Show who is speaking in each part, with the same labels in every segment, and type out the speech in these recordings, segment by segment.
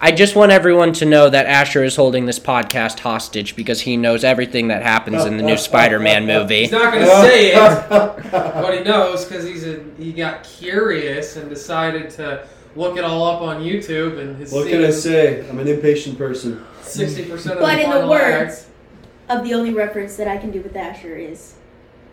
Speaker 1: I just want everyone to know that Asher is holding this podcast hostage because he knows everything that happens in the new Spider-Man movie.
Speaker 2: He's not gonna say it, but he knows because he's a he got curious and decided to look it all up on YouTube and has
Speaker 3: What
Speaker 2: seen
Speaker 3: can I say? I'm an impatient person.
Speaker 2: sixty percent of
Speaker 4: But
Speaker 2: the
Speaker 4: in the
Speaker 2: final
Speaker 4: words
Speaker 2: act.
Speaker 4: of the only reference that I can do with Asher is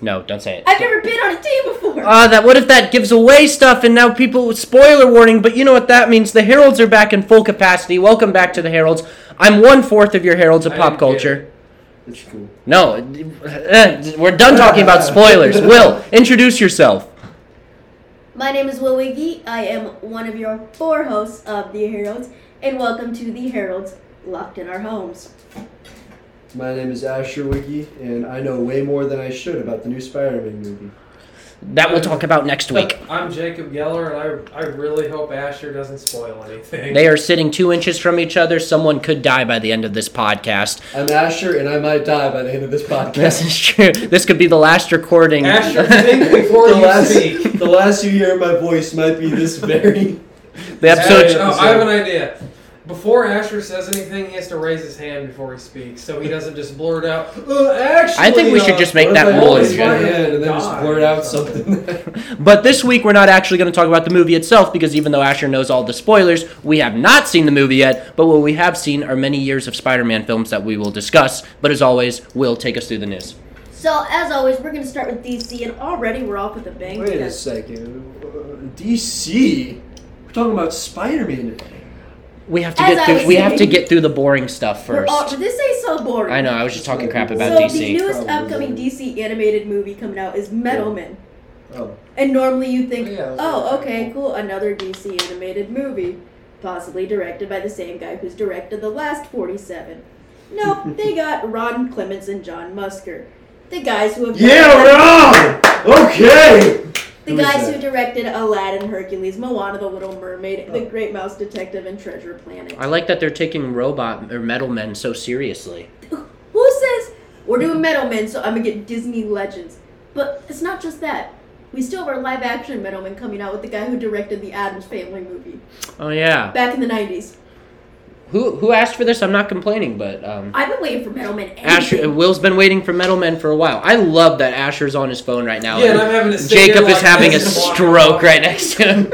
Speaker 1: No, don't say it.
Speaker 4: I've never been on a team before.
Speaker 1: Ah, that what if that gives away stuff and now people spoiler warning, but you know what that means. The Heralds are back in full capacity. Welcome back to the Heralds. I'm one fourth of your Heralds of
Speaker 2: I
Speaker 1: pop
Speaker 2: didn't get
Speaker 1: culture.
Speaker 2: it.
Speaker 3: It's cool.
Speaker 1: No, eh, we're done talking about spoilers. Will, introduce yourself.
Speaker 4: My name is Will Wiggy. I am one of your four hosts of the Heralds, and welcome to the Heralds Locked in Our Homes.
Speaker 3: My name is Asher Wiki, and I know way more than I should about the new Spider-Man movie.
Speaker 1: That we'll talk about next week.
Speaker 2: I'm Jacob Geller, and I I really hope Asher doesn't spoil anything.
Speaker 1: They are sitting two inches from each other. Someone could die by the end of this podcast.
Speaker 3: I'm Asher, and I might die by the end of this
Speaker 1: This
Speaker 3: podcast.
Speaker 1: is true. This could be the last recording.
Speaker 2: Asher, think before
Speaker 3: the
Speaker 2: you
Speaker 3: last,
Speaker 2: speak.
Speaker 3: the last you hear of my voice might be this very.
Speaker 1: the episode.
Speaker 2: Asher- oh, I have an idea. Before Asher says anything, he has to raise his hand before he speaks, so he doesn't just blurt out. "Uh, actually,
Speaker 1: I think we should
Speaker 2: uh,
Speaker 1: just make
Speaker 3: What if
Speaker 1: that
Speaker 3: I
Speaker 1: rule
Speaker 3: hold
Speaker 1: in
Speaker 3: my
Speaker 1: general.
Speaker 3: hand and then just
Speaker 2: God.
Speaker 3: blurt out something.
Speaker 1: But this week we're not actually going to talk about the movie itself because even though Asher knows all the spoilers, we have not seen the movie yet. But what we have seen are many years of Spider-Man films that we will discuss. But as always, Will take us through the news.
Speaker 4: So, as always, we're going to start with DC, and already we're off with a bang.
Speaker 3: Wait a
Speaker 4: because-
Speaker 3: second. Uh, DC. We're talking about Spider-Man. today.
Speaker 1: We have to
Speaker 4: As
Speaker 1: get
Speaker 4: I
Speaker 1: through.
Speaker 4: was
Speaker 1: We have to
Speaker 4: saying-
Speaker 1: get through the boring stuff
Speaker 4: We're
Speaker 1: first.
Speaker 4: all, this ain't so boring.
Speaker 1: I know. I was just talking crap about
Speaker 4: so the
Speaker 1: DC.
Speaker 4: newest
Speaker 3: Probably.
Speaker 4: upcoming DC animated movie coming out is Metal Men.
Speaker 3: Oh,
Speaker 4: And normally you think,
Speaker 2: Yeah, that's
Speaker 4: oh,
Speaker 2: really
Speaker 4: okay, cool, another DC animated movie, possibly directed by the same guy who's directed the last 47. Nope, they got Ron Clements and John Musker, the guys who have
Speaker 3: yeah, Ron. Okay.
Speaker 4: the
Speaker 3: Who is
Speaker 4: guys who
Speaker 3: that?
Speaker 4: directed Aladdin, Hercules, Moana, The Little Mermaid, The Great Mouse Detective, and Treasure Planet.
Speaker 1: I like that they're taking robot or metal men so seriously.
Speaker 4: Who says we're doing Metal Men, so I'm gonna get Disney Legends? But it's not just that. We still have our live action Metal Men coming out with the guy who directed the Adams Family movie
Speaker 1: Oh yeah.
Speaker 4: back in the 90s.
Speaker 1: Who who asked for this? I'm not complaining, but um,
Speaker 4: I've been waiting for Metalman. and
Speaker 1: Asher uh, Will's been waiting for Metal Men for a while. I love that Asher's on his phone right now.
Speaker 2: Yeah, and
Speaker 1: and
Speaker 2: I'm having to sit
Speaker 1: Jacob
Speaker 2: here
Speaker 1: is
Speaker 2: like
Speaker 1: having a
Speaker 2: this and walk
Speaker 1: stroke
Speaker 2: around,
Speaker 1: right next to him.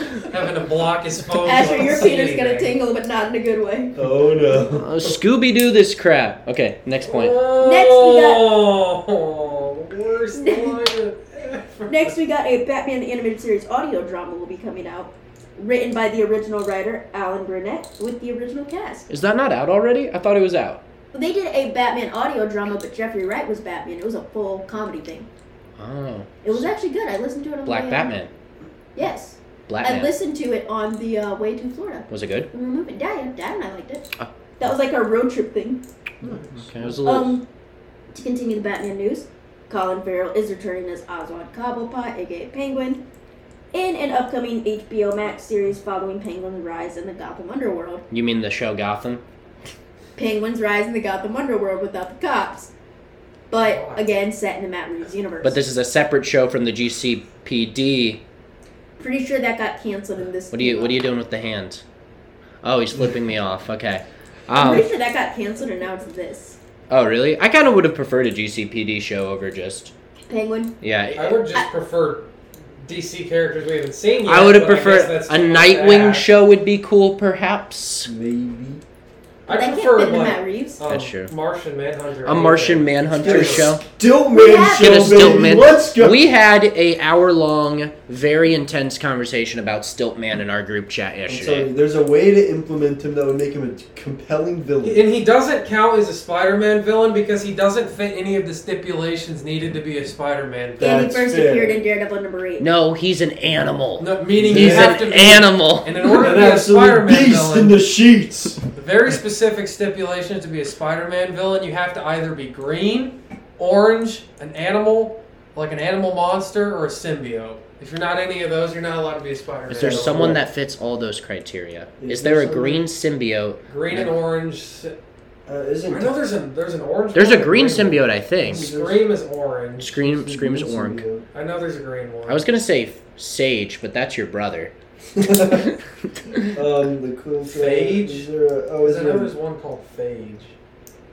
Speaker 2: Having to block his
Speaker 1: uh,
Speaker 2: phone. so I
Speaker 4: Asher,
Speaker 2: don't
Speaker 4: your
Speaker 2: see
Speaker 4: penis gonna
Speaker 2: anything.
Speaker 4: tingle, but not in a good way.
Speaker 3: Oh no.
Speaker 1: oh, Scooby Doo this crap. Okay, next point.
Speaker 2: Oh, worst line ever.
Speaker 4: Next, we got a Batman animated series audio drama will be coming out, written by the original writer Alan Burnett with the original cast.
Speaker 1: Is that not out already? I thought it was out.
Speaker 4: They did a Batman audio drama, but Jeffrey Wright was Batman. It was a full comedy thing.
Speaker 1: Oh,
Speaker 4: It was actually good. I listened to it on the
Speaker 1: Black
Speaker 4: way-
Speaker 1: Batman.
Speaker 4: Yes,
Speaker 1: Black
Speaker 4: I
Speaker 1: Man.
Speaker 4: listened to it on the uh, way to Florida.
Speaker 1: Was it good?
Speaker 4: We were moving. Yeah, yeah, Dad and I liked it.
Speaker 1: Ah.
Speaker 4: That was like our road trip thing.
Speaker 1: Okay, it was a little.
Speaker 4: Um, to continue the Batman news, Colin Farrell is returning as Oswald Cobblepot, aka Penguin, in an upcoming HBO Max series following Penguin's rise in the Gotham underworld.
Speaker 1: you mean the show Gotham?
Speaker 4: Penguin's rise in the Gotham underworld without the cops, but again set in the Matt Reeves universe.
Speaker 1: But this is a separate show from the GCPD.
Speaker 4: pretty sure that got canceled in this.
Speaker 1: What are you What are you doing with the hand? Oh, he's flipping me off. Okay.
Speaker 4: I'm
Speaker 1: Um,
Speaker 4: pretty sure that got canceled, and now it's this.
Speaker 1: oh, really? I kind of would have preferred a GCPD show over just
Speaker 4: Penguin.
Speaker 1: yeah.
Speaker 2: I would just prefer DC characters we haven't seen yet.
Speaker 1: I would have
Speaker 2: but guess
Speaker 1: preferred
Speaker 2: that's
Speaker 1: a
Speaker 2: too
Speaker 1: Nightwing
Speaker 2: bad.
Speaker 1: show would be cool, perhaps.
Speaker 3: Maybe.
Speaker 2: I
Speaker 4: that
Speaker 2: prefer
Speaker 4: can't fit into Matt
Speaker 2: like
Speaker 4: Reeves.
Speaker 2: um,
Speaker 1: That's true.
Speaker 2: Martian Manhunter.
Speaker 1: A Martian
Speaker 2: Man.
Speaker 1: Manhunter
Speaker 3: Get a
Speaker 1: show.
Speaker 3: Stiltman
Speaker 4: Yeah.
Speaker 3: show,
Speaker 1: Get a
Speaker 3: baby.
Speaker 1: Stiltman.
Speaker 3: Let's go.
Speaker 1: We had a hour long, very intense conversation about Stiltman in our group chat
Speaker 3: I'm telling
Speaker 1: yesterday.
Speaker 3: you, there's a way to implement him that would make him a compelling villain.
Speaker 2: And he doesn't count as a Spider-Man villain because he doesn't fit any of the stipulations needed to be a Spider-Man. villain.
Speaker 4: And he
Speaker 3: That's
Speaker 4: first
Speaker 3: fair.
Speaker 4: appeared in Daredevil number eight.
Speaker 1: No, he's an animal.
Speaker 2: No, meaning you
Speaker 1: He's
Speaker 2: have to
Speaker 1: an
Speaker 2: be,
Speaker 1: animal.
Speaker 2: And in order to
Speaker 3: An
Speaker 2: be a
Speaker 3: absolute
Speaker 2: Spider-Man
Speaker 3: beast
Speaker 2: villain,
Speaker 3: in the sheets.
Speaker 2: the very specific stipulations to be a Spider-Man villain, you have to either be green, orange, an animal, like an animal monster, or a symbiote. If you're not any of those, you're not allowed to be a Spider-Man.
Speaker 1: Is there someone that fits all those criteria? Is there a green symbiote?
Speaker 2: green and orange?
Speaker 3: Uh,
Speaker 2: I
Speaker 3: isn't
Speaker 2: know there's a there's an orange.
Speaker 1: There's a
Speaker 2: one and
Speaker 1: green
Speaker 2: one.
Speaker 1: symbiote, I think.
Speaker 2: Scream is orange.
Speaker 1: Scream, Scream is orange.
Speaker 2: I know there's a green one.
Speaker 1: I was gonna say Sage, but that's your brother.
Speaker 3: um, the cool
Speaker 2: Phage?
Speaker 3: Is there a, oh, is
Speaker 2: I know
Speaker 3: there
Speaker 2: there's
Speaker 3: a
Speaker 2: one called Phage.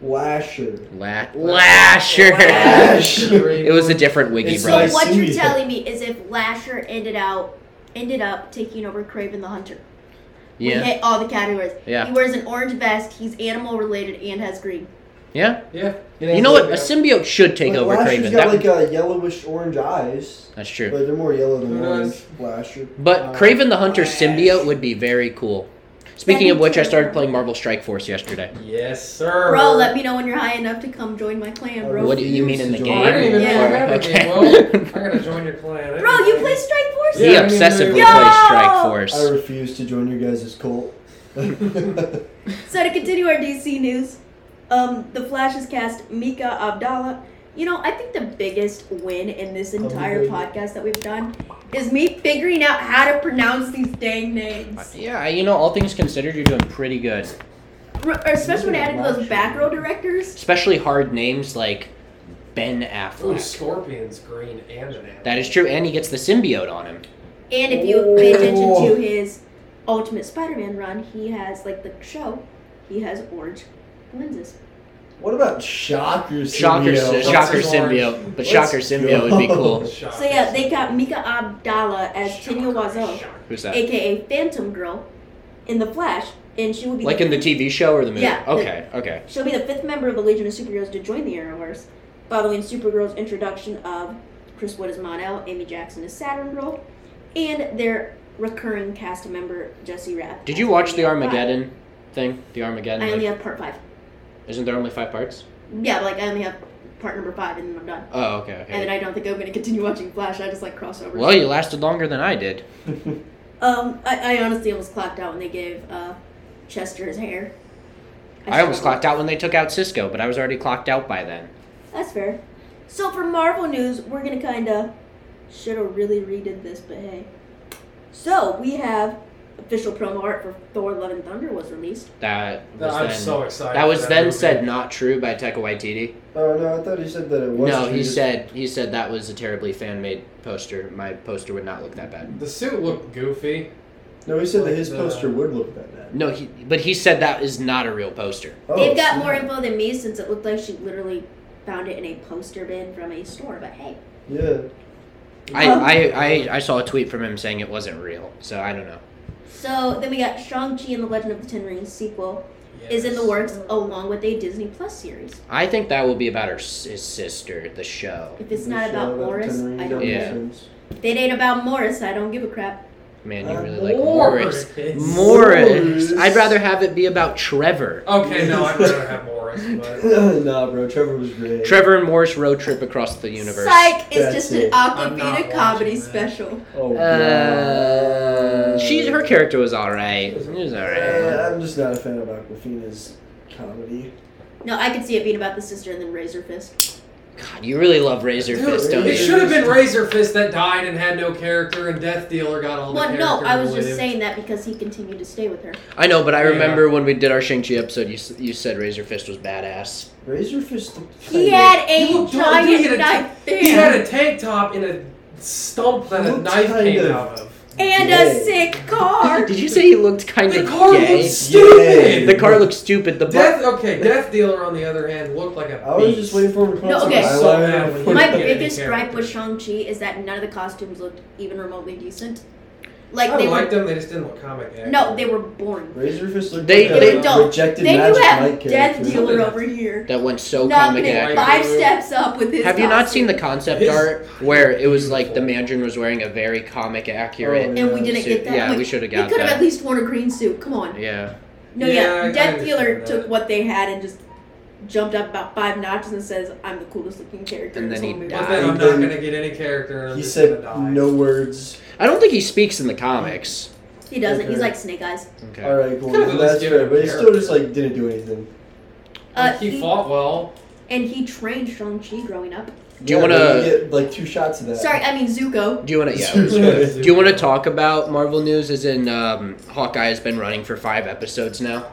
Speaker 3: Lasher?
Speaker 1: La- Lasher.
Speaker 3: Lash.
Speaker 1: It was a different Wiggy
Speaker 3: It's
Speaker 1: brother.
Speaker 4: So
Speaker 3: Right,
Speaker 4: what
Speaker 3: symbiote.
Speaker 4: you're telling me is if Lasher ended out ended up taking over Craven the Hunter. We
Speaker 1: yeah,
Speaker 4: hit all the categories.
Speaker 1: yeah,
Speaker 4: He wears an orange vest, he's animal related and has green.
Speaker 1: yeah.
Speaker 2: Yeah.
Speaker 1: You know what? A symbiote should take
Speaker 3: Like,
Speaker 1: over
Speaker 3: Lasher's
Speaker 1: Craven.
Speaker 3: got
Speaker 1: That-
Speaker 3: like uh, yellowish orange eyes,
Speaker 1: that's true.
Speaker 3: but they're more yellow
Speaker 2: Who
Speaker 3: than
Speaker 2: knows?
Speaker 3: orange. Lasher.
Speaker 1: But
Speaker 3: Uh,
Speaker 1: Craven the Hunter
Speaker 3: Lash.
Speaker 1: symbiote would be very cool. Speaking of which, I started playing Marvel Strike Force yesterday.
Speaker 2: Yes, sir.
Speaker 4: Bro, let me know when you're high enough to come join my clan, bro.
Speaker 1: What do you mean in the
Speaker 3: Oh, I
Speaker 1: game?
Speaker 2: I didn't even know I
Speaker 4: Yeah.
Speaker 2: had a game. Well, I
Speaker 1: Okay.
Speaker 2: gotta join your clan. I
Speaker 4: Bro,
Speaker 2: didn't
Speaker 4: you
Speaker 2: know
Speaker 4: play Strike Force?
Speaker 1: He
Speaker 2: Yeah, I mean,
Speaker 1: obsessively
Speaker 4: Yo!
Speaker 1: plays Strike Force.
Speaker 3: I refuse to join your guys' cult. Wait,
Speaker 4: So to continue our DC news, um, the Flash has cast Mika Abdallah. You know, I think the biggest win in this entire
Speaker 3: Okay.
Speaker 4: podcast that we've done is me figuring out how to pronounce these dang names.
Speaker 1: Yeah, I- you know, all things considered, you're doing pretty good.
Speaker 4: R- especially when I added those back row directors.
Speaker 1: Especially hard names like Ben
Speaker 2: Ooh,
Speaker 1: Affleck.
Speaker 2: Scorpion's green and an apple.
Speaker 1: That is true, and he gets the symbiote on him.
Speaker 4: And if you pay attention
Speaker 3: Oh.
Speaker 4: to his Ultimate Spider-Man run, he has like the show. He has orange lenses.
Speaker 3: what about Shocker?
Speaker 1: Shocker,
Speaker 3: symbiote?
Speaker 2: Shock-
Speaker 1: Shocker
Speaker 2: Let's go.
Speaker 1: symbiote, but
Speaker 3: Let's
Speaker 1: Shocker symbiote would be cool.
Speaker 2: Shocker.
Speaker 4: So yeah, they got Mika Abdallah as Tenya Wazo,
Speaker 2: Shocker.
Speaker 1: Who's that?
Speaker 4: aka Phantom Girl, in the Flash, and she will be
Speaker 1: Like in the TV show or the movie?
Speaker 4: Yeah, the-
Speaker 1: Okay, okay.
Speaker 4: She'll be the fifth member of the Legion of Superheroes to join the Arrowverse, following Supergirl's introduction of Chris Wood as Mon-El, Amy Jackson as Saturn Girl, and their recurring cast member Jesse Rath.
Speaker 1: Did
Speaker 4: as
Speaker 1: you watch the
Speaker 4: Muriel Pryor.
Speaker 1: Armageddon thing? The Armageddon?
Speaker 4: I only
Speaker 1: like-
Speaker 4: have part five.
Speaker 1: Isn't there only five parts?
Speaker 4: Yeah, but, like I only have part number five, and then I'm done.
Speaker 1: Oh, okay,
Speaker 4: And then
Speaker 1: okay.
Speaker 4: I don't think I'm gonna continue watching Flash. I just like crossovers.
Speaker 1: Well, you lasted longer than I did.
Speaker 4: Um, I, I honestly almost clocked out when they gave uh, Chester his hair.
Speaker 1: I almost
Speaker 4: struggled.
Speaker 1: clocked out when they took out Cisco, but I was already clocked out by then.
Speaker 4: That's fair. So for Marvel news, we're gonna kinda should have really redid this, but hey. So we have official promo art for Thor: Love and Thunder was released.
Speaker 1: That was
Speaker 2: I'm
Speaker 1: then.
Speaker 2: so excited.
Speaker 1: that
Speaker 2: for
Speaker 1: was then
Speaker 2: movie.
Speaker 1: said not true by Taika Waititi.
Speaker 3: Oh no, I thought he said that it was.
Speaker 1: No,
Speaker 3: true.
Speaker 1: he said he said that was a terribly fan made poster. My poster would not look that bad.
Speaker 2: The suit looked goofy.
Speaker 3: No, he said that his
Speaker 2: Like, uh,
Speaker 3: poster would look that bad.
Speaker 1: No, he, but he said that is not a real poster.
Speaker 3: Oh,
Speaker 4: They've got
Speaker 3: snap.
Speaker 4: more info than me since it looked like she literally found it in a poster bin from a store. But hey,
Speaker 3: Yeah.
Speaker 1: I,
Speaker 4: Um,
Speaker 1: I, I, I saw a tweet from him saying it wasn't real, so I don't know.
Speaker 4: so then we got Shang Chi and the Legend of the Ten Rings sequel is in the
Speaker 2: Yes.
Speaker 4: works along with a Disney Plus series.
Speaker 1: I think that will be about her s- his sister, the show.
Speaker 4: If it's not about Morris, I don't.
Speaker 1: Yeah.
Speaker 4: If it ain't about Morris, I don't give a crap.
Speaker 1: Man, you
Speaker 3: Uh,
Speaker 1: really like
Speaker 2: Morris.
Speaker 1: Morris. Morris. I'd rather have it be about Trevor.
Speaker 2: Okay, no, I'd rather have Morris, but
Speaker 3: nah, bro. Trevor was great.
Speaker 1: Trevor and Morris road trip across the universe.
Speaker 4: Psych is
Speaker 3: That's
Speaker 4: just
Speaker 3: it.
Speaker 4: an
Speaker 2: I'm not
Speaker 4: Aquafina
Speaker 2: watching
Speaker 4: comedy
Speaker 2: that.
Speaker 4: special.
Speaker 3: Oh,
Speaker 1: Uh,
Speaker 3: God.
Speaker 1: she, her character was all right. It was all right.
Speaker 3: Uh, I'm just not a fan of Aquafina's comedy.
Speaker 4: No, I could see it being about the sister and then Razor Fist.
Speaker 1: God, you really love Razor
Speaker 2: Dude,
Speaker 1: Fist, don't
Speaker 2: it
Speaker 1: you?
Speaker 2: should have been Razor Fist that died and had no character, and Death Dealer got all the
Speaker 4: Well,
Speaker 2: character.
Speaker 4: no, I
Speaker 2: and
Speaker 4: was just
Speaker 2: lived.
Speaker 4: saying that because he continued to stay with her.
Speaker 1: I know, but I
Speaker 2: Yeah.
Speaker 1: remember when we did our Shang Chi episode, you s- you said Razor Fist was badass.
Speaker 3: Razor Fist. looked
Speaker 4: He
Speaker 3: kinda-
Speaker 4: had
Speaker 2: He
Speaker 4: a
Speaker 2: looked- he had
Speaker 4: giant
Speaker 2: a-
Speaker 4: knife
Speaker 2: He had
Speaker 4: there
Speaker 2: a tank top and a stump that a
Speaker 3: What
Speaker 2: knife
Speaker 3: kind
Speaker 2: came
Speaker 3: of-
Speaker 2: out of.
Speaker 4: and
Speaker 3: Yeah.
Speaker 4: a sick car.
Speaker 1: Did you say he looked kind
Speaker 2: The
Speaker 1: of
Speaker 2: car
Speaker 1: gay?
Speaker 2: looked stupid.
Speaker 3: Yay.
Speaker 1: The car looked stupid. The bu-
Speaker 2: Death. Okay, Death Dealer on the other hand looked like a.
Speaker 3: I was
Speaker 2: beast.
Speaker 3: just waiting for him to
Speaker 4: No,
Speaker 3: put some
Speaker 4: okay.
Speaker 2: So mad
Speaker 3: eyeliner.
Speaker 2: when
Speaker 4: My
Speaker 2: Yeah.
Speaker 4: biggest
Speaker 2: Yeah.
Speaker 4: gripe with Shang Chi is that none of the costumes looked even remotely decent. Like
Speaker 2: I
Speaker 4: they
Speaker 2: liked
Speaker 4: were
Speaker 2: them. They just didn't look comic. accurate.
Speaker 4: no, they were boring.
Speaker 3: Razor Fist looked
Speaker 1: They-
Speaker 3: like
Speaker 1: they
Speaker 3: a
Speaker 4: don't.
Speaker 3: rejected
Speaker 4: Then you
Speaker 3: Magic
Speaker 4: have
Speaker 3: Mike
Speaker 4: Death
Speaker 3: character.
Speaker 4: Dealer over here,
Speaker 1: that went so comic
Speaker 4: knocking
Speaker 1: accurate.
Speaker 4: five steps up with his.
Speaker 1: Have you not
Speaker 4: costume.
Speaker 1: seen the concept
Speaker 2: His-
Speaker 1: art where it was like the Mandarin was wearing a very comic accurate?
Speaker 4: And we Oh. didn't
Speaker 1: suit?
Speaker 4: get that.
Speaker 1: Yeah,
Speaker 4: Like,
Speaker 1: we should have
Speaker 4: We
Speaker 1: got
Speaker 4: could have at
Speaker 1: that.
Speaker 4: least worn a green suit. Come on.
Speaker 1: Yeah,
Speaker 4: No,
Speaker 2: Yeah,
Speaker 4: yeah,
Speaker 2: I- I
Speaker 4: Death Dealer
Speaker 2: understand
Speaker 4: took
Speaker 2: that.
Speaker 4: what they had and just jumped up about five notches and says, "I'm the coolest looking character."
Speaker 1: And
Speaker 4: in this
Speaker 1: then
Speaker 4: whole
Speaker 1: he
Speaker 4: movie."
Speaker 2: But then I'm
Speaker 3: And
Speaker 2: not
Speaker 3: then
Speaker 2: gonna get any character. And I'm
Speaker 3: He
Speaker 2: just
Speaker 3: said
Speaker 2: gonna die.
Speaker 3: no words.
Speaker 1: I don't think he speaks in the comics.
Speaker 4: He doesn't. He's
Speaker 3: Okay.
Speaker 4: like Snake Eyes.
Speaker 1: Okay.
Speaker 3: All right, cool.
Speaker 2: Could've at least
Speaker 3: That's
Speaker 2: given
Speaker 3: fair,
Speaker 2: him
Speaker 3: but he
Speaker 2: character.
Speaker 3: still just like didn't do anything.
Speaker 4: Uh,
Speaker 2: he,
Speaker 4: he-
Speaker 2: fought well.
Speaker 4: and he trained Shang Chi growing up.
Speaker 1: Do you wanna-
Speaker 3: get, like two shots of that?
Speaker 4: Sorry, I mean Zuko.
Speaker 1: Do you want to? Yeah. Do you want to talk about Marvel news? As in, um, Hawkeye has been running for five episodes now.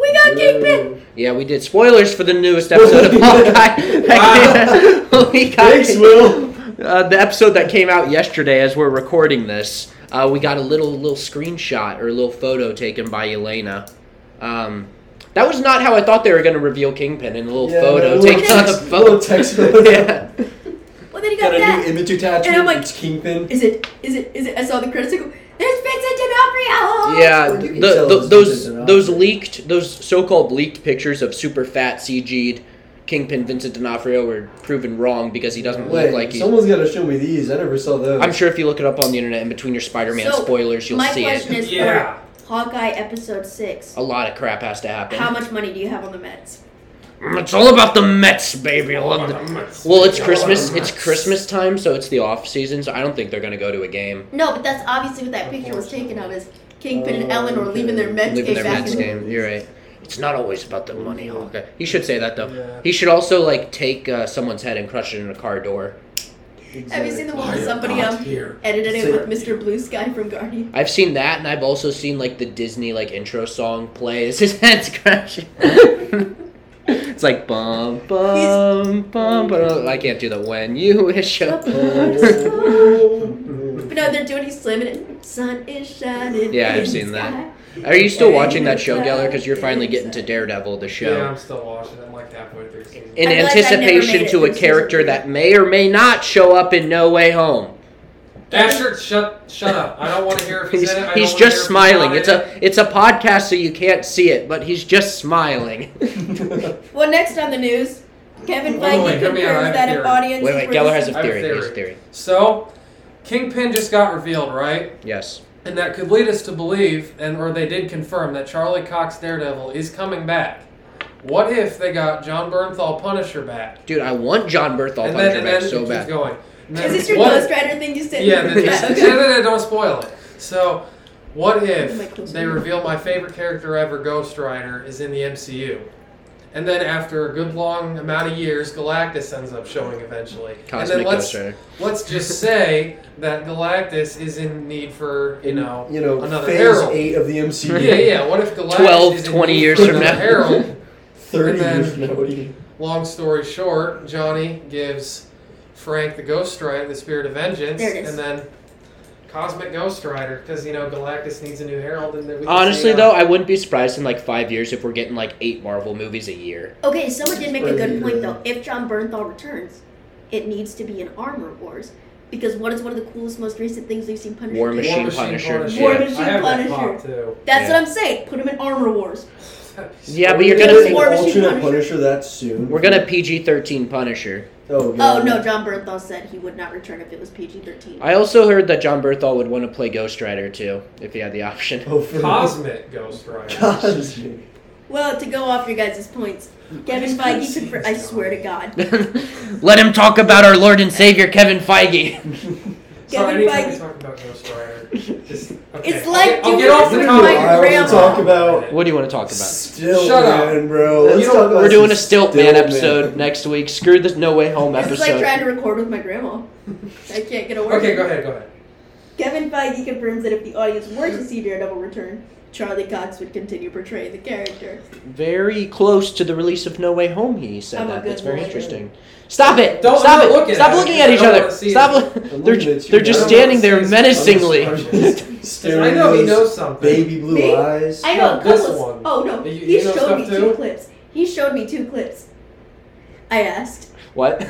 Speaker 4: We got Kingpin.
Speaker 1: Yeah, we did spoilers for the newest episode of Hawkeye. we got
Speaker 3: Thanks, Will.
Speaker 1: Uh, the episode that came out yesterday, as we're recording this, uh, we got a little little screenshot or a little photo taken by Elena. Um, that was not how I thought they were going to reveal Kingpin in a little
Speaker 3: Yeah,
Speaker 1: photo
Speaker 3: a little
Speaker 1: taken on the
Speaker 3: text- little
Speaker 1: phone.
Speaker 3: text
Speaker 1: yeah.
Speaker 4: Well, then he got,
Speaker 3: Got a new
Speaker 4: that.
Speaker 3: image attachment.
Speaker 4: And I'm like-
Speaker 3: it's Kingpin.
Speaker 4: Is it? Is it? Is it? I saw the credits. I go, There's Vincent D'Onofrio.
Speaker 1: Yeah,
Speaker 3: Or you can
Speaker 1: the,
Speaker 3: tell
Speaker 1: the,
Speaker 3: it's
Speaker 1: those
Speaker 3: Vincent D'Onofrio.
Speaker 1: those leaked those so-called leaked pictures of super fat CG'd Kingpin Vincent D'Onofrio were proven wrong because he doesn't
Speaker 3: Wait,
Speaker 1: look like he's.
Speaker 3: someone's gotta show me these. I never saw those.
Speaker 1: I'm sure if you look it up on the internet in between your Spider-Man
Speaker 4: So,
Speaker 1: spoilers, you'll
Speaker 4: My
Speaker 1: see
Speaker 4: question
Speaker 1: it.
Speaker 4: is
Speaker 2: Yeah.
Speaker 4: for Hawkeye episode six.
Speaker 1: A lot of crap has to happen.
Speaker 4: How much money do you have on the Mets?
Speaker 1: Mm, It's all about the Mets, baby. I love the- Well, it's Christmas. It's Christmas time, so it's the off season. So I don't think they're gonna go to a game.
Speaker 4: No, but that's obviously what that picture was taken of is Kingpin and
Speaker 3: Oh,
Speaker 4: Ellen were leaving their
Speaker 3: okay.
Speaker 4: Mets
Speaker 1: Leaving
Speaker 4: game
Speaker 1: their
Speaker 4: back
Speaker 1: Mets
Speaker 4: in-
Speaker 1: game. You're right. It's not always about the money, Hawkeye. He should say that though.
Speaker 2: Yeah.
Speaker 1: He should also like take uh, someone's head and crush it in a car door.
Speaker 4: Have you seen the one
Speaker 2: I am
Speaker 4: with somebody
Speaker 2: not
Speaker 4: um,
Speaker 2: here.
Speaker 4: edited it
Speaker 3: Say-
Speaker 4: with Mr. Blue Sky from Guardian?
Speaker 1: I've seen that, and I've also seen like the Disney like intro song play as his head's crashing. it's like bum bum bum. But I can't do that when you wish upon.
Speaker 4: But no, they're doing he's slamming it. Sun is shining.
Speaker 1: Yeah, I've
Speaker 4: in the
Speaker 1: seen that.
Speaker 4: sky.
Speaker 1: Are you still watching that show, Geller? Because you're finally getting to Daredevil, the show.
Speaker 2: Yeah, I'm still watching. I'm like halfway through season.
Speaker 1: in
Speaker 4: I'm glad that never made
Speaker 1: anticipation
Speaker 4: it
Speaker 1: to a
Speaker 4: through
Speaker 1: character
Speaker 4: season
Speaker 1: that may or may not show up in No Way Home.
Speaker 2: Dasher, shut shut up. I don't want to hear if he's,
Speaker 1: He's,
Speaker 2: in it. I
Speaker 1: he's
Speaker 2: don't wanna
Speaker 1: just
Speaker 2: hear if he's not
Speaker 1: smiling.
Speaker 2: in
Speaker 1: It's
Speaker 2: it.
Speaker 1: a it's a podcast, so you can't see it, but he's just smiling.
Speaker 4: Well, next on the news, Kevin
Speaker 2: Oh,
Speaker 4: Feige
Speaker 2: wait, hear me out, I
Speaker 4: confirms
Speaker 2: have
Speaker 4: that
Speaker 2: a
Speaker 4: if
Speaker 2: theory.
Speaker 1: wait,
Speaker 4: audiences
Speaker 1: wait.
Speaker 4: were
Speaker 1: Geller
Speaker 4: to
Speaker 1: has a
Speaker 2: I have a
Speaker 1: theory. He has a theory.
Speaker 2: So, Kingpin just got revealed, right?
Speaker 1: Yes.
Speaker 2: And that could lead us to believe, and or they did confirm that Charlie Cox Daredevil is coming back. What if they got John Bernthal Punisher back?
Speaker 1: Dude, I want John Berthal
Speaker 2: and then
Speaker 1: Punisher
Speaker 2: and
Speaker 1: back
Speaker 2: then it
Speaker 1: so
Speaker 2: keeps
Speaker 1: bad.
Speaker 2: going. And then
Speaker 4: Is this your
Speaker 2: what-
Speaker 4: Ghost Rider thing you said?
Speaker 2: Yeah, then
Speaker 4: Okay.
Speaker 2: just, yeah, then I don't spoil it. So,
Speaker 4: Oh
Speaker 2: what
Speaker 4: Am I
Speaker 2: if
Speaker 4: close
Speaker 2: they
Speaker 4: enough?
Speaker 2: reveal my favorite character ever, Ghost Rider, is in the MCU? And then after a good long amount of years, Galactus ends up showing eventually.
Speaker 1: Cosmic
Speaker 2: and then let's
Speaker 1: Ghost Rider.
Speaker 2: let's just say that Galactus is in need for you know
Speaker 3: you know,
Speaker 2: another
Speaker 3: phase
Speaker 2: herald.
Speaker 3: eight of the
Speaker 2: Yeah,
Speaker 3: MCU.
Speaker 2: yeah. What if Galactus
Speaker 1: 12,
Speaker 2: is in
Speaker 1: 20
Speaker 2: need
Speaker 1: years
Speaker 2: for
Speaker 1: from
Speaker 2: another
Speaker 1: now?
Speaker 2: Herald.
Speaker 3: Thirty
Speaker 2: And
Speaker 3: years from
Speaker 2: then-
Speaker 3: now. What do you?
Speaker 2: Long story short, Johnny gives Frank the Ghost Rider the Spirit of Vengeance,
Speaker 4: There it is.
Speaker 2: and then Cosmic Ghost Rider, because you know Galactus needs a new herald. And then we can
Speaker 1: Honestly,
Speaker 2: see, uh,
Speaker 1: though, I wouldn't be surprised in like five years if we're getting like eight Marvel movies a year.
Speaker 4: Okay, someone did make a good
Speaker 3: Spider-Man.
Speaker 4: point though. If John Bernthal returns, it needs to be an armor wars because what is one of the coolest, most recent things we've seen Punisher?
Speaker 1: War
Speaker 4: do?
Speaker 1: Machine Punisher.
Speaker 4: War
Speaker 2: I
Speaker 4: Machine
Speaker 2: have that
Speaker 4: Punisher.
Speaker 2: pop, too.
Speaker 1: Yeah.
Speaker 4: That's what I'm saying. Put him in armor wars.
Speaker 2: That'd be
Speaker 1: Yeah,
Speaker 2: so
Speaker 1: but you're
Speaker 2: weird.
Speaker 1: gonna
Speaker 4: There's
Speaker 1: make
Speaker 4: War Machine
Speaker 3: alternate
Speaker 4: Punisher.
Speaker 3: Punisher that soon.
Speaker 1: We're gonna PG thirteen Punisher.
Speaker 3: Oh,
Speaker 4: Oh
Speaker 3: God.
Speaker 4: no, John Bernthal said he would not return if it was PG-13.
Speaker 1: I also heard that John Berthal would want to play Ghost Rider too, if he had the option.
Speaker 3: Oh, for
Speaker 2: Cosmic Ghost Rider.
Speaker 3: Cosmic.
Speaker 4: Well, to go off your guys' points, Kevin Feige confirmed. I swear to God,
Speaker 1: Let him talk about our Lord and Savior Kevin Feige.
Speaker 2: Sorry,
Speaker 4: Kevin
Speaker 2: anytime we
Speaker 4: Feige-
Speaker 2: talk about Ghost Rider, just- okay.
Speaker 4: It's like
Speaker 2: I'll get, I'll get off
Speaker 4: doing this
Speaker 2: the
Speaker 4: with
Speaker 2: topic.
Speaker 4: my
Speaker 3: I want to talk about.
Speaker 1: What do you want to talk about?
Speaker 3: Still
Speaker 2: Shut up.
Speaker 3: man, bro.
Speaker 2: You
Speaker 3: Let's
Speaker 2: don't-
Speaker 3: talk about
Speaker 1: We're doing a
Speaker 3: some
Speaker 1: Stilt
Speaker 3: Stilt
Speaker 1: Man episode
Speaker 3: Man.
Speaker 1: next week. Screw this No Way Home
Speaker 4: This is like
Speaker 1: episode.
Speaker 4: trying to record with my grandma. I can't get a word.
Speaker 2: Okay,
Speaker 4: in.
Speaker 2: go ahead, go ahead.
Speaker 4: Kevin Feige confirms that if the audience were to see Daredevil return, Charlie Cox would continue portraying the character.
Speaker 1: Very close to the release of No Way Home, he said
Speaker 4: I'm a
Speaker 1: that.
Speaker 4: good
Speaker 1: That's very
Speaker 4: boy.
Speaker 1: interesting. Stop it!
Speaker 2: Don't-
Speaker 1: Stop
Speaker 2: don't
Speaker 1: it!
Speaker 2: look at
Speaker 1: Stop
Speaker 2: it.
Speaker 1: looking at
Speaker 2: I
Speaker 1: each
Speaker 2: don't
Speaker 1: other.
Speaker 2: wanna see
Speaker 1: Stop!
Speaker 2: it.
Speaker 1: look-
Speaker 3: I'm
Speaker 1: They're
Speaker 3: looking at
Speaker 1: ju-
Speaker 3: you,
Speaker 1: they're
Speaker 3: man.
Speaker 1: just
Speaker 2: I don't
Speaker 1: standing
Speaker 2: wanna
Speaker 1: there
Speaker 2: see it.
Speaker 1: menacingly.
Speaker 2: I'm just-
Speaker 3: Staring
Speaker 2: I know he
Speaker 3: those
Speaker 2: knows something.
Speaker 3: Baby blue
Speaker 4: Me?
Speaker 3: eyes.
Speaker 4: I know
Speaker 2: No,
Speaker 4: a couple.
Speaker 2: this
Speaker 4: of-
Speaker 2: one.
Speaker 4: Oh no,
Speaker 2: You- you
Speaker 4: he
Speaker 2: know
Speaker 4: showed me
Speaker 2: stuff
Speaker 4: two
Speaker 2: too?
Speaker 4: clips. He showed me two clips. I asked.
Speaker 1: What?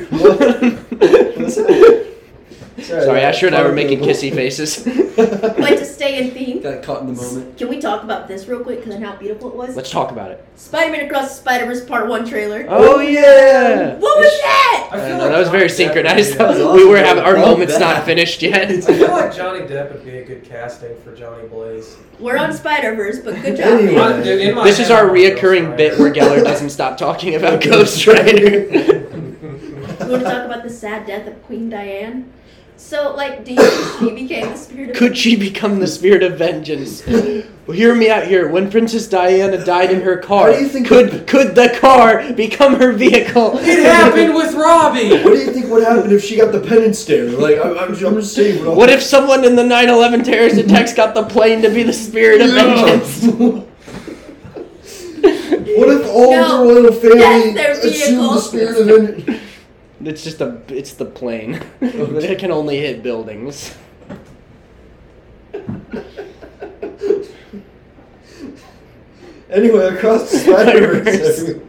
Speaker 3: What's that?
Speaker 1: Sorry, Asher and I were making
Speaker 3: Sorry.
Speaker 1: kissy faces.
Speaker 4: But to stay in theme,
Speaker 3: Got caught in the moment.
Speaker 4: can we talk about this real quick? Because how beautiful it was.
Speaker 1: Let's talk about it.
Speaker 4: Spider-Man Across the Spider-Verse Part One trailer.
Speaker 1: Oh yeah!
Speaker 4: What was that?
Speaker 2: I
Speaker 1: I
Speaker 2: feel
Speaker 1: know,
Speaker 2: like
Speaker 1: that was very
Speaker 2: Johnny Depp
Speaker 1: synchronized.
Speaker 2: would be a-
Speaker 3: That was awesome.
Speaker 1: we were having our
Speaker 3: I love
Speaker 1: moment's not
Speaker 3: that.
Speaker 1: finished yet.
Speaker 2: I feel like Johnny Depp would be a good casting for Johnny Blaze.
Speaker 4: We're on Spider-Verse, but good job.
Speaker 3: Anyway.
Speaker 4: man.
Speaker 2: Dude, in my
Speaker 1: This is
Speaker 2: head,
Speaker 1: our
Speaker 2: I'm Ghost
Speaker 1: reoccurring
Speaker 2: Rider.
Speaker 1: bit where Geller doesn't stop talking about Ghost Rider.
Speaker 4: You want to talk about the sad death of Queen Diane? So, like, do you think she became the spirit of
Speaker 1: Could she become the spirit of vengeance? Well, hear me out here. When Princess Diana died in her car,
Speaker 3: What do you think-
Speaker 1: could could the car become her vehicle?
Speaker 2: It happened with Robbie.
Speaker 3: What do you think would happen if she got the penance stare? Like, I'm, I'm, just- I'm just saying. What, I'm-
Speaker 1: What if someone in the 9/11 terrorist attacks got the plane to be the spirit of vengeance?
Speaker 3: What if all
Speaker 4: No.
Speaker 3: the royal family
Speaker 4: That's their
Speaker 3: assumed
Speaker 4: vehicle.
Speaker 3: the spirit of vengeance?
Speaker 1: It's just a it's the plane. it can only hit buildings.
Speaker 3: Anyway, across the spider
Speaker 1: Spider-Verse.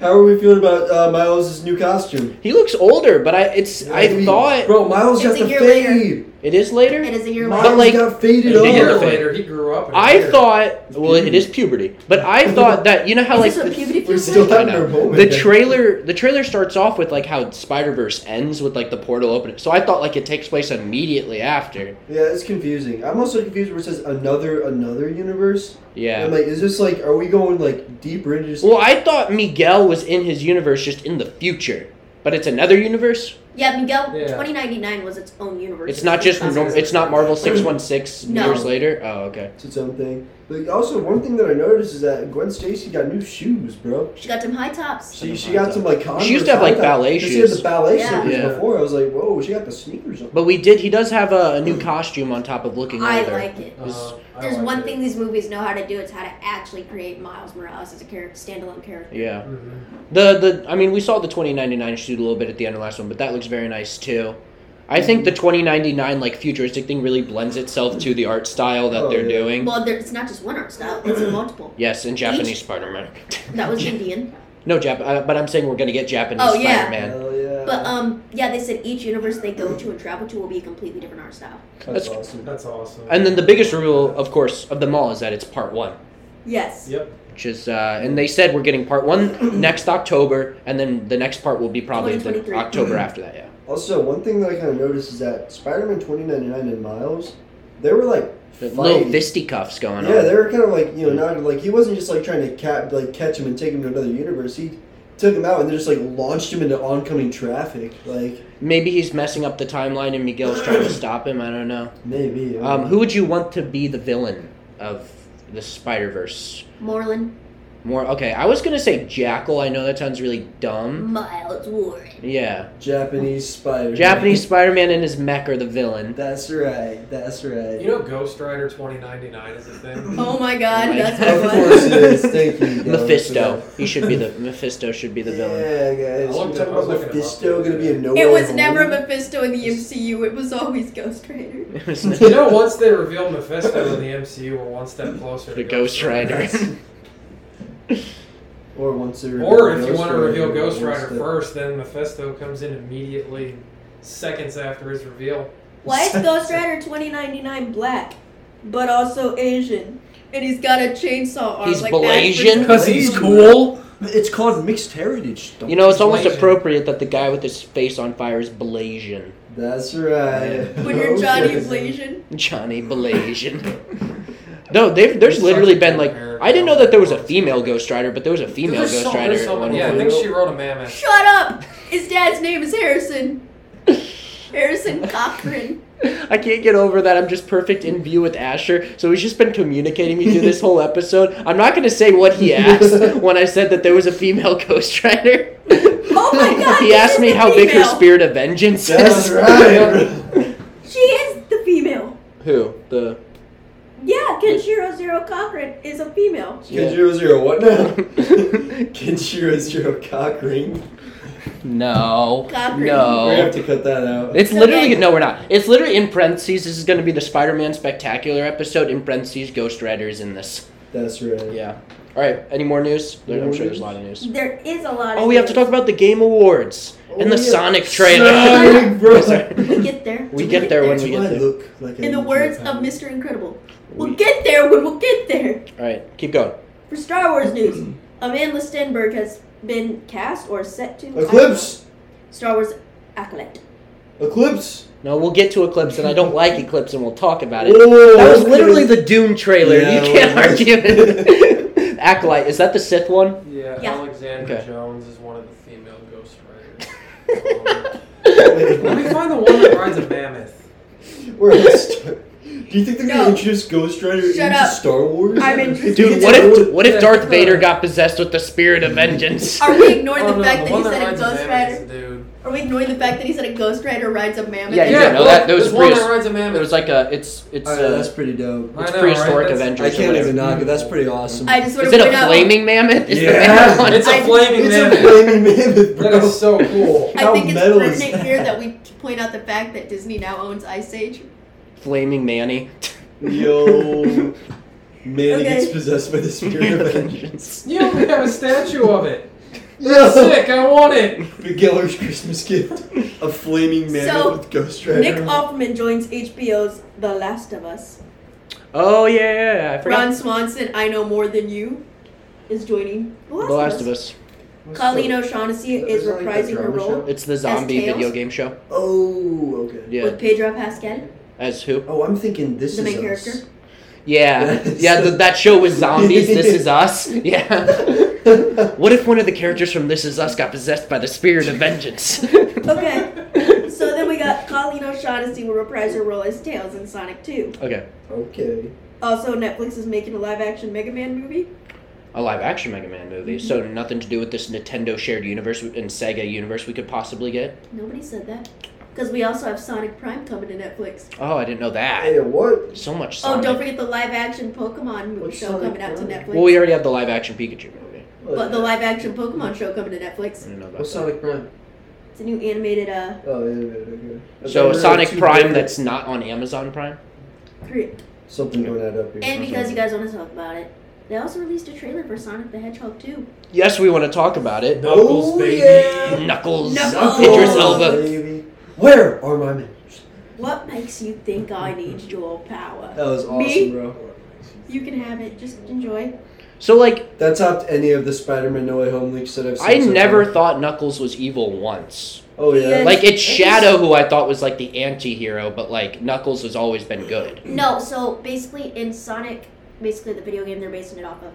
Speaker 3: How are we feeling about uh, Miles' new costume?
Speaker 1: He looks older, but I it's I
Speaker 3: Maybe-
Speaker 1: thought
Speaker 3: Bro, Miles
Speaker 4: It's
Speaker 3: got
Speaker 4: a
Speaker 3: the
Speaker 4: year
Speaker 3: fade.
Speaker 1: it is later.
Speaker 4: It is a year
Speaker 1: But,
Speaker 3: Miles
Speaker 4: later.
Speaker 1: like,
Speaker 3: got faded
Speaker 1: Did
Speaker 2: A
Speaker 1: he get
Speaker 2: year
Speaker 1: the
Speaker 3: up.
Speaker 1: fade?
Speaker 2: later, he grew up. in a
Speaker 1: I
Speaker 2: year.
Speaker 1: thought well it is puberty, but I thought that you know how like
Speaker 4: Is this a puberty
Speaker 3: We're
Speaker 4: filter?
Speaker 3: still
Speaker 1: I
Speaker 3: having
Speaker 1: know.
Speaker 3: our moment.
Speaker 1: the trailer the trailer starts off with like how Spider Verse ends with like the portal opening. So I thought like it takes place immediately after.
Speaker 3: Yeah, it's confusing. I'm also confused where it says another another universe.
Speaker 1: Yeah.
Speaker 3: I'm like, is this like, are we going like deeper into just?
Speaker 1: Well, I thought Miguel was in his universe just in the future, but it's another universe.
Speaker 4: Yeah, Miguel.
Speaker 2: Yeah.
Speaker 4: 2099 was its own universe.
Speaker 1: It's not just nor- it's not Marvel six one six
Speaker 4: No.
Speaker 1: years later. Oh, okay.
Speaker 3: It's its own thing. But also, one thing that I noticed is that Gwen Stacy got new shoes, bro.
Speaker 4: She got some high tops.
Speaker 3: She, she got some like Converse.
Speaker 1: She used to have, like,
Speaker 3: high top-
Speaker 1: ballet
Speaker 3: She had
Speaker 1: shoes.
Speaker 3: the ballet
Speaker 4: Yeah.
Speaker 3: sneakers
Speaker 1: Yeah.
Speaker 3: before. I was like, whoa, she got the sneakers. On.
Speaker 1: But we did. He does have a, a new costume on top of looking
Speaker 4: I
Speaker 1: older.
Speaker 4: like it.
Speaker 2: Uh, I
Speaker 4: There's
Speaker 2: liked
Speaker 4: one
Speaker 2: it.
Speaker 4: thing these movies know how to do. It's how to actually create Miles Morales as a character, standalone character.
Speaker 1: Yeah.
Speaker 2: Mhm.
Speaker 1: The the I mean we saw the twenty ninety nine shoot a little bit at the end of last one, but that looks very nice too. I think the twenty ninety nine like futuristic thing really blends itself to the art style that
Speaker 3: Oh,
Speaker 1: they're
Speaker 3: yeah.
Speaker 1: doing.
Speaker 4: Well, there, it's not just one art style; it's multiple.
Speaker 1: Yes, in Japanese Spider Man.
Speaker 4: That was Indian,
Speaker 1: no Jap, uh, but I'm saying we're gonna get Japanese
Speaker 4: Oh, yeah.
Speaker 1: Spider Man.
Speaker 3: Hell yeah.
Speaker 4: but um, yeah, they said each universe they go to and travel to will be a completely different art style.
Speaker 1: that's-
Speaker 3: that's, awesome.
Speaker 2: That's awesome.
Speaker 1: And then the biggest reveal, of course, of them all is that it's part one.
Speaker 4: Yes.
Speaker 2: Yep.
Speaker 1: which is uh, and they said we're getting part one next October, and then the next part will be probably the
Speaker 4: 2023.
Speaker 3: Mm-hmm.
Speaker 1: October after that. Yeah,
Speaker 3: Also, one thing that I kind of noticed is that Spider-Man 2099 and Miles, they were like
Speaker 1: little
Speaker 3: fighting.
Speaker 1: fisticuffs going
Speaker 3: yeah,
Speaker 1: on.
Speaker 3: they were kind of like you know not like he wasn't just like trying to cap like catch him and take him to another universe. He took him out and then just like launched him into oncoming traffic. Like
Speaker 1: Maybe he's messing up the timeline, and Miguel's trying to stop him. I don't know.
Speaker 3: maybe. I
Speaker 1: Um,
Speaker 3: mean,
Speaker 1: who would you want to be the villain of the Spider Verse?
Speaker 4: Moreland,
Speaker 1: More okay. I was gonna say Jackal. I know that sounds really dumb.
Speaker 4: Miles Warren.
Speaker 1: Yeah,
Speaker 3: Japanese spider.
Speaker 1: Japanese Spider Man and his mech are the villain.
Speaker 3: That's right. That's right.
Speaker 2: You know, Ghost Rider 2099 is a thing.
Speaker 4: Oh my God,
Speaker 1: Right.
Speaker 4: that's
Speaker 3: of
Speaker 4: what it
Speaker 3: course
Speaker 4: was.
Speaker 3: it is. Thank you. Dylan,
Speaker 1: Mephisto.
Speaker 3: for
Speaker 1: He should be the Mephisto. Should be
Speaker 3: that.
Speaker 1: the villain.
Speaker 3: Yeah, guys.
Speaker 2: I
Speaker 3: We're
Speaker 2: looked up-
Speaker 3: talking
Speaker 2: I was
Speaker 3: about
Speaker 2: looking him
Speaker 3: Mephisto
Speaker 2: up.
Speaker 3: gonna be a no.
Speaker 4: It
Speaker 3: Way
Speaker 4: was
Speaker 3: Home.
Speaker 4: never Mephisto in the MCU. It was always Ghost Rider.
Speaker 2: You know, once they reveal Mephisto in the MCU, we're one step closer
Speaker 1: the
Speaker 2: to
Speaker 1: Ghost Rider.
Speaker 3: Or once they reveal
Speaker 2: Or if you
Speaker 3: Ghost
Speaker 2: want to reveal
Speaker 3: Rider,
Speaker 2: Ghost
Speaker 3: once
Speaker 2: Rider
Speaker 3: they-
Speaker 2: first, then Mephisto comes in immediately, seconds after his reveal.
Speaker 4: Why is Ghost Rider 2099 black, but also Asian? And he's got a chainsaw arm.
Speaker 1: He's
Speaker 4: like
Speaker 1: Malaysian
Speaker 4: That
Speaker 1: because he's
Speaker 3: Malaysian.
Speaker 1: cool.
Speaker 3: It's called mixed heritage.
Speaker 1: You know, it's almost
Speaker 2: Malaysian.
Speaker 1: appropriate that the guy with his face on fire is Blasian.
Speaker 3: That's right.
Speaker 4: when you're Johnny
Speaker 3: Okay.
Speaker 4: Blasian.
Speaker 1: Johnny Blasian. no, they've, there's literally been like I didn't know that there was a female Ghost Rider, but there was a female
Speaker 2: There's
Speaker 1: Ghost
Speaker 2: some-
Speaker 1: Rider.
Speaker 2: there's
Speaker 1: at
Speaker 2: someone-
Speaker 1: one
Speaker 2: Yeah, I
Speaker 1: point.
Speaker 2: think she wrote a mammoth.
Speaker 4: Shut up! His dad's name is Harrison. Harrison Cochran.
Speaker 1: I can't get over that. I'm just perfect in view with Asher, so he's just been communicating me through this whole episode. I'm not gonna say what he asked when I said that there was a female Ghost Rider.
Speaker 4: Oh my god!
Speaker 1: he
Speaker 4: this
Speaker 1: asked
Speaker 4: is
Speaker 1: me
Speaker 4: the
Speaker 1: how big her
Speaker 4: female.
Speaker 1: spirit of vengeance
Speaker 3: That's
Speaker 1: is.
Speaker 3: right.
Speaker 4: She is the female.
Speaker 1: Who the?
Speaker 4: Yeah, Kenshiro Zero Cochran is a female.
Speaker 1: Yeah.
Speaker 3: Kenshiro Zero what now? Kenshiro Zero cock ring.
Speaker 1: No.
Speaker 4: Cochran.
Speaker 1: No.
Speaker 3: We have to cut that out.
Speaker 1: It's
Speaker 4: Okay.
Speaker 1: literally no, we're not. It's literally in parentheses. This is going to be the Spider-Man spectacular episode. In parentheses, Ghost Rider is in this.
Speaker 3: That's right.
Speaker 1: Yeah. All right. Any more news?
Speaker 3: Any
Speaker 1: I'm
Speaker 3: more
Speaker 1: sure there's
Speaker 3: news?
Speaker 1: a lot of news.
Speaker 4: There is a lot of.
Speaker 1: Oh, we have to talk about the Game Awards and the
Speaker 3: Oh, yeah.
Speaker 1: Sonic trailer.
Speaker 3: Sonic, bro.
Speaker 1: Sorry.
Speaker 4: We get there.
Speaker 1: We get there when
Speaker 3: Do
Speaker 1: we get
Speaker 3: I
Speaker 1: there.
Speaker 3: look like I
Speaker 4: In the
Speaker 3: look
Speaker 4: words
Speaker 3: like
Speaker 4: of
Speaker 3: that?
Speaker 4: Mr. Incredible, we'll get there when we'll get there.
Speaker 1: All right. Keep going.
Speaker 4: For Star Wars news, Amanda Stenberg has been cast or set to
Speaker 3: Eclipse.
Speaker 4: Star Wars acolyte.
Speaker 3: Eclipse.
Speaker 1: No, we'll get to Eclipse, and I don't like Eclipse, and we'll talk about it.
Speaker 3: Whoa,
Speaker 1: That was
Speaker 3: that's
Speaker 1: literally
Speaker 3: good.
Speaker 1: the Doom trailer.
Speaker 3: Yeah,
Speaker 1: you can't
Speaker 3: well,
Speaker 1: argue it. Acolyte. Is that the Sith one?
Speaker 2: Yeah,
Speaker 4: Yeah.
Speaker 2: Alexander
Speaker 1: Okay.
Speaker 2: Jones is one of the female Ghost Riders. Let me find the one that rides a mammoth.
Speaker 3: We're a star. Do you think they're
Speaker 4: No.
Speaker 3: gonna introduce Ghost Rider
Speaker 4: Shut
Speaker 3: into
Speaker 4: up.
Speaker 3: Star Wars?
Speaker 4: I'm
Speaker 3: Dude,
Speaker 4: interested.
Speaker 1: Dude,
Speaker 3: it's
Speaker 1: what
Speaker 3: old.
Speaker 1: if what if Darth Vader got possessed with the spirit of vengeance?
Speaker 4: Are we ignoring
Speaker 2: Oh,
Speaker 4: the
Speaker 2: no,
Speaker 4: fact that
Speaker 2: one
Speaker 4: he said a
Speaker 2: rides a
Speaker 4: Ghost
Speaker 2: mammoth is
Speaker 4: Rider?
Speaker 2: a dude.
Speaker 4: Are we ignoring the fact that he said a Ghost Rider rides a mammoth?
Speaker 1: Yeah, you
Speaker 2: Yeah,
Speaker 1: don't know that.
Speaker 2: but
Speaker 1: That was
Speaker 2: there's one
Speaker 1: Bruce.
Speaker 2: that rides a mammoth.
Speaker 1: It was like a it's it's
Speaker 3: Alright, Oh, that's
Speaker 1: uh,
Speaker 3: pretty dope.
Speaker 2: I
Speaker 1: it's
Speaker 2: know,
Speaker 1: prehistoric
Speaker 2: right? That's-
Speaker 3: I
Speaker 1: Avengers. or
Speaker 3: can't
Speaker 1: whatever.
Speaker 3: even knock it. That's pretty awesome.
Speaker 4: I just want
Speaker 1: Is
Speaker 4: to
Speaker 1: it
Speaker 4: point
Speaker 1: a
Speaker 4: out.
Speaker 1: flaming mammoth? Is
Speaker 3: Yeah.
Speaker 1: the mammoth
Speaker 2: It's a flaming
Speaker 3: it's
Speaker 2: mammoth.
Speaker 3: a flaming mammoth, bro.
Speaker 2: That is so cool.
Speaker 4: I
Speaker 3: How
Speaker 4: think it's
Speaker 3: metal is
Speaker 4: pertinent
Speaker 3: that?
Speaker 4: here that we point out the fact that Disney now owns Ice Age.
Speaker 1: flaming Manny.
Speaker 3: Yo, man,
Speaker 4: Okay.
Speaker 3: he gets possessed by the spirit of vengeance.
Speaker 2: You only have a statue of it. That's
Speaker 3: Yo,
Speaker 2: sick. I want it.
Speaker 3: Geller's Christmas gift: a flaming mammoth
Speaker 4: So,
Speaker 3: with Ghost Rider.
Speaker 4: Nick Offerman joins HBO's The Last of Us.
Speaker 1: Oh yeah, I forgot.
Speaker 4: Ron Swanson, I Know More Than You, is joining The Last,
Speaker 1: The Last of Us.
Speaker 3: What's
Speaker 4: Colleen
Speaker 3: up?
Speaker 4: O'Shaughnessy
Speaker 3: That
Speaker 4: is
Speaker 3: was like the
Speaker 4: reprising
Speaker 3: drama
Speaker 4: her role
Speaker 1: It's the zombie
Speaker 4: Tails?
Speaker 1: video game show.
Speaker 3: Oh, okay.
Speaker 1: Yeah.
Speaker 4: with Pedro Pascal.
Speaker 1: As who?
Speaker 3: Oh, I'm thinking this
Speaker 4: The
Speaker 3: is
Speaker 4: main
Speaker 3: us.
Speaker 4: character?
Speaker 1: Yeah. Yeah, th- that show with zombies, This Is Us. Yeah. What if one of the characters from This Is Us got possessed by the spirit of vengeance?
Speaker 4: Okay, so then we got Colleen O'Shaughnessy will reprise her role as Tails in Sonic 2.
Speaker 1: Okay.
Speaker 3: okay.
Speaker 4: Also, Netflix is making a live action Mega Man movie.
Speaker 1: A live action Mega Man movie. So nothing to do with this Nintendo shared universe and Sega universe we could possibly get.
Speaker 4: Nobody said that. Because we also have Sonic Prime coming to Netflix.
Speaker 1: Oh, I didn't know that.
Speaker 3: Hey, what?
Speaker 1: So much
Speaker 4: Oh,
Speaker 1: Sonic.
Speaker 4: don't forget the live action Pokemon mo-
Speaker 3: What's
Speaker 4: show
Speaker 3: Sonic
Speaker 4: coming out to
Speaker 3: Prime?
Speaker 4: Netflix.
Speaker 1: Well, we already have the live action Pikachu movie.
Speaker 4: but the live action Pokemon show coming to Netflix.
Speaker 1: I didn't know about
Speaker 3: What's
Speaker 1: that.
Speaker 3: Oh, Sonic Prime?
Speaker 4: It's a new animated uh
Speaker 3: Oh, yeah, yeah, okay.
Speaker 1: So
Speaker 3: I've
Speaker 1: a
Speaker 3: heard
Speaker 1: Sonic
Speaker 3: two
Speaker 1: Prime
Speaker 3: different-
Speaker 1: that's not on Amazon Prime?
Speaker 4: cre-
Speaker 3: something going add up here.
Speaker 4: And because you guys want to talk about it, they also released a trailer for Sonic the Hedgehog 2.
Speaker 1: Yes, we want to talk about it.
Speaker 2: Oh,
Speaker 3: Knuckles, baby. yeah.
Speaker 1: Knuckles.
Speaker 4: Knuckles.
Speaker 1: Idris Elba.
Speaker 3: Baby. Where are my manners?
Speaker 4: What makes you think I need your power?
Speaker 3: That was awesome,
Speaker 4: Me?
Speaker 3: bro.
Speaker 4: You can have it, just enjoy.
Speaker 1: So like
Speaker 3: That topped any of the Spider-Man No Way Home leaks that I've seen.
Speaker 1: I
Speaker 3: so
Speaker 1: never
Speaker 3: Far.
Speaker 1: thought Knuckles was evil once.
Speaker 3: Oh yeah.
Speaker 4: Yeah.
Speaker 1: Like it's
Speaker 4: It is-
Speaker 1: Shadow who I thought was like the anti-hero, but like Knuckles has always been good.
Speaker 4: No, so basically in Sonic, basically the video game they're basing it off of,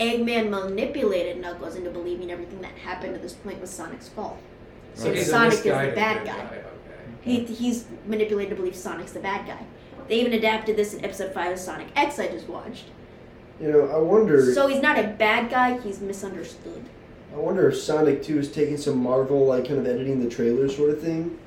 Speaker 4: Eggman manipulated Knuckles into believing everything that happened at this point was Sonic's fault.
Speaker 2: So
Speaker 1: Okay.
Speaker 2: he's a
Speaker 4: Sonic is the
Speaker 2: misguided
Speaker 4: bad
Speaker 2: good
Speaker 4: guy.
Speaker 2: okay.
Speaker 4: He, he's manipulated to believe Sonic's the bad guy. They even adapted this in episode 5 of Sonic X I just watched.
Speaker 3: You know, I wonder.
Speaker 4: So he's not a bad guy, he's misunderstood.
Speaker 3: I wonder if Sonic Two is taking some Marvel like kind of editing the trailer sort of thing,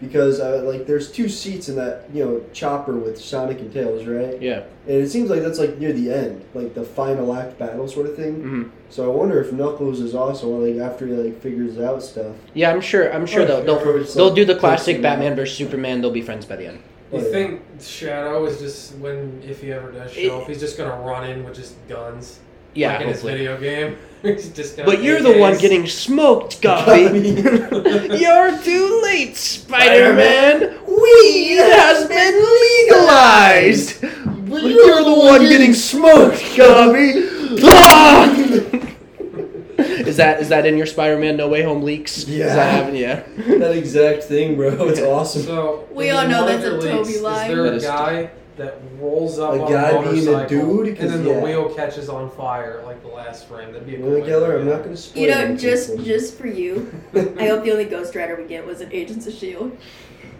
Speaker 3: because uh, like there's two seats in that you know chopper with Sonic and Tails, right?
Speaker 1: Yeah.
Speaker 3: And it seems like that's like near the end, like the final act battle sort of thing.
Speaker 1: hmm
Speaker 3: So I wonder if Knuckles is also like after he like figures out stuff.
Speaker 1: Yeah, I'm sure. I'm Oh, sure
Speaker 3: Or
Speaker 1: they'll
Speaker 3: if
Speaker 1: they'll,
Speaker 3: it's,
Speaker 1: they'll
Speaker 3: like,
Speaker 1: do the classic
Speaker 3: Pokemon.
Speaker 1: Batman versus Superman. They'll be friends by the end.
Speaker 3: Oh,
Speaker 2: You
Speaker 3: yeah.
Speaker 2: think Shadow is just when if he ever does
Speaker 1: It-
Speaker 2: show up, he's just gonna run in with just guns?
Speaker 1: Yeah,
Speaker 2: like in his
Speaker 1: hopefully.
Speaker 2: video game. he's just gonna
Speaker 1: But you're the one
Speaker 2: AKs.
Speaker 1: getting smoked, Guppy. You're too late, Spider-Man. Weed has been legalized. But you're the one getting smoked, Gummy. is that is that in your Spider-Man No Way Home leaks? Does
Speaker 3: Yeah.
Speaker 1: that happen? Yeah.
Speaker 3: that exact thing, bro. It's awesome.
Speaker 2: So
Speaker 4: We
Speaker 2: in
Speaker 4: all know
Speaker 2: one
Speaker 4: that's
Speaker 2: of
Speaker 4: a
Speaker 2: your
Speaker 4: Toby
Speaker 2: leaks,
Speaker 4: line.
Speaker 2: Is there
Speaker 1: That
Speaker 2: a
Speaker 1: is-
Speaker 2: guy that rolls up
Speaker 3: A
Speaker 2: on
Speaker 3: guy
Speaker 2: a
Speaker 3: being a
Speaker 2: motorcycle
Speaker 3: dude?
Speaker 2: and
Speaker 3: 'Cause,
Speaker 2: then
Speaker 3: yeah.
Speaker 2: the wheel catches on fire like the last frame? That'd be a cool
Speaker 3: Lily
Speaker 2: way
Speaker 3: Geller,
Speaker 2: to
Speaker 3: I'm
Speaker 2: do
Speaker 3: not
Speaker 2: it.
Speaker 3: gonna spoil.
Speaker 4: You know,
Speaker 3: anything
Speaker 4: just
Speaker 3: for you.
Speaker 4: just for you, I hope the only Ghost Rider we get was an Agents of Shield. E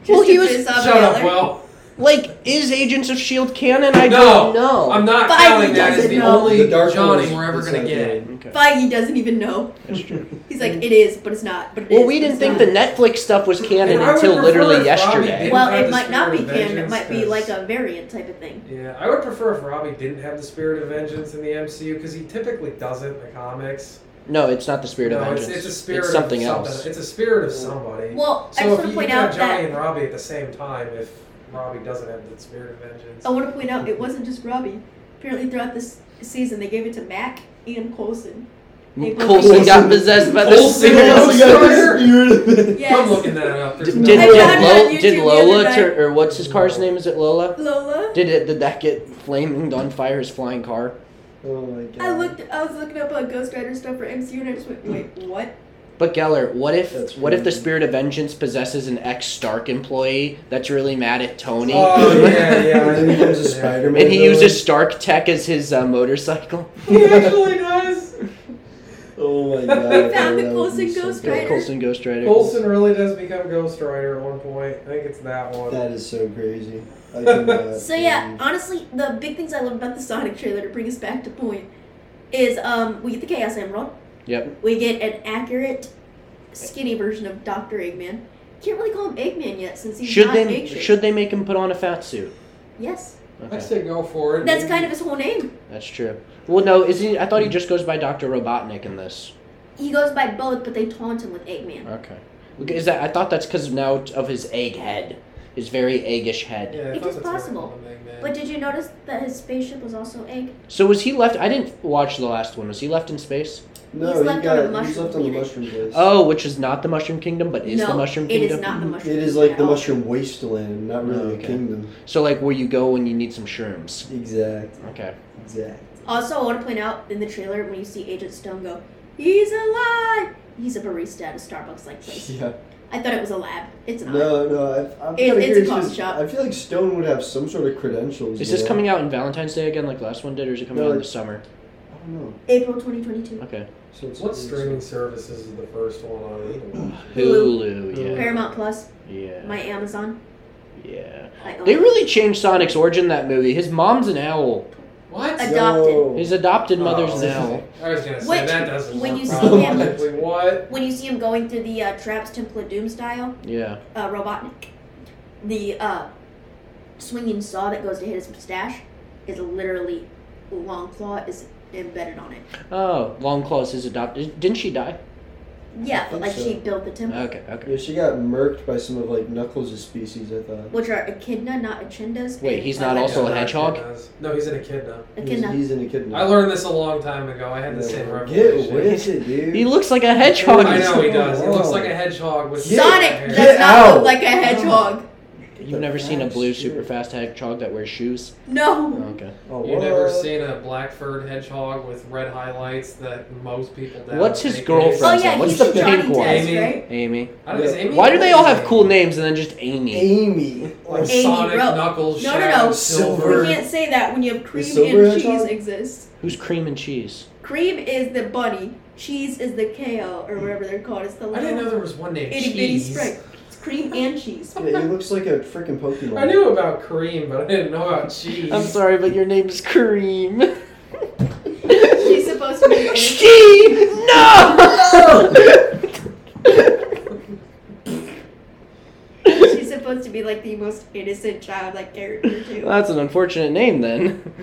Speaker 4: Just
Speaker 1: Well, he
Speaker 4: to
Speaker 1: was-
Speaker 4: piss off
Speaker 2: Shut up,
Speaker 4: Geller.
Speaker 2: Will.
Speaker 1: Like, is Agents of Shield canon? I
Speaker 2: No,
Speaker 1: don't know.
Speaker 2: I'm not
Speaker 4: But
Speaker 2: counting
Speaker 4: he
Speaker 2: that as
Speaker 4: doesn't
Speaker 2: the
Speaker 4: know.
Speaker 2: only
Speaker 3: The Dark
Speaker 2: Johnny
Speaker 3: Horse
Speaker 2: we're ever
Speaker 3: is
Speaker 2: gonna
Speaker 3: not
Speaker 2: get.
Speaker 3: good.
Speaker 1: okay.
Speaker 4: Feige doesn't even know.
Speaker 1: That's true.
Speaker 4: He's like, it is, but it's not. But it
Speaker 1: Well,
Speaker 4: is,
Speaker 1: we
Speaker 4: but
Speaker 1: didn't
Speaker 4: it's
Speaker 1: think the
Speaker 4: not.
Speaker 1: Netflix stuff was canon
Speaker 2: And I would
Speaker 1: until
Speaker 2: prefer if
Speaker 1: literally
Speaker 2: Robbie
Speaker 1: yesterday.
Speaker 2: didn't-
Speaker 4: Well,
Speaker 2: have
Speaker 4: it
Speaker 2: the
Speaker 4: might not
Speaker 2: spirit
Speaker 4: be
Speaker 2: of
Speaker 4: canon. It
Speaker 2: vengeance,
Speaker 4: might be
Speaker 2: 'cause-
Speaker 4: like a variant type of thing.
Speaker 2: Yeah, I would prefer if Robbie didn't have the spirit of vengeance in the MCU because he typically doesn't in the comics.
Speaker 1: No, it's not the spirit
Speaker 2: no,
Speaker 1: of vengeance.
Speaker 2: It's, it's a spirit
Speaker 1: It's something
Speaker 2: of
Speaker 1: else.
Speaker 2: It's a spirit of somebody.
Speaker 4: Well,
Speaker 2: so
Speaker 4: I
Speaker 2: if
Speaker 4: just want
Speaker 2: you
Speaker 4: to point
Speaker 2: have
Speaker 4: out
Speaker 2: Johnny
Speaker 4: that
Speaker 2: and Robbie at the same time, if Robbie doesn't have the spirit of vengeance,
Speaker 4: I want to point out it wasn't just Robbie. Apparently, throughout this season, they gave it to Mac and Colson. They both-
Speaker 1: Coulson got possessed by the
Speaker 2: Coulson
Speaker 1: spirit of
Speaker 2: was
Speaker 3: Oh, yeah, the spirit of it.
Speaker 4: Yes.
Speaker 2: I'm looking that up. There's
Speaker 1: Did,
Speaker 2: no
Speaker 1: did,
Speaker 4: I
Speaker 2: way.
Speaker 4: found it on
Speaker 1: Lo-
Speaker 4: YouTube
Speaker 1: did
Speaker 4: the
Speaker 1: Lola
Speaker 4: other night.
Speaker 1: tur- or what's his car's name? Is it Lola?
Speaker 4: Lola.
Speaker 1: Did it? Did that get flamed on fire? His flying car.
Speaker 3: Oh my god.
Speaker 4: I looked. I was looking up on Ghost Rider stuff for MCU, and I just went, wait, what?
Speaker 1: But Geller, what if
Speaker 3: That's
Speaker 1: what if the
Speaker 3: crazy.
Speaker 1: spirit of vengeance possesses an ex Stark employee that's really mad at Tony?
Speaker 2: Oh, yeah, yeah.
Speaker 3: And then he becomes a Spider-Man.
Speaker 1: And he
Speaker 3: villain.
Speaker 1: uses Stark Tech as his uh, motorcycle.
Speaker 2: He actually does.
Speaker 3: Oh my god. I
Speaker 4: Found the
Speaker 3: thought that would be
Speaker 4: Coulson Ghost
Speaker 3: good.
Speaker 4: Rider.
Speaker 1: Colson Ghost Rider.
Speaker 2: Olsen really does become Ghost Rider at one point. I think it's that one.
Speaker 3: That is so crazy. I cannot
Speaker 4: So yeah, um,
Speaker 3: believe-
Speaker 4: honestly, the big things I love about the Sonic trailer to bring us back to point is um, we get the Chaos Emerald.
Speaker 1: Yep.
Speaker 4: We get an accurate, skinny version of Doctor Eggman. Can't really call him Eggman yet since he's
Speaker 1: Should
Speaker 4: not
Speaker 1: they
Speaker 4: makeshift.
Speaker 1: should they make him put on a fat suit?
Speaker 4: Yes,
Speaker 2: I
Speaker 1: Okay,
Speaker 2: say go for it.
Speaker 4: that's kind of his whole name.
Speaker 1: that's true. Well, no, is he? I thought he just goes by Doctor Robotnik in this.
Speaker 4: He goes by both, but they taunt him with Eggman.
Speaker 1: Okay, is that? I thought that's because now t- of his egg head, his very eggish head.
Speaker 2: Yeah, I
Speaker 4: It
Speaker 2: thought
Speaker 4: is
Speaker 2: that's what
Speaker 4: possible,
Speaker 2: called him, Big Man.
Speaker 4: But did you notice that his spaceship was also egg?
Speaker 1: So was he left? I didn't watch the last one. Was he left in space?
Speaker 3: No,
Speaker 4: He's
Speaker 3: he
Speaker 4: left on
Speaker 3: got,
Speaker 4: a
Speaker 3: he's
Speaker 4: mushroom
Speaker 3: left on the
Speaker 4: planet.
Speaker 3: mushroom place.
Speaker 1: Oh, which is not the Mushroom Kingdom, but is
Speaker 4: no,
Speaker 1: the Mushroom
Speaker 4: it
Speaker 1: Kingdom?
Speaker 4: is not the mushroom.
Speaker 3: It is
Speaker 4: Kingdom
Speaker 3: like
Speaker 4: at
Speaker 3: the
Speaker 4: all.
Speaker 3: mushroom wasteland, not really
Speaker 1: Oh,
Speaker 3: a
Speaker 1: okay.
Speaker 3: kingdom.
Speaker 1: So like where you go when you need some shrooms.
Speaker 3: Exact.
Speaker 1: Okay.
Speaker 3: Exact.
Speaker 4: Also, I want to point out in the trailer when you see Agent Stone go, "He's alive." He's a barista at a Starbucks-like place.
Speaker 3: Yeah.
Speaker 4: I thought it was a lab. It's not.
Speaker 3: No, no. I, I'm kind of
Speaker 4: It- it's a
Speaker 3: curious.
Speaker 4: coffee
Speaker 3: 'cause
Speaker 4: shop.
Speaker 3: I feel like Stone would have some sort of credentials.
Speaker 1: Is
Speaker 3: you
Speaker 1: this
Speaker 3: know?
Speaker 1: coming out in Valentine's Day again, like the last one did, or is it coming
Speaker 3: No,
Speaker 1: out in the
Speaker 3: it's-
Speaker 1: summer?
Speaker 3: I don't know.
Speaker 4: April 2022.
Speaker 1: Okay.
Speaker 3: So it's
Speaker 2: What streaming services is the first one on?
Speaker 1: Hulu.
Speaker 2: Hulu.
Speaker 1: Yeah.
Speaker 4: Paramount Plus,
Speaker 1: Yeah.
Speaker 4: my Amazon.
Speaker 1: yeah.
Speaker 4: I own
Speaker 1: They
Speaker 4: it.
Speaker 1: really changed Sonic's origin in that movie. His mom's an owl.
Speaker 2: What?
Speaker 4: I- Adopted.
Speaker 1: His adopted mother's
Speaker 2: Oh.
Speaker 1: an owl.
Speaker 2: I was gonna say
Speaker 4: Which-
Speaker 2: that doesn't
Speaker 4: when
Speaker 2: work
Speaker 4: you see
Speaker 3: him-
Speaker 2: chronologically. What?
Speaker 4: When you see him going through the uh, Traps Temple of Doom style,
Speaker 1: Yeah.
Speaker 4: uh, Robotnik, the uh, swinging saw that goes to hit his mustache is literally long claw is embedded on it.
Speaker 1: Oh, Longclaw's his adopted. Didn't she die?
Speaker 3: I
Speaker 4: Yeah, but
Speaker 3: think
Speaker 4: like
Speaker 3: so.
Speaker 4: she built the temple,
Speaker 1: Okay. Okay.
Speaker 3: Yeah, she got murked by some of like Knuckles' species. I thought.
Speaker 4: which are echidna, not echindas.
Speaker 1: Wait,
Speaker 4: and
Speaker 1: he's not
Speaker 4: echidna.
Speaker 1: also a
Speaker 2: Yeah,
Speaker 1: hedgehog?
Speaker 2: echidnas. No, he's an echidna.
Speaker 3: He's,
Speaker 4: echidna.
Speaker 3: he's in a kid.
Speaker 2: I learned this a long time ago. I had the same revelation.
Speaker 3: Get with it, dude.
Speaker 1: He looks like a hedgehog.
Speaker 2: I know he
Speaker 3: Whoa.
Speaker 2: does. He looks like a hedgehog with
Speaker 3: Get-
Speaker 4: Sonic does
Speaker 2: hair.
Speaker 3: Get
Speaker 4: not
Speaker 3: out.
Speaker 4: look like a hedgehog.
Speaker 1: You've never seen a blue super fast hedgehog that wears shoes?
Speaker 2: Mm-hmm.
Speaker 4: No.
Speaker 1: Okay.
Speaker 3: Oh,
Speaker 2: You never
Speaker 3: what?
Speaker 2: seen a blackfurred hedgehog with red highlights that most people. doubt
Speaker 1: What's his
Speaker 2: make
Speaker 1: girlfriend?
Speaker 4: Oh
Speaker 2: any
Speaker 1: Friends,
Speaker 4: yeah,
Speaker 1: what's
Speaker 4: he's
Speaker 1: the
Speaker 4: Johnny
Speaker 1: pink one?
Speaker 4: Test,
Speaker 2: Amy.
Speaker 4: right?
Speaker 1: Amy.
Speaker 2: sense. I don't know, is Amy
Speaker 1: Why do they all have
Speaker 2: Amy?
Speaker 1: cool names and then just Amy?
Speaker 3: Amy.
Speaker 2: Like
Speaker 4: Amy
Speaker 2: Sonic,
Speaker 4: Rose.
Speaker 2: Knuckles,
Speaker 4: No, no,
Speaker 2: Shadow,
Speaker 4: no.
Speaker 3: Silver.
Speaker 4: We can't say that when you have cream
Speaker 3: Silver
Speaker 4: and cheese
Speaker 3: Hedgehog?
Speaker 4: exists.
Speaker 1: Who's cream and cheese?
Speaker 4: Cream is the bunny, cheese is the KO or whatever they're called. It's the
Speaker 2: I didn't know
Speaker 4: little
Speaker 2: there was one named
Speaker 4: itty bitty
Speaker 2: Cheese.
Speaker 4: sprite. It's cream and cheese.
Speaker 3: Yeah, he looks like a freaking Pokemon.
Speaker 2: I knew about cream, but I didn't know about cheese.
Speaker 1: I'm sorry, but your name's Cream.
Speaker 4: She's supposed to be. in-
Speaker 1: Steve! No!
Speaker 4: She's supposed to be like the most innocent childlike character too.
Speaker 1: That's an unfortunate name then.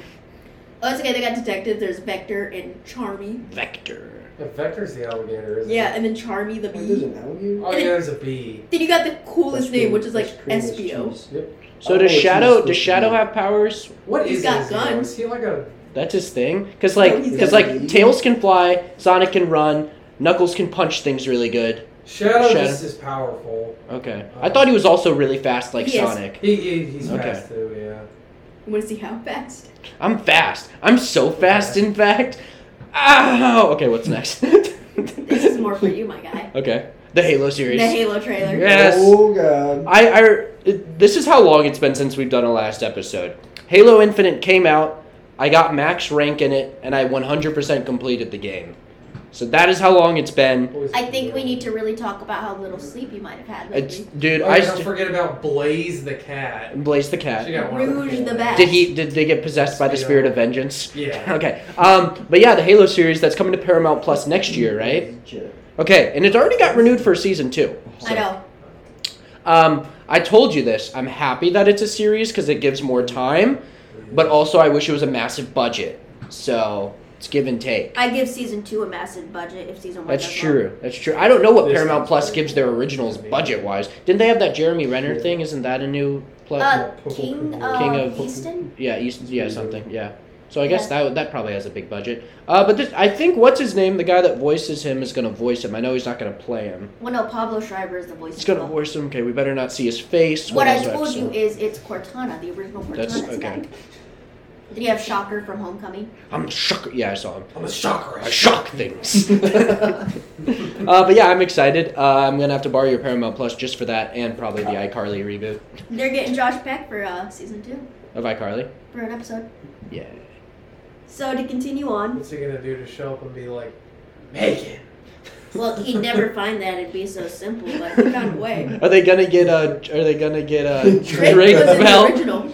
Speaker 4: Oh, it's okay. They got detective. There's Vector and Charmy.
Speaker 1: Vector.
Speaker 2: Yeah, Vector's the alligator, isn't
Speaker 4: Yeah,
Speaker 2: it?
Speaker 4: and then Charmy the
Speaker 3: Oh, There's
Speaker 4: bee.
Speaker 3: an alligator.
Speaker 2: Oh yeah, there's a bee.
Speaker 4: Then you got the
Speaker 3: That's
Speaker 4: coolest name,
Speaker 3: cream-
Speaker 4: which is like
Speaker 3: that's cream as
Speaker 4: Espio.
Speaker 3: cheese.
Speaker 1: So
Speaker 3: Oh,
Speaker 1: does
Speaker 3: it's not
Speaker 1: Shadow
Speaker 3: supposed
Speaker 1: does
Speaker 3: to
Speaker 1: Shadow
Speaker 3: be.
Speaker 1: have powers?
Speaker 2: What
Speaker 4: He's
Speaker 2: is
Speaker 4: got
Speaker 2: his name?
Speaker 4: guns.
Speaker 2: Is he like a?
Speaker 1: That's his thing. Cause
Speaker 4: No,
Speaker 1: like
Speaker 4: he's
Speaker 1: cause
Speaker 3: got-
Speaker 1: like Tails can fly, Sonic can run, Knuckles can punch things really good.
Speaker 2: Shadow,
Speaker 1: Shadow.
Speaker 2: just is powerful.
Speaker 1: Okay. I thought he was also really fast like
Speaker 4: He is.
Speaker 1: Sonic.
Speaker 2: He, he he's
Speaker 1: Okay.
Speaker 2: fast too. Yeah.
Speaker 4: You want to see how fast?
Speaker 1: I'm fast. I'm so fast, in fact. Ow! Okay, what's next?
Speaker 4: This is more for you, my guy.
Speaker 1: Okay. The Halo
Speaker 4: The
Speaker 1: series.
Speaker 4: Halo trailer.
Speaker 1: Yeah. Yes.
Speaker 3: Oh god.
Speaker 1: I, I, it- this is how long it's been since we've done a last episode. Halo Infinite came out. I got max rank in it, and I 100% completed the game. So that is how long it's been.
Speaker 2: What was
Speaker 4: I
Speaker 2: his
Speaker 4: think we
Speaker 2: name?
Speaker 4: need to really talk about how little sleep you might have had
Speaker 1: It's,
Speaker 4: lately.
Speaker 1: dude,
Speaker 2: Oh,
Speaker 1: I
Speaker 2: yeah, don't
Speaker 1: st-
Speaker 2: forget about Blaze the cat.
Speaker 1: blaze the
Speaker 2: She
Speaker 1: cat.
Speaker 2: got one of
Speaker 4: Rouge
Speaker 2: cool
Speaker 4: the
Speaker 2: names.
Speaker 4: Bat.
Speaker 1: Did he? Did they get possessed by the spirit of vengeance?
Speaker 2: Yeah.
Speaker 1: Okay. Um. But yeah, the Halo series that's coming to Paramount Plus next year, right? Okay, and it's already got renewed for season two.
Speaker 4: I know.
Speaker 1: Um, I told you this. I'm happy that it's a series because it gives more time, but also I wish it was a massive budget. So it's give and take.
Speaker 4: I give season two a massive budget if season one.
Speaker 1: That's
Speaker 4: does
Speaker 1: true. That's true. I don't know what
Speaker 2: This
Speaker 1: Paramount
Speaker 2: one's
Speaker 1: Plus
Speaker 2: good.
Speaker 1: gives their originals budget wise. Didn't they have that Jeremy Renner
Speaker 3: Yeah.
Speaker 1: thing? Isn't that a new
Speaker 4: Well.
Speaker 1: plus?
Speaker 4: Uh,
Speaker 3: Yeah,
Speaker 4: King,
Speaker 3: King
Speaker 4: uh,
Speaker 1: of-
Speaker 4: Easton.
Speaker 1: yeah, East, yeah,
Speaker 3: Mhm.
Speaker 1: something. Yeah. So I guess that that probably has a big budget. Uh, but this, I think what's his name? The guy that voices him is gonna voice him. I know he's not gonna play him.
Speaker 4: Well, no, Pablo Schreiber is the voice.
Speaker 1: He's
Speaker 4: of
Speaker 1: gonna
Speaker 4: Bob.
Speaker 1: voice him. Okay, we better not see his face.
Speaker 4: What I
Speaker 1: else do have
Speaker 4: told you
Speaker 1: seen?
Speaker 4: is it's Cortana, the original Cortana.
Speaker 1: That's-
Speaker 4: is
Speaker 1: okay.
Speaker 4: back. Did you have Shocker from Homecoming?
Speaker 1: I'm shook. Yeah, I saw him.
Speaker 2: I'm a shocker.
Speaker 1: I shock things. uh, but yeah, I'm excited. Uh, I'm gonna have to borrow your Paramount Plus just for that, and probably the iCarly reboot
Speaker 4: They're getting Josh Peck for uh, season two
Speaker 1: of iCarly.
Speaker 4: for an episode.
Speaker 1: Yeah.
Speaker 4: So to continue on,
Speaker 2: What's he gonna do to show up and be like,
Speaker 1: Megan.
Speaker 4: Well, you'd never find that. It'd be so simple, but we found a way.
Speaker 1: Are they gonna get uh? Are they gonna get uh?
Speaker 4: Drake,
Speaker 1: Drake
Speaker 4: was in
Speaker 1: Bell?
Speaker 4: the original.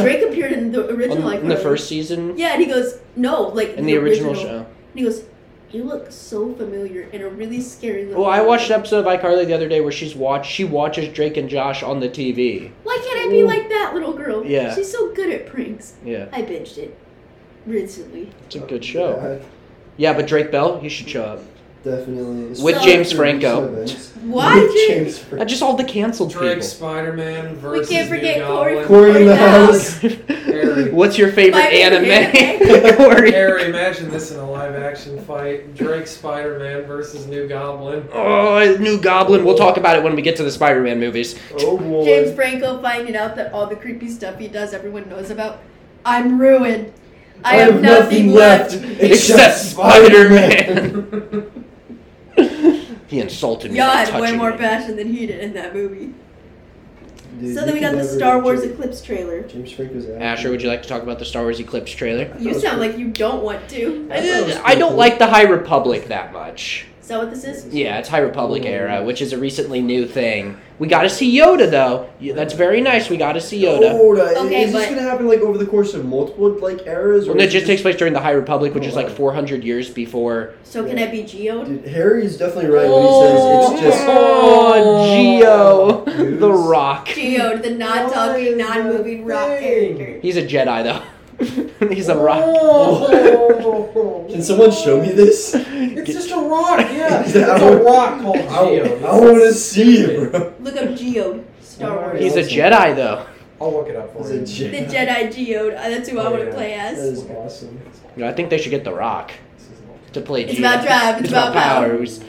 Speaker 4: Drake appeared in the original.
Speaker 1: on-
Speaker 4: like
Speaker 1: in the
Speaker 4: whatever.
Speaker 1: first season?
Speaker 4: Yeah, and he goes, no, like
Speaker 1: In the original show.
Speaker 4: And he goes, you look so familiar in a really scary. Little
Speaker 1: Well, I watched an episode of iCarly the other day where she's watch she watches Drake and Josh on the TV.
Speaker 4: Why can't I be like that little girl?
Speaker 1: Yeah.
Speaker 4: she's so good at pranks.
Speaker 1: Yeah,
Speaker 4: I binged it recently.
Speaker 1: it's a good show. Yeah, but Drake Bell, he should show up
Speaker 3: Yeah, definitely.
Speaker 1: with
Speaker 4: So-
Speaker 1: James Franco.
Speaker 4: Why
Speaker 3: With
Speaker 4: did-
Speaker 3: James
Speaker 1: Uh,
Speaker 3: Franco.
Speaker 1: Just all the canceled
Speaker 2: Drake Spider Man
Speaker 4: We
Speaker 2: versus.
Speaker 4: can't forget
Speaker 2: New
Speaker 4: Corey.
Speaker 2: Goblin.
Speaker 3: Corey in the house.
Speaker 1: people. What's your favorite
Speaker 4: My favorite
Speaker 1: anime? Corey.
Speaker 2: Harry, imagine this in a live action fight Drake Spider Man versus New Goblin.
Speaker 1: Oh, New Goblin. We'll talk about it when we get to the Spider-Man movies.
Speaker 3: Oh boy.
Speaker 4: James Franco finding out that all the creepy stuff he does, everyone knows about. I'm ruined. I, have, nothing left.
Speaker 1: Except Spider-Man. he insulted me.
Speaker 4: Y'all
Speaker 1: by
Speaker 4: had way
Speaker 1: touching
Speaker 4: more
Speaker 1: me.
Speaker 4: passion than he did in that movie.
Speaker 3: Dude,
Speaker 4: so
Speaker 3: you
Speaker 4: then we got
Speaker 3: can
Speaker 4: the
Speaker 3: never
Speaker 4: Star
Speaker 3: get
Speaker 4: Wars
Speaker 3: James-
Speaker 4: Eclipse trailer.
Speaker 3: James Franco's
Speaker 1: Asher, would you like to talk about the Star Wars Eclipse trailer?
Speaker 4: You sound like you don't want to.
Speaker 3: I thought it was
Speaker 1: I don't
Speaker 3: cool.
Speaker 1: like the High Republic that much.
Speaker 4: Is that what this is?
Speaker 1: Yeah, it's High Republic era, which is a recently new thing. We got to see Yoda though. Yeah, That's very nice. We got to see Yoda.
Speaker 4: Okay,
Speaker 3: Oh, is this
Speaker 4: but-
Speaker 3: gonna happen like over the course of multiple like eras?
Speaker 1: Well,
Speaker 3: is
Speaker 1: no, it
Speaker 3: it
Speaker 1: just takes place during the High Republic, which is like
Speaker 3: Oh, wow.
Speaker 1: 400 years before.
Speaker 4: So can I be geoed?
Speaker 3: Dude, Harry's definitely right when he
Speaker 4: Oh.
Speaker 3: says it's just.
Speaker 1: oh, Geo,
Speaker 3: Goose.
Speaker 1: the Rock.
Speaker 4: Geode, the non
Speaker 2: Why is
Speaker 4: talking, non moving
Speaker 2: that
Speaker 4: rock
Speaker 2: thing?
Speaker 4: character.
Speaker 1: He's a Jedi though. He's a Rock.
Speaker 2: Oh.
Speaker 3: Can someone show me this? I
Speaker 2: It's just a rock, yeah. It's
Speaker 3: Yeah, I
Speaker 2: a
Speaker 3: want-
Speaker 2: rock called Geo.
Speaker 3: want to see it, bro.
Speaker 4: Look up Geode, Star
Speaker 2: Oh,
Speaker 4: Wars.
Speaker 1: He's a Jedi though.
Speaker 2: I'll look it up for
Speaker 3: Is
Speaker 2: you.
Speaker 3: it Jedi?
Speaker 4: The Jedi Geode. uh, That's who I
Speaker 2: Oh,
Speaker 4: want to
Speaker 2: yeah.
Speaker 4: play
Speaker 3: That
Speaker 4: as.
Speaker 3: is awesome.
Speaker 1: You know, I think they should get the Rock to play.
Speaker 4: It's
Speaker 1: Geo.
Speaker 4: about drive, it's about power.
Speaker 1: powers.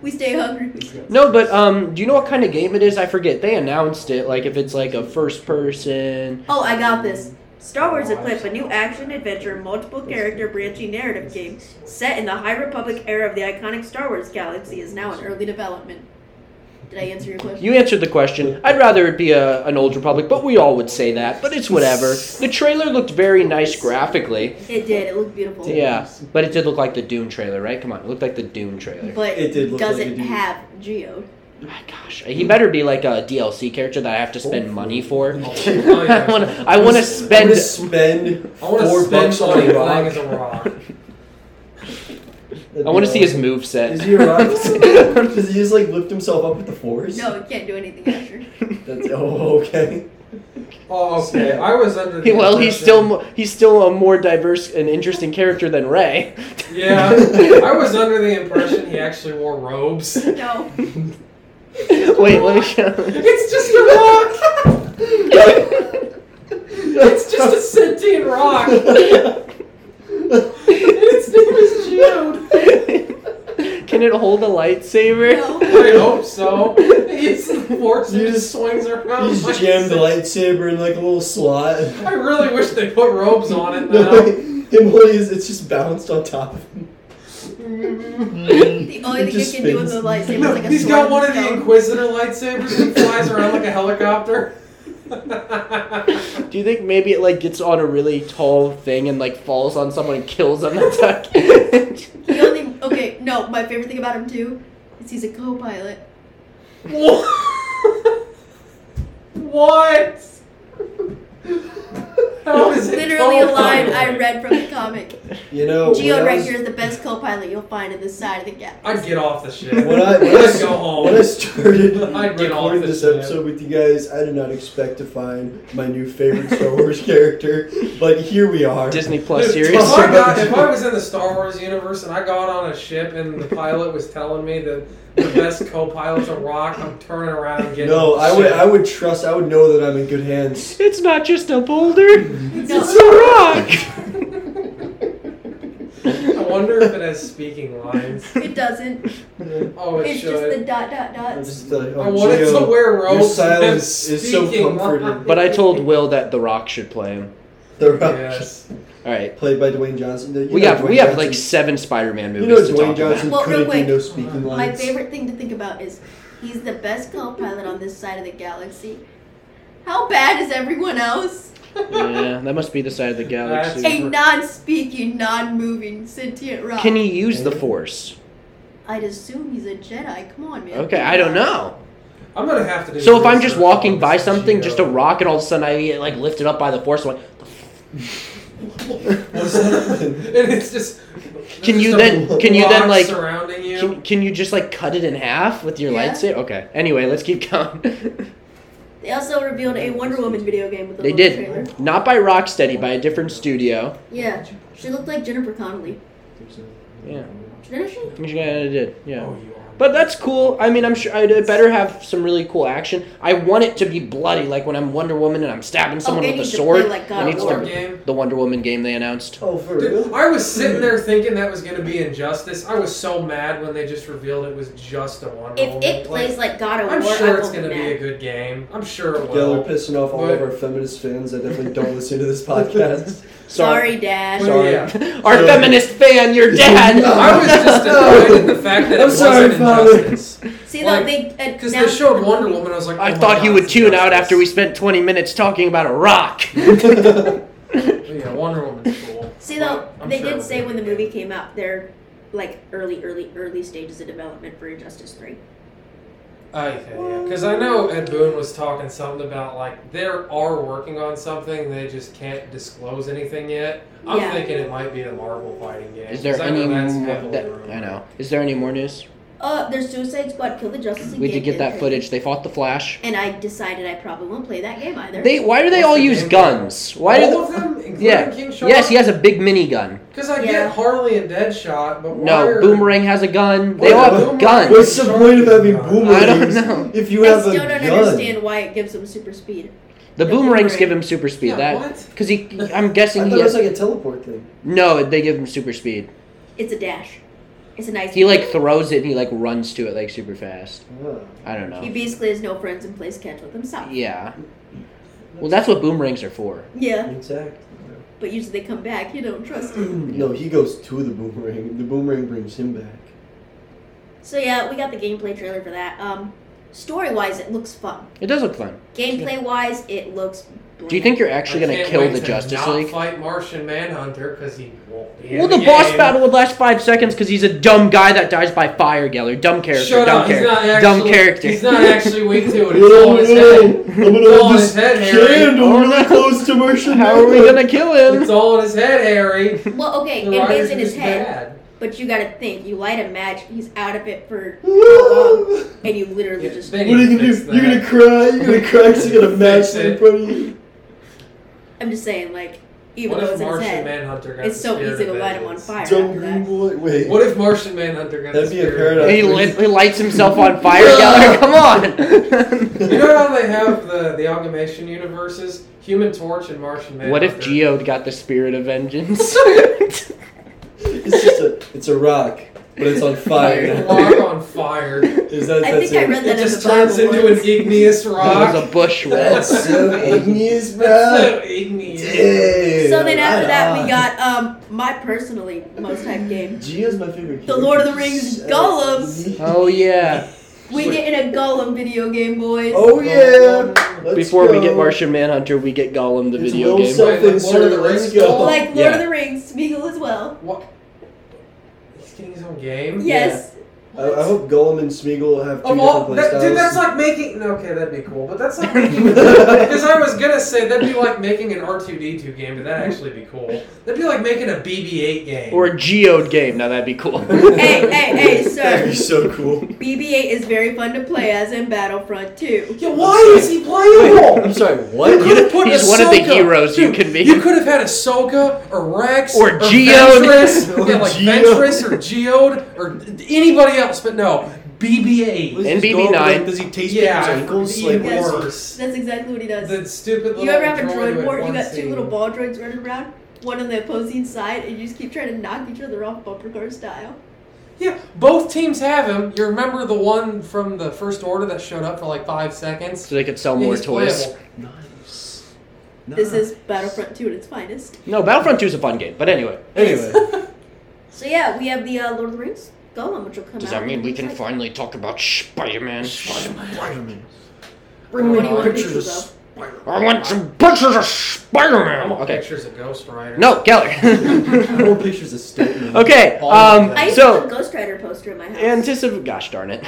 Speaker 4: We stay hungry.
Speaker 1: No, but um, do you know what kind of game it is? I forget. They announced it like if it's like a first person.
Speaker 4: Oh, I got this. Star Wars Eclipse, a new action adventure, multiple character branching narrative game set in the High Republic era of the iconic Star Wars galaxy, is now in early development. Did I answer your question?
Speaker 1: You answered the question. I'd rather it be a, an old Republic, but we all would say that. But it's whatever. The trailer looked very nice graphically.
Speaker 4: It did. It looked beautiful.
Speaker 1: Yeah, but it did look like the Dune trailer, right? Come on, it looked like the Dune trailer.
Speaker 4: But
Speaker 3: It did look
Speaker 4: does
Speaker 3: like
Speaker 4: it
Speaker 3: a dude.
Speaker 4: have Geode?
Speaker 1: Ah, Gosh, he better be like a DLC character that I have to spend money for.
Speaker 2: Oh, yeah.
Speaker 1: I want to. I want to
Speaker 3: I'm
Speaker 1: spend.
Speaker 3: gonna spend
Speaker 2: I want
Speaker 3: Four
Speaker 2: to spend
Speaker 3: bucks on
Speaker 2: money
Speaker 3: a rock.
Speaker 2: playing as a rock.
Speaker 1: I want to see his move set.
Speaker 3: Is he around? Does he just like lift himself up with the force?
Speaker 4: No, it can't do anything, Asher.
Speaker 3: That's oh okay.
Speaker 2: Oh, okay. I was under the
Speaker 1: Well, he's
Speaker 2: impression-
Speaker 1: still mo- he's still a more diverse and interesting character than Ray.
Speaker 2: Yeah. I was under the impression he actually wore robes.
Speaker 4: No.
Speaker 1: Wait, let me show.
Speaker 2: It's just a rock! It's just a sentient rock! Its name is Jude!
Speaker 1: Can it hold a lightsaber?
Speaker 4: No.
Speaker 2: I hope so. It's the force
Speaker 3: You
Speaker 2: it
Speaker 3: just-
Speaker 2: just swings around.
Speaker 3: He's
Speaker 2: like
Speaker 3: jammed the
Speaker 2: this.
Speaker 3: lightsaber in like a little slot.
Speaker 2: I really wish they put robes on it
Speaker 3: No,
Speaker 2: now.
Speaker 3: him holding his- it's just bounced on top of him.
Speaker 1: Mm.
Speaker 4: The only
Speaker 3: It
Speaker 4: thing you
Speaker 3: just
Speaker 4: can do with a
Speaker 3: spins.
Speaker 4: lightsaber is
Speaker 2: No,
Speaker 4: like a
Speaker 2: he's
Speaker 4: sword
Speaker 2: got one of the
Speaker 4: stone.
Speaker 2: Inquisitor lightsabers and he flies around like a helicopter.
Speaker 1: Do you think maybe it like gets on a really tall thing and like falls on someone and kills them? That's like-
Speaker 4: The only okay, no, my favorite thing about him too is he's a co-pilot.
Speaker 2: what? How is it
Speaker 4: Literally a
Speaker 2: called?
Speaker 4: line I read from the comic.
Speaker 3: You know,
Speaker 4: Geo
Speaker 3: when I was-
Speaker 4: Riker is the best co-pilot you'll find in this side of the gap.
Speaker 2: I'd get off the ship.
Speaker 3: When I, when I,
Speaker 2: I'd go home.
Speaker 3: when I started
Speaker 2: I'd get off
Speaker 3: recording
Speaker 2: this
Speaker 3: this
Speaker 2: shit.
Speaker 3: episode with you guys, I did not expect to find my new favorite Star Wars character, but here we are.
Speaker 1: Disney Plus
Speaker 2: Dude,
Speaker 1: series.
Speaker 2: If
Speaker 3: Oh
Speaker 2: I, got, if I was in the Star Wars universe and I got on a ship and the pilot was telling me that the best co-pilot's a rock, I'm turning around and getting
Speaker 3: No,
Speaker 2: on the
Speaker 3: I would
Speaker 2: ship.
Speaker 3: I would trust. I would know that I'm in good hands.
Speaker 1: It's not just a boulder. It's
Speaker 4: No,
Speaker 1: a rock.
Speaker 2: I wonder if it has speaking lines.
Speaker 4: it doesn't.
Speaker 2: Oh, it
Speaker 4: It's
Speaker 2: should.
Speaker 4: just the dot dot
Speaker 3: I'm
Speaker 4: dots.
Speaker 3: just like, oh,
Speaker 2: I wanted
Speaker 3: Gio,
Speaker 2: to wear robes.
Speaker 3: Your silence
Speaker 2: and
Speaker 3: is so
Speaker 2: speaking
Speaker 3: comforting.
Speaker 1: But I told Will that The Rock should play him.
Speaker 3: The Rock,
Speaker 2: Yes.
Speaker 1: All right,
Speaker 3: played by Dwayne Johnson. You
Speaker 1: we
Speaker 3: know
Speaker 1: have
Speaker 3: Dwayne
Speaker 1: we have
Speaker 3: Johnson-
Speaker 1: like seven Spider-Man
Speaker 3: you know
Speaker 1: movies to
Speaker 3: Dwayne
Speaker 1: talk about.
Speaker 3: Johnson
Speaker 4: Well, real
Speaker 3: couldn't
Speaker 4: quick,
Speaker 3: do no speaking lines.
Speaker 4: My favorite thing to think about is he's the best co-pilot on this side of the galaxy. How bad is everyone else?
Speaker 1: yeah, that must be the side of the galaxy.
Speaker 2: That's-
Speaker 4: A non-speaking, non-moving, sentient rock.
Speaker 1: Can he use the force?
Speaker 4: I'd assume he's a Jedi. Come on, man.
Speaker 1: Okay, I don't know.
Speaker 2: I'm gonna have to do.
Speaker 1: So if I'm
Speaker 2: research
Speaker 1: just
Speaker 2: on
Speaker 1: walking
Speaker 2: this
Speaker 1: by something, just a
Speaker 2: geo.
Speaker 1: rock, and all of a sudden I get like lifted up by the force, I'm like,
Speaker 2: and it's just.
Speaker 1: Can
Speaker 2: there's
Speaker 1: you
Speaker 2: just a
Speaker 1: then- can you then,
Speaker 2: rock
Speaker 1: like-
Speaker 2: surrounding you?
Speaker 1: can, can you just like cut it in half with your
Speaker 4: Yeah.
Speaker 1: lightsaber? Okay. Anyway, let's keep going.
Speaker 4: They also revealed a Wonder Woman video game with a
Speaker 1: they
Speaker 4: little trailer.
Speaker 1: did not by Rocksteady, by a different studio.
Speaker 4: Yeah, she looked like Jennifer Connelly.
Speaker 1: Yeah.
Speaker 4: Didn't she?
Speaker 1: Yeah, they did. Yeah.
Speaker 2: Oh, you are.
Speaker 1: But that's cool. I mean, I'm sure I'd it better have some really cool action. I want it to be bloody, like when I'm Wonder Woman and I'm stabbing someone
Speaker 4: it
Speaker 1: with a
Speaker 4: needs to
Speaker 1: sword.
Speaker 4: play like God
Speaker 1: it
Speaker 4: of
Speaker 1: needs
Speaker 4: War.
Speaker 2: War
Speaker 1: to,
Speaker 2: game.
Speaker 1: the Wonder Woman game they announced.
Speaker 3: Oh, for
Speaker 2: Dude,
Speaker 3: real?
Speaker 2: I was sitting there thinking that was going to be Injustice. I was so mad when they just revealed it was just a Wonder
Speaker 4: If
Speaker 2: Woman.
Speaker 4: it
Speaker 2: Like,
Speaker 4: plays like God of
Speaker 2: I'm
Speaker 4: War,
Speaker 2: sure
Speaker 4: I
Speaker 2: it's
Speaker 4: will be
Speaker 2: going to be a
Speaker 4: mad.
Speaker 2: good game. I'm sure it
Speaker 3: Yeah, they're
Speaker 2: will.
Speaker 3: pissing off all
Speaker 2: But-
Speaker 3: of our feminist fans that definitely don't listen to this podcast.
Speaker 4: Sorry, Dad.
Speaker 2: Well,
Speaker 1: Sorry.
Speaker 2: yeah.
Speaker 1: Our
Speaker 3: Sorry.
Speaker 1: feminist fan, your dad.
Speaker 2: I was just annoyed at the fact that it
Speaker 3: I'm sorry,
Speaker 2: wasn't
Speaker 3: Father.
Speaker 2: Injustice.
Speaker 4: See,
Speaker 2: Like,
Speaker 4: though, they uh,
Speaker 2: Because
Speaker 4: now-
Speaker 2: they showed Wonder Woman, I was like, oh
Speaker 1: I
Speaker 2: my
Speaker 1: thought
Speaker 2: God,
Speaker 1: he would
Speaker 2: it's
Speaker 1: tune out
Speaker 2: Injustice.
Speaker 1: after we spent 20 minutes talking about a rock.
Speaker 2: But yeah, Wonder Woman's cool.
Speaker 4: See,
Speaker 2: But
Speaker 4: though,
Speaker 2: I'm
Speaker 4: they
Speaker 2: sure it
Speaker 4: did
Speaker 2: will
Speaker 4: say
Speaker 2: be
Speaker 4: when the
Speaker 2: good.
Speaker 4: movie came out, they're like early, early, early stages of development for Injustice Three.
Speaker 2: Okay, yeah. Because I know Ed Boon was talking something about like they are working on something, they just can't disclose anything yet. I'm
Speaker 4: Yeah.
Speaker 2: thinking it might be the Marvel fighting game.
Speaker 1: Is there
Speaker 2: 'cause I
Speaker 1: any
Speaker 2: know that's
Speaker 1: more?
Speaker 2: heavily
Speaker 1: That,
Speaker 2: rumored.
Speaker 1: I know. Is there any more news?
Speaker 4: Uh, their Suicide Squad killed the Justice League.
Speaker 1: We did
Speaker 4: game
Speaker 1: get that
Speaker 4: today.
Speaker 1: footage. They fought the Flash.
Speaker 4: And I decided I probably won't play that game either.
Speaker 1: They why do they all
Speaker 2: What's the
Speaker 1: use
Speaker 2: name?
Speaker 1: guns? Why do
Speaker 2: All
Speaker 1: the,
Speaker 2: of them, including
Speaker 1: Yeah.
Speaker 2: King Shark.
Speaker 1: Yes, he has a big minigun.
Speaker 2: Because I
Speaker 4: Yeah.
Speaker 2: get Harley and Deadshot, but why
Speaker 1: No,
Speaker 2: are-
Speaker 1: Boomerang has a gun. They all
Speaker 2: Why are
Speaker 1: have
Speaker 2: Boomerang-
Speaker 1: guns.
Speaker 3: What's the point of having boomerangs
Speaker 1: I don't know.
Speaker 3: If you
Speaker 4: I
Speaker 3: have
Speaker 4: still
Speaker 3: a
Speaker 4: don't
Speaker 3: gun.
Speaker 4: understand why it gives them super speed.
Speaker 1: The
Speaker 4: The
Speaker 1: boomerangs
Speaker 4: Boomerang.
Speaker 1: give him super speed.
Speaker 2: Yeah,
Speaker 1: That
Speaker 2: what?
Speaker 1: because he, I'm
Speaker 3: I
Speaker 1: guessing
Speaker 3: thought
Speaker 1: he
Speaker 3: it was
Speaker 1: has.
Speaker 3: like a teleport thing.
Speaker 1: No, they give him super speed.
Speaker 4: It's a dash. It's a nice.
Speaker 1: He like throws it and he like runs to it like super fast.
Speaker 3: Ah.
Speaker 1: I don't
Speaker 4: He
Speaker 1: know.
Speaker 4: basically has no friends and plays catch with himself.
Speaker 1: Yeah. Well, that's what boomerangs are for.
Speaker 4: Yeah,
Speaker 3: Exactly.
Speaker 4: but usually they come back. You don't trust
Speaker 2: Mm-hmm.
Speaker 4: him.
Speaker 3: No, he goes to the boomerang. The boomerang brings him back.
Speaker 4: So yeah, we got the gameplay trailer for that. Um, story wise, it looks fun.
Speaker 1: It does look fun.
Speaker 4: Gameplay wise, it looks. Bland.
Speaker 1: Do you think you're actually
Speaker 2: I
Speaker 1: gonna
Speaker 2: can't
Speaker 1: kill
Speaker 2: wait
Speaker 1: the
Speaker 2: to
Speaker 1: Justice
Speaker 2: not
Speaker 1: League?
Speaker 2: Fight Martian Manhunter because he won't be. in
Speaker 1: Well, the
Speaker 2: the
Speaker 1: boss
Speaker 2: game.
Speaker 1: battle would last five seconds because he's a dumb guy that dies by fire, Geller. Dumb character.
Speaker 2: Shut
Speaker 1: dumb
Speaker 2: up! He's
Speaker 1: character.
Speaker 2: not actually.
Speaker 1: dumb character.
Speaker 2: He's not actually weak to it. It's all his head.
Speaker 3: I'm gonna
Speaker 2: It's all
Speaker 3: hold
Speaker 2: in
Speaker 3: this
Speaker 2: his head, Harry.
Speaker 3: candle
Speaker 1: Oh,
Speaker 3: really
Speaker 1: no.
Speaker 3: close to Martian
Speaker 1: How are we gonna kill him?
Speaker 2: It's all in his head, Harry.
Speaker 4: Well, okay,
Speaker 2: The
Speaker 4: it
Speaker 2: writer's
Speaker 4: is in his
Speaker 2: just
Speaker 4: head,
Speaker 2: bad.
Speaker 4: but you gotta think. You light a match, he's out of it for,
Speaker 3: Woo!
Speaker 4: and you literally
Speaker 2: Yeah,
Speaker 4: just.
Speaker 2: they
Speaker 3: What are you
Speaker 2: need to
Speaker 3: gonna do?
Speaker 2: fix
Speaker 3: You're
Speaker 2: that.
Speaker 3: gonna cry? You're gonna cry because you got a match in front of you?
Speaker 4: I'm just saying, like,
Speaker 2: What
Speaker 4: even though
Speaker 2: if
Speaker 4: it's in his
Speaker 2: Martian
Speaker 4: head,
Speaker 2: Manhunter got
Speaker 4: it's
Speaker 2: the
Speaker 4: so
Speaker 2: spirit
Speaker 4: easy
Speaker 2: of
Speaker 4: to light him on
Speaker 2: vengeance?
Speaker 4: fire.
Speaker 3: Dumb
Speaker 4: after
Speaker 3: green
Speaker 4: that.
Speaker 3: boy. Wait.
Speaker 2: What if Martian Manhunter got
Speaker 3: That'd
Speaker 2: the
Speaker 3: be a
Speaker 2: spirit
Speaker 3: paradox.
Speaker 2: of
Speaker 1: He
Speaker 2: vengeance?
Speaker 1: lit, he lights himself on fire, Geller. Come on.
Speaker 2: You know how they have the the amalgamation universes? Human Torch and Martian Manhunter.
Speaker 1: what if Geode got the spirit of vengeance?
Speaker 3: It's just a. It's a rock, but it's on fire.
Speaker 2: Rock on fire. It
Speaker 3: Is that?
Speaker 4: I
Speaker 3: that's
Speaker 4: think I
Speaker 3: it?
Speaker 4: read that in
Speaker 2: just
Speaker 4: the Bible
Speaker 2: turns into
Speaker 4: once.
Speaker 2: an igneous
Speaker 1: that was
Speaker 2: rock.
Speaker 1: a bush
Speaker 3: That's
Speaker 1: rock.
Speaker 3: so igneous, bro.
Speaker 2: So igneous.
Speaker 3: Damn.
Speaker 4: So then
Speaker 3: right
Speaker 4: after that,
Speaker 3: on.
Speaker 4: we got um my personally most hyped game.
Speaker 3: Geo's my favorite.
Speaker 4: The Lord of the
Speaker 3: character.
Speaker 4: Rings
Speaker 3: So-
Speaker 4: golems.
Speaker 1: Oh yeah.
Speaker 4: We get in a Gollum video game, boys.
Speaker 3: Oh yeah. Let's
Speaker 1: Before we get
Speaker 3: go.
Speaker 1: Martian Manhunter, we get Gollum the
Speaker 3: It's
Speaker 1: video
Speaker 3: Will
Speaker 1: game.
Speaker 3: Something,
Speaker 2: Wait, like Lord
Speaker 3: sir.
Speaker 2: of the
Speaker 3: Let's
Speaker 2: Rings
Speaker 3: go.
Speaker 2: golem?
Speaker 4: Like Lord
Speaker 1: Yeah.
Speaker 4: of the Rings, Smeagol as well.
Speaker 2: What? He's getting his own game.
Speaker 4: Yes.
Speaker 3: I, I hope Gollum and Smeagol have two
Speaker 2: Of all,
Speaker 3: different
Speaker 2: Oh, that,
Speaker 3: playstyles.
Speaker 2: dude, that's like making. no, Okay, that'd be cool, but that's like making. Because I was gonna say that'd be like making an R two D two game, but that'd actually be cool. That'd be like making a BB eight game.
Speaker 1: Or a Geode game. Now that'd be cool.
Speaker 4: hey, hey, hey,
Speaker 3: That'd be
Speaker 4: sir.
Speaker 3: so cool.
Speaker 4: BB-8 is very fun to play as in Battlefront 2.
Speaker 2: yeah, why is he playable?
Speaker 3: I'm sorry. What?
Speaker 2: You could have put
Speaker 1: He's
Speaker 2: Ahsoka.
Speaker 1: one of the heroes you
Speaker 2: Dude,
Speaker 1: can be.
Speaker 2: You could have had Ahsoka or Rex
Speaker 1: Or Geode.
Speaker 2: Ventress. yeah, like
Speaker 3: Geode.
Speaker 2: Ventress or Geode or anybody else, but no BB-8.
Speaker 3: Does he
Speaker 1: NBB9.
Speaker 3: go up, like, does he taste
Speaker 2: Yeah,
Speaker 3: people's ankles? Like,
Speaker 2: even
Speaker 3: what is-
Speaker 2: worse.
Speaker 4: That's exactly what he does.
Speaker 2: The stupid little
Speaker 4: you ever have a
Speaker 2: droid
Speaker 4: droid
Speaker 2: with
Speaker 4: war? You
Speaker 2: one
Speaker 4: got two
Speaker 2: scene.
Speaker 4: little ball droids running around, one on the opposing side, and you just keep trying to knock each other off bumper car style.
Speaker 2: Yeah, both teams have him. You remember the one from the first order that showed up for like five seconds?
Speaker 1: so they could sell more
Speaker 2: He's
Speaker 1: toys.
Speaker 2: playable.
Speaker 3: Nice.
Speaker 4: This is Battlefront 2 at its finest.
Speaker 1: No, Battlefront 2 is a fun game, but anyway.
Speaker 3: Anyway,
Speaker 4: So yeah, we have the uh, Lord of the Rings Golem, which will come
Speaker 1: Does
Speaker 4: out.
Speaker 1: that mean
Speaker 4: in
Speaker 1: we
Speaker 4: the
Speaker 1: can
Speaker 4: next-
Speaker 1: finally talk about Spider-Man?
Speaker 3: Spider-Man.
Speaker 4: Bring me
Speaker 2: Oh,
Speaker 4: one of
Speaker 3: pictures.
Speaker 4: pictures of.
Speaker 1: I want some pictures of
Speaker 2: I
Speaker 1: Spider-Man.
Speaker 2: want
Speaker 1: Okay.
Speaker 2: pictures of Ghost Rider.
Speaker 1: No, Keller.
Speaker 3: I want pictures of statement.
Speaker 1: okay.
Speaker 3: All of
Speaker 1: Um,
Speaker 3: them.
Speaker 4: I used to
Speaker 1: so
Speaker 4: have a Ghost Rider poster in my house.
Speaker 1: anticipate. Gosh darn it.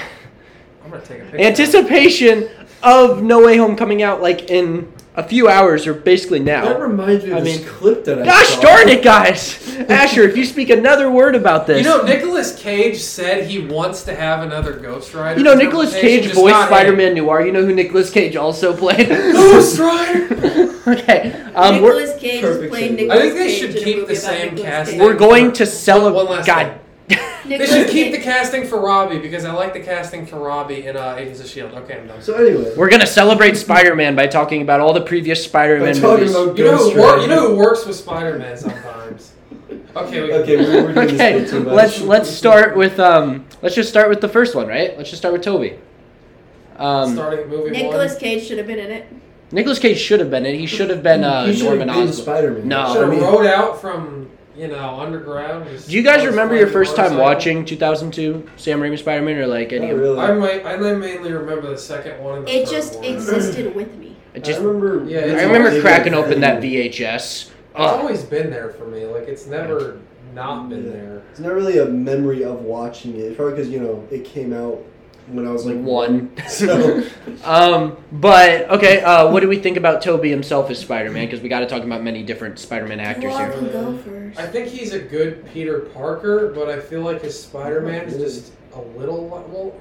Speaker 2: I'm gonna take a picture.
Speaker 1: Anticipation of No Way Home coming out like in a few hours or basically
Speaker 3: That
Speaker 1: now.
Speaker 3: reminds me of
Speaker 1: I
Speaker 3: this
Speaker 1: mean-
Speaker 3: clip that I
Speaker 1: Gosh
Speaker 3: saw.
Speaker 1: darn it, guys! Asher, if you speak another word about this,
Speaker 2: You know, Nicolas Cage said he wants to have another Ghost Rider.
Speaker 1: You know, Nicolas
Speaker 2: interpretation,
Speaker 1: Cage
Speaker 2: just
Speaker 1: voiced
Speaker 2: not
Speaker 1: Spider Man Noir. You know who Nicolas Cage also played?
Speaker 2: a Ghost Rider.
Speaker 1: okay. Um, we're,
Speaker 4: Nicolas Cage
Speaker 3: Perfect
Speaker 4: is playing
Speaker 3: segue.
Speaker 4: Nicolas
Speaker 2: I think they
Speaker 4: Cage
Speaker 2: should
Speaker 4: in a
Speaker 2: keep
Speaker 4: movie
Speaker 2: the
Speaker 4: about
Speaker 2: same
Speaker 4: Nicolas
Speaker 2: cast.
Speaker 4: Cage.
Speaker 1: we're going to
Speaker 2: One
Speaker 1: celebrate.
Speaker 2: last
Speaker 1: God.
Speaker 2: they
Speaker 4: Nicolas
Speaker 2: should keep the
Speaker 4: Cage-
Speaker 2: casting for Robbie because I like the casting for Robbie in uh, Agents of Shield. Okay, I'm done.
Speaker 3: So anyway,
Speaker 1: We're going to celebrate Spider Man by talking about all the previous Spider
Speaker 3: I'm
Speaker 1: Man
Speaker 3: talking
Speaker 1: movies.
Speaker 3: about
Speaker 2: you know
Speaker 3: Ghost
Speaker 2: who wor-
Speaker 3: Rider.
Speaker 2: you know who works with Spider Man sometimes. Okay, we
Speaker 3: Okay, we're, we're doing
Speaker 1: okay,
Speaker 3: this bit too much.
Speaker 1: let's let's start with um let's just start with the first one, right? Let's just start with Toby. Um,
Speaker 2: starting movie
Speaker 4: Nicolas Cage should have been in it.
Speaker 1: Nicholas Cage should have been it. He should have been uh,
Speaker 3: He should have
Speaker 1: Norman
Speaker 3: been
Speaker 1: Osborn.
Speaker 3: Spider-Man.
Speaker 1: No.
Speaker 2: one.
Speaker 1: Oh,
Speaker 2: Should
Speaker 3: I
Speaker 2: have
Speaker 3: mean,
Speaker 2: rode out from you know underground.
Speaker 1: Do you guys remember your first time watching 2002 Sam Raimi Spider Man or like any
Speaker 3: not
Speaker 1: of
Speaker 3: really.
Speaker 2: I might, I mainly remember the second one. And the
Speaker 4: It
Speaker 2: third
Speaker 4: just
Speaker 2: one.
Speaker 4: existed with me.
Speaker 1: it just
Speaker 3: I remember.
Speaker 2: Yeah,
Speaker 1: I
Speaker 2: it's-
Speaker 1: remember
Speaker 3: it's-
Speaker 1: cracking open that VHS.
Speaker 2: It's
Speaker 1: Ugh.
Speaker 2: always been there for me. Like it's never not been there.
Speaker 3: It's not really a memory of watching it. Probably because you know it came out when I was like
Speaker 1: One.
Speaker 3: So
Speaker 1: Um, but okay, uh, what do we think about Toby himself as Spider-Man? Because we got to talk about many different Spider-Man actors
Speaker 4: Who
Speaker 1: here.
Speaker 4: can go first?
Speaker 2: I think he's a good Peter Parker, but I feel like his Spider Man is just a little. Well,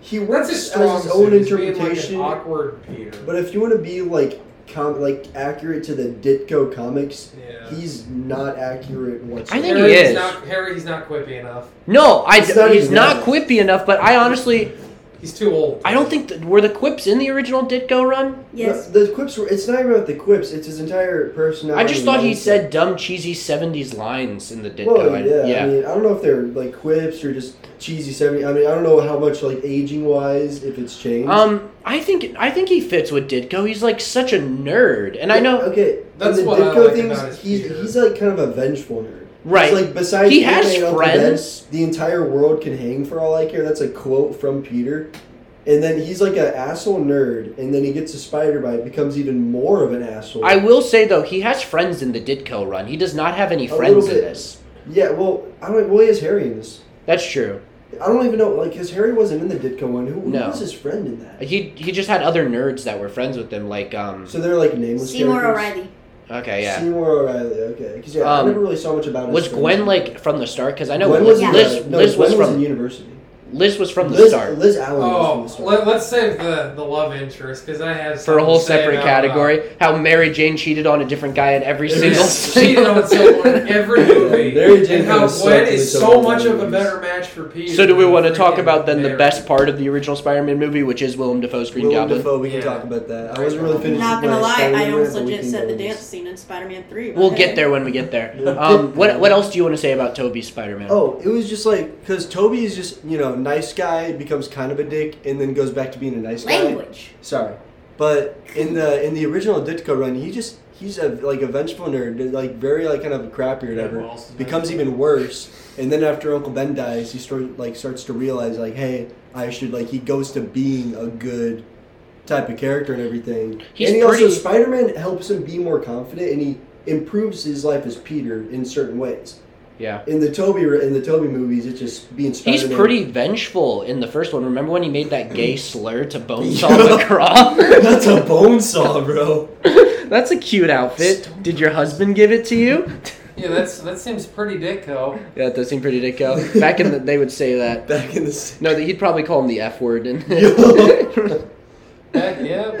Speaker 3: he
Speaker 2: that's
Speaker 3: works
Speaker 2: his
Speaker 3: as
Speaker 2: strong
Speaker 3: his own
Speaker 2: suit, is being
Speaker 3: interpretation.
Speaker 2: Like an awkward Peter.
Speaker 3: but if you want to be like com- like accurate to the Ditko comics,
Speaker 2: yeah.
Speaker 3: he's not accurate whatsoever.
Speaker 1: I think
Speaker 2: Harry,
Speaker 1: he
Speaker 2: he's
Speaker 1: is.
Speaker 2: Not, Harry, he's not quippy enough.
Speaker 1: No, I,
Speaker 3: It's not
Speaker 1: he's
Speaker 3: even
Speaker 1: not
Speaker 3: that.
Speaker 1: quippy enough. But I honestly,
Speaker 2: He's too old.
Speaker 1: I don't think th- were the quips in the original Ditko run.
Speaker 4: yes.
Speaker 3: The, the quips were. It's not even about the quips. It's his entire personality.
Speaker 1: I just thought he
Speaker 3: mindset.
Speaker 1: said dumb, cheesy '70s lines in the Ditko.
Speaker 3: Well,
Speaker 1: I-
Speaker 3: yeah, I mean, I don't know if they're like quips or just cheesy seventy. I mean, I don't know how much like aging wise if it's changed.
Speaker 1: Um, I think I think he fits with Ditko. He's like such a nerd, and I know
Speaker 3: Okay,
Speaker 2: That's
Speaker 3: and the
Speaker 2: what I
Speaker 3: Ditko
Speaker 2: like
Speaker 3: things.
Speaker 2: about his
Speaker 3: he's
Speaker 2: Peter.
Speaker 3: he's like kind of a vengeful nerd.
Speaker 1: right.
Speaker 3: It's like besides
Speaker 1: He has
Speaker 3: Ant-Man up to
Speaker 1: friends.
Speaker 3: Then, the entire world can hang for all I care. That's a quote from Peter. And then he's like an asshole nerd, and then he gets a spider bite, becomes even more of an asshole.
Speaker 1: I will say though, he has friends in the Ditko run. He does not have any
Speaker 3: A little
Speaker 1: friends in
Speaker 3: bit.
Speaker 1: this.
Speaker 3: yeah, well, I don't. Well, he has Harry in this.
Speaker 1: That's true.
Speaker 3: I don't even know, like, because Harry wasn't in the Ditko one. Who, who
Speaker 1: No.
Speaker 3: was his friend in that?
Speaker 1: He he just had other nerds that were friends with him, like um.
Speaker 3: So they're like nameless.
Speaker 4: Seymour
Speaker 3: characters?
Speaker 4: O'Reilly.
Speaker 1: Okay, yeah.
Speaker 3: Seymour O'Reilly. Okay, because yeah,
Speaker 1: Um,
Speaker 3: I never really saw much about. his
Speaker 1: Was
Speaker 3: friend.
Speaker 1: Gwen like from the start? Because I know
Speaker 3: Gwen
Speaker 1: Liz,
Speaker 3: was in
Speaker 1: Liz,
Speaker 3: the- no,
Speaker 1: Liz was
Speaker 3: Gwen
Speaker 1: from
Speaker 3: in university.
Speaker 1: Liz was from the
Speaker 3: Liz,
Speaker 1: start
Speaker 3: Liz Allen
Speaker 2: Oh,
Speaker 3: was from the start.
Speaker 2: let, us save the, the love interest because I have
Speaker 1: for a whole
Speaker 2: something to say uh,
Speaker 1: separate
Speaker 2: about,
Speaker 1: category. how Mary Jane cheated on a different guy in every
Speaker 2: Uh,
Speaker 1: single.
Speaker 2: cheated on someone in every movie.
Speaker 3: Mary Jane
Speaker 2: and how
Speaker 3: kinda sucked
Speaker 2: Gwen
Speaker 3: in
Speaker 2: is
Speaker 3: some
Speaker 2: so
Speaker 3: of the
Speaker 2: much of a
Speaker 3: movies.
Speaker 2: better match for Peter.
Speaker 1: so do we
Speaker 2: than
Speaker 1: want to talk
Speaker 2: freaking
Speaker 1: about then the
Speaker 2: Mary.
Speaker 1: best part of the original Spider-Man movie, which is Willem Dafoe's Green
Speaker 3: Willem
Speaker 1: Goblin?
Speaker 3: Dafoe, we can
Speaker 2: Yeah.
Speaker 3: talk about that. I wasn't really finished.
Speaker 4: Not
Speaker 3: with
Speaker 4: gonna
Speaker 3: my
Speaker 4: lie, I
Speaker 3: Spider-Man,
Speaker 4: almost
Speaker 3: but we
Speaker 4: legit
Speaker 3: can
Speaker 4: said
Speaker 3: go
Speaker 4: the
Speaker 3: with
Speaker 4: dance
Speaker 3: this.
Speaker 4: scene in Spider-Man 3.
Speaker 1: We'll
Speaker 4: but-
Speaker 1: get there when we get there.
Speaker 3: Yeah.
Speaker 1: Um, what what else do you want to say about Toby's Spider-Man?
Speaker 3: Oh, it was just like because Toby is just you know nice guy becomes kind of a dick and then goes back to being a nice guy.
Speaker 4: Language.
Speaker 3: Sorry, but in the in the original Ditko run, he just he's a like a vengeful nerd, like very like kind of a crappy or whatever.
Speaker 2: Yeah, Miles is
Speaker 3: becomes
Speaker 2: vengeful.
Speaker 3: even worse, and then after Uncle Ben dies, he start, like starts to realize like, hey, I should like he goes to being a good type of character and everything.
Speaker 1: He's
Speaker 3: and he
Speaker 1: pretty-
Speaker 3: also Spider Man helps him be more confident, and he improves his life as Peter in certain ways.
Speaker 1: yeah.
Speaker 3: In the Toby in the Toby movies, it's just being Spider
Speaker 1: He's
Speaker 3: Man.
Speaker 1: pretty vengeful in the first one. Remember when he made that gay slur to Bonesaw McGraw?
Speaker 3: That's a bone saw, bro.
Speaker 1: That's a cute outfit. Did your husband give it to you?
Speaker 2: Yeah, that's that seems pretty dicko.
Speaker 1: Yeah, that does seem pretty dicko. Back in the, they would say that.
Speaker 3: Back in the
Speaker 1: No, that he'd probably call him the F word.
Speaker 3: Yo.
Speaker 1: And
Speaker 2: Heck yeah,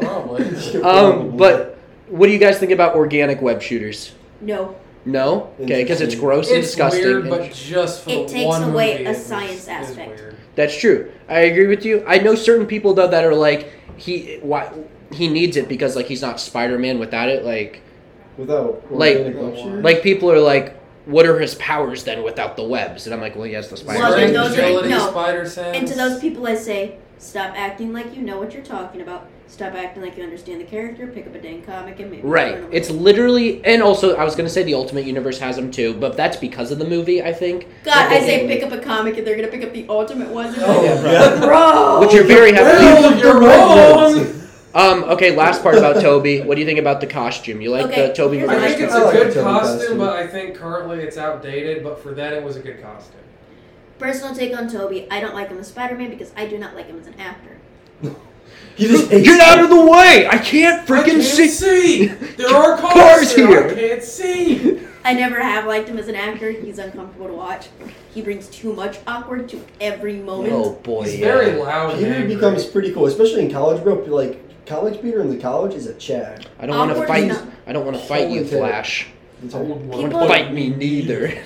Speaker 2: probably.
Speaker 1: um, but what do you guys think about organic web shooters?
Speaker 4: No,
Speaker 1: No, okay, because it's gross and
Speaker 2: it's
Speaker 1: disgusting.
Speaker 2: weird,
Speaker 1: and-
Speaker 2: but just for
Speaker 4: It
Speaker 2: the
Speaker 4: takes
Speaker 2: one
Speaker 4: away
Speaker 2: movie,
Speaker 4: a
Speaker 2: it was-
Speaker 4: science
Speaker 2: is
Speaker 4: aspect.
Speaker 2: weird.
Speaker 1: That's true. I agree with you. I know certain people though that are like he why he needs it because like he's not Spider Man without it. Like
Speaker 3: without
Speaker 1: Like-
Speaker 3: organic luxury.
Speaker 1: like people are like, what are his powers then without the webs? And I'm like, well, he has the
Speaker 4: Well,
Speaker 1: Spider
Speaker 4: then
Speaker 2: Strength,
Speaker 4: those are-
Speaker 1: Man.
Speaker 2: agility,
Speaker 4: no.
Speaker 2: spider sense.
Speaker 4: And to those people, I say, stop acting like you know what you're talking about. Stop acting like you understand the character. Pick up a dang comic and maybe.
Speaker 1: Right.
Speaker 4: learn a
Speaker 1: It's
Speaker 4: little.
Speaker 1: literally, and also I was gonna say the Ultimate Universe has them too, but that's because of the movie, I think.
Speaker 4: God, I
Speaker 1: Okay.
Speaker 4: say pick up a comic and they're gonna pick up the ultimate ones.
Speaker 3: Oh,
Speaker 1: Yeah,
Speaker 3: yeah.
Speaker 4: bro.
Speaker 1: Which you're very happy.
Speaker 2: Well, you're wrong.
Speaker 1: Um, okay, last part about Toby. What do you think about the costume? You like
Speaker 4: Okay,
Speaker 1: the Toby
Speaker 4: here's
Speaker 2: I
Speaker 1: Maguire
Speaker 2: think
Speaker 4: the-
Speaker 1: costume?
Speaker 2: it's
Speaker 3: I
Speaker 2: a
Speaker 3: like
Speaker 2: good
Speaker 3: the Toby
Speaker 2: costume,
Speaker 3: costume.
Speaker 2: but I think currently it's outdated. But for then, it was a good costume.
Speaker 4: Personal take on Toby: I don't like him as Spider-Man because I do not like him as an actor.
Speaker 3: He just hates
Speaker 1: Get out
Speaker 3: it.
Speaker 1: of the way! I can't
Speaker 2: I
Speaker 1: freaking
Speaker 2: can't
Speaker 1: see.
Speaker 2: see. There are cars,
Speaker 1: Cars
Speaker 2: there.
Speaker 1: here.
Speaker 2: I can't see.
Speaker 4: I never have liked him as an actor. He's uncomfortable to watch. He brings too much awkward to every moment.
Speaker 1: Oh boy,
Speaker 2: He's
Speaker 1: yeah.
Speaker 2: very loud. and
Speaker 3: Peter
Speaker 2: angry.
Speaker 3: becomes pretty cool, especially in college, bro. Like college Peter in the college is a Chad.
Speaker 1: I don't want to
Speaker 4: Awkward
Speaker 1: fight.
Speaker 4: stuff.
Speaker 1: I don't want to fight you,
Speaker 3: Holy shit.
Speaker 1: Flash.
Speaker 3: It's like,
Speaker 2: Old
Speaker 1: I
Speaker 2: one.
Speaker 1: want
Speaker 4: People-
Speaker 1: to fight me neither.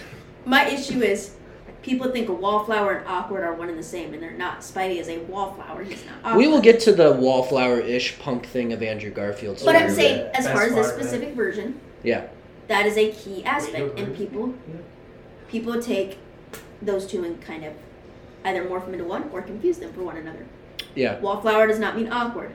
Speaker 4: My issue is people think a wallflower and awkward are one and the same, and they're not. Spidey is a wallflower. He's not awkward.
Speaker 1: We will get to the wallflower-ish punk thing of Andrew Garfield.
Speaker 4: But I'm
Speaker 1: later,
Speaker 4: saying, as
Speaker 2: That's
Speaker 4: far as this
Speaker 2: Spider-Man.
Speaker 4: specific version,
Speaker 1: Yeah.
Speaker 4: that is a key aspect,
Speaker 2: agree.
Speaker 4: and people,
Speaker 3: Yeah.
Speaker 4: people take those two and kind of either morph them into one or confuse them for one another.
Speaker 1: Yeah.
Speaker 4: Wallflower does not mean awkward.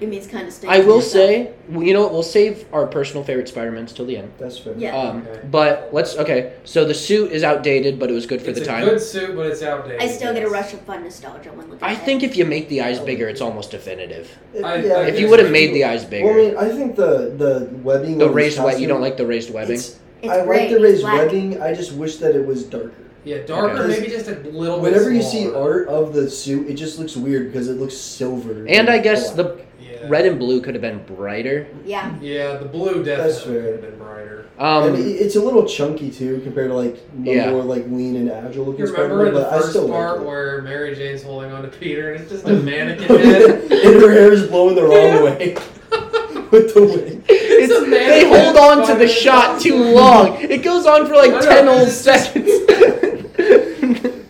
Speaker 4: It means kind of staying.
Speaker 1: I
Speaker 4: to
Speaker 1: will
Speaker 4: yourself.
Speaker 1: say, well, you know what? We'll save our personal favorite Spider-Mans till the end.
Speaker 3: that's fair.
Speaker 4: Yeah.
Speaker 1: Um,
Speaker 2: Okay.
Speaker 1: but let's okay. So the suit is outdated, but it was good for
Speaker 2: it's
Speaker 1: the
Speaker 2: a
Speaker 1: time.
Speaker 2: good suit, but it's outdated.
Speaker 4: I still get a
Speaker 2: yes.
Speaker 4: rush of fun nostalgia when looking
Speaker 1: I
Speaker 4: at
Speaker 1: think
Speaker 4: it.
Speaker 1: if you make the eyes bigger, it's almost definitive.
Speaker 3: It-
Speaker 2: I-
Speaker 3: yeah,
Speaker 2: I
Speaker 1: If
Speaker 3: it's
Speaker 1: you
Speaker 2: guess
Speaker 1: would have
Speaker 2: so.
Speaker 1: made the eyes
Speaker 3: Well, I
Speaker 1: bigger,
Speaker 3: mean, I think the the webbing.
Speaker 1: the
Speaker 3: on his
Speaker 1: raised web. You
Speaker 3: costume,
Speaker 1: don't like the raised webbing.
Speaker 3: it's-
Speaker 4: It's
Speaker 3: I
Speaker 4: gray,
Speaker 3: like the
Speaker 4: it's
Speaker 3: raised
Speaker 4: black.
Speaker 3: webbing. I just wish that it was darker.
Speaker 2: Yeah, darker,
Speaker 3: Okay.
Speaker 2: maybe just a little bit.
Speaker 3: Whenever you see
Speaker 2: smaller.
Speaker 3: art of the suit, it just looks weird because it looks silver.
Speaker 1: And I guess
Speaker 3: black.
Speaker 1: the
Speaker 2: yeah.
Speaker 1: red and blue could have been brighter.
Speaker 4: Yeah.
Speaker 2: Yeah, the blue
Speaker 3: That's
Speaker 2: definitely
Speaker 3: fair.
Speaker 2: could have been brighter.
Speaker 1: Um,
Speaker 3: and it- it's a little chunky too compared to like the
Speaker 1: Yeah.
Speaker 3: more like lean and agile looking
Speaker 2: You remember
Speaker 3: Spider-Man,
Speaker 2: in the
Speaker 3: but I
Speaker 2: first
Speaker 3: still
Speaker 2: part
Speaker 3: like it.
Speaker 2: where Mary Jane's holding on to Peter and it's just a mannequin head?
Speaker 3: and her hair is blowing the wrong way with the wig.
Speaker 1: It's,
Speaker 2: a man
Speaker 1: they
Speaker 2: with
Speaker 1: hold on to the
Speaker 2: Spider-Man.
Speaker 1: shot too long. It goes on for
Speaker 2: I
Speaker 1: like
Speaker 2: know,
Speaker 1: ten
Speaker 2: it's
Speaker 1: old
Speaker 2: just-
Speaker 1: seconds.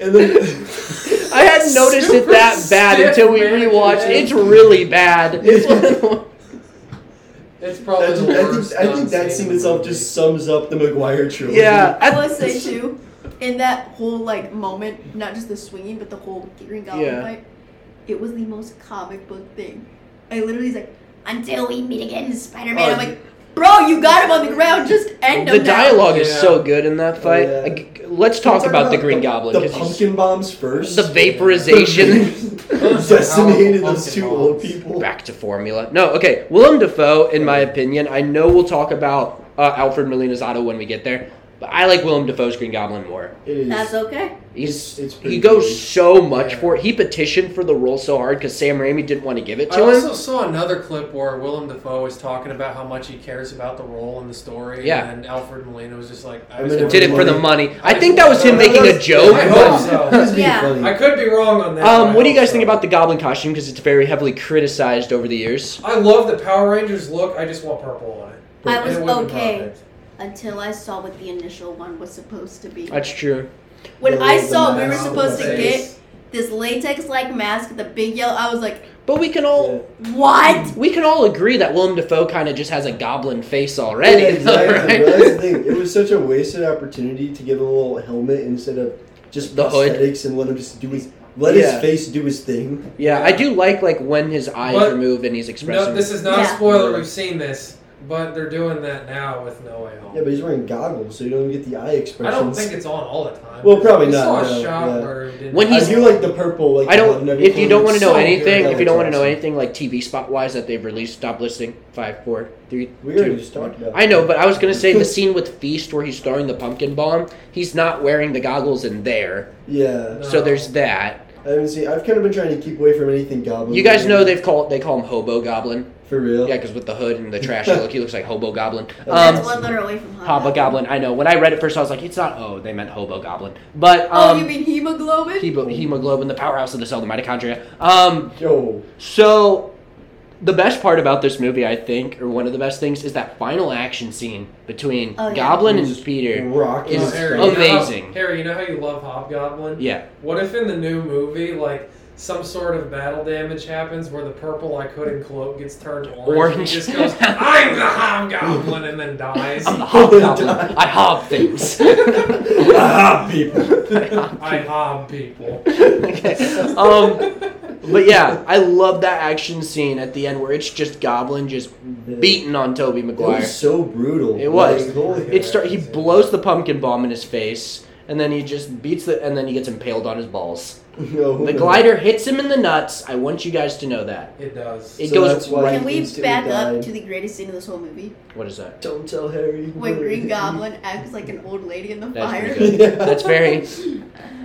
Speaker 3: And then
Speaker 1: I hadn't noticed it
Speaker 2: Super
Speaker 1: that bad
Speaker 2: stiff
Speaker 1: until we
Speaker 2: man.
Speaker 1: rewatched. It's really bad.
Speaker 3: It's-
Speaker 2: It's probably
Speaker 3: that's,
Speaker 2: the
Speaker 3: I
Speaker 2: worst.
Speaker 3: think, I think
Speaker 2: done
Speaker 3: that scene
Speaker 2: in the
Speaker 3: itself
Speaker 2: movie.
Speaker 3: just sums up the McGuire trilogy.
Speaker 1: yeah,
Speaker 4: I
Speaker 1: I-
Speaker 4: will say too, in that whole like moment, not just the swinging, but the whole Green Goblin
Speaker 1: Yeah.
Speaker 4: fight, it was the most comic book thing. I literally was like, until we meet again, Spider Man.
Speaker 3: Oh,
Speaker 4: I'm like, bro, you got him on the ground, just end him.
Speaker 1: the
Speaker 4: now."
Speaker 1: dialogue is
Speaker 2: Yeah.
Speaker 1: so good in that fight.
Speaker 3: Oh, yeah.
Speaker 1: Like, Let's talk about the Green Goblin
Speaker 3: The
Speaker 1: 'cause he's-
Speaker 3: pumpkin bombs first.
Speaker 1: the vaporization.
Speaker 3: decimated those two
Speaker 2: Pumpkin
Speaker 3: old
Speaker 2: bombs.
Speaker 3: people.
Speaker 1: back to formula. No, okay. Willem Dafoe, in my opinion, I know we'll talk about uh, Alfred Molina's Otto when we get there, but I like Willem Dafoe's Green Goblin more.
Speaker 3: It is.
Speaker 4: That's okay.
Speaker 1: He's
Speaker 3: It's- it's
Speaker 1: he
Speaker 3: pretty
Speaker 1: goes
Speaker 3: good.
Speaker 1: so much
Speaker 2: Yeah.
Speaker 1: for it. He petitioned for the role so hard because Sam Raimi didn't want to give it
Speaker 2: I
Speaker 1: to him.
Speaker 2: also saw another clip where Willem Dafoe was talking about how much he cares about the role and the story.
Speaker 1: Yeah.
Speaker 2: And Alfred Molina was just like, I
Speaker 3: And
Speaker 2: just
Speaker 3: then
Speaker 2: want
Speaker 1: Did it for the money. I think that was him
Speaker 2: No,
Speaker 1: making a
Speaker 3: that's-
Speaker 1: joke.
Speaker 2: I
Speaker 1: but-
Speaker 2: hope so.
Speaker 3: He was being
Speaker 4: Yeah.
Speaker 3: funny.
Speaker 2: I could be wrong on that. but
Speaker 1: Um,
Speaker 2: I
Speaker 1: what do you
Speaker 2: hope
Speaker 1: guys
Speaker 2: so.
Speaker 1: think about the Goblin costume? Because it's very heavily criticized over the years.
Speaker 2: I love the Power Rangers look. I just want purple on it.
Speaker 4: I
Speaker 2: And
Speaker 4: was
Speaker 2: it would've been
Speaker 4: okay.
Speaker 2: perfect.
Speaker 4: Until I saw what the initial one was supposed to be.
Speaker 1: That's true.
Speaker 4: When
Speaker 3: The
Speaker 4: I
Speaker 3: little
Speaker 4: saw we were
Speaker 3: mask
Speaker 4: supposed to
Speaker 3: on the
Speaker 4: get
Speaker 2: face.
Speaker 4: this latex like mask with the big yellow, I was like,
Speaker 1: But we can all
Speaker 4: what?
Speaker 1: we can all agree that Willem Dafoe kind of just has a goblin face already.
Speaker 3: Yeah,
Speaker 1: though,
Speaker 3: exactly,
Speaker 1: right?
Speaker 3: bro. That's the thing. It was such a wasted opportunity to give him a little helmet instead of just
Speaker 1: The hood.
Speaker 3: prosthetics and let him just do his let
Speaker 1: Yeah.
Speaker 3: his face do his thing.
Speaker 1: Yeah, I do like like when his eyes
Speaker 2: But-
Speaker 1: are moved and he's expressing.
Speaker 2: No, this is not
Speaker 4: Yeah.
Speaker 2: a spoiler. We've seen this, but they're doing that now with No Way Home.
Speaker 3: Yeah, but he's wearing goggles, so you don't get the eye
Speaker 2: I
Speaker 3: expressions.
Speaker 2: don't think it's on all the time.
Speaker 3: Well, probably
Speaker 2: We
Speaker 3: not,
Speaker 2: saw a
Speaker 3: no,
Speaker 2: shot
Speaker 3: yeah.
Speaker 2: where it didn't-
Speaker 1: When
Speaker 3: I
Speaker 1: he's-
Speaker 3: do like the purple. Like
Speaker 1: I don't.
Speaker 3: button and
Speaker 1: If you
Speaker 3: everything.
Speaker 1: don't want to know
Speaker 2: So good.
Speaker 1: anything, if you don't want to know
Speaker 3: Awesome.
Speaker 1: anything like TV spot wise that they've released, stop listening. Five, four, three,
Speaker 3: we already
Speaker 1: two,
Speaker 3: just talked about.
Speaker 1: I know, but I was gonna say the scene with Feast where he's throwing the pumpkin bomb. He's not wearing the goggles in there,
Speaker 3: Yeah,
Speaker 1: so
Speaker 2: No.
Speaker 1: there's that.
Speaker 3: I haven't seen. I've kind of been trying to keep away from anything goblin.
Speaker 1: You guys know
Speaker 3: related.
Speaker 1: they've called they call him Hobo Goblin.
Speaker 3: for real.
Speaker 1: Yeah, because with the hood and the trashy look, he looks like Hobo Goblin.
Speaker 4: That's
Speaker 1: Um,
Speaker 4: one letter away from Hot
Speaker 1: Hobo Goblin. I know. When I read it first, I was like, it's not. Oh, they meant Hobo Goblin. But
Speaker 4: Oh, you
Speaker 1: um,
Speaker 4: mean hemoglobin?
Speaker 1: hemo- hemoglobin, the powerhouse of the cell, the mitochondria. Um,
Speaker 3: Yo,
Speaker 1: So, the best part about this movie, I think, or one of the best things, is that final action scene between
Speaker 4: Oh, yeah.
Speaker 1: Goblin and
Speaker 3: Just
Speaker 1: Peter.
Speaker 3: rock
Speaker 1: is
Speaker 2: Oh, Harry,
Speaker 1: amazing.
Speaker 2: You know how, Harry, you know how you love Hobgoblin?
Speaker 1: Yeah,
Speaker 2: What if in the new movie, like, some sort of battle damage happens where the purple like hood and cloak gets turned orange. and He
Speaker 1: Orange.
Speaker 2: just goes, "I'm the Hobgoblin," and then dies.
Speaker 1: I'm the Hobgoblin. I hob things.
Speaker 3: Ah, people.
Speaker 2: I hob people.
Speaker 1: okay. Um, but yeah, I love that action scene at the end where it's just Goblin just beating on Toby
Speaker 3: It was
Speaker 1: Maguire.
Speaker 3: so brutal.
Speaker 1: It was.
Speaker 3: Like, holy-
Speaker 1: It start. He blows the pumpkin bomb in his face, and then he just beats the. And then he gets impaled on his balls.
Speaker 3: No,
Speaker 1: The glider hits him in the nuts. I want you guys to know that.
Speaker 2: It does.
Speaker 1: It
Speaker 3: So
Speaker 1: goes
Speaker 3: that's why-
Speaker 1: right.
Speaker 4: Can we
Speaker 3: instantly
Speaker 4: back up
Speaker 3: died.
Speaker 4: to the greatest scene of this whole movie?
Speaker 1: What is that?
Speaker 3: Don't tell Harry.
Speaker 4: When Green Goblin acts like an old lady in the
Speaker 1: That's
Speaker 4: fire.
Speaker 1: pretty good. That's very.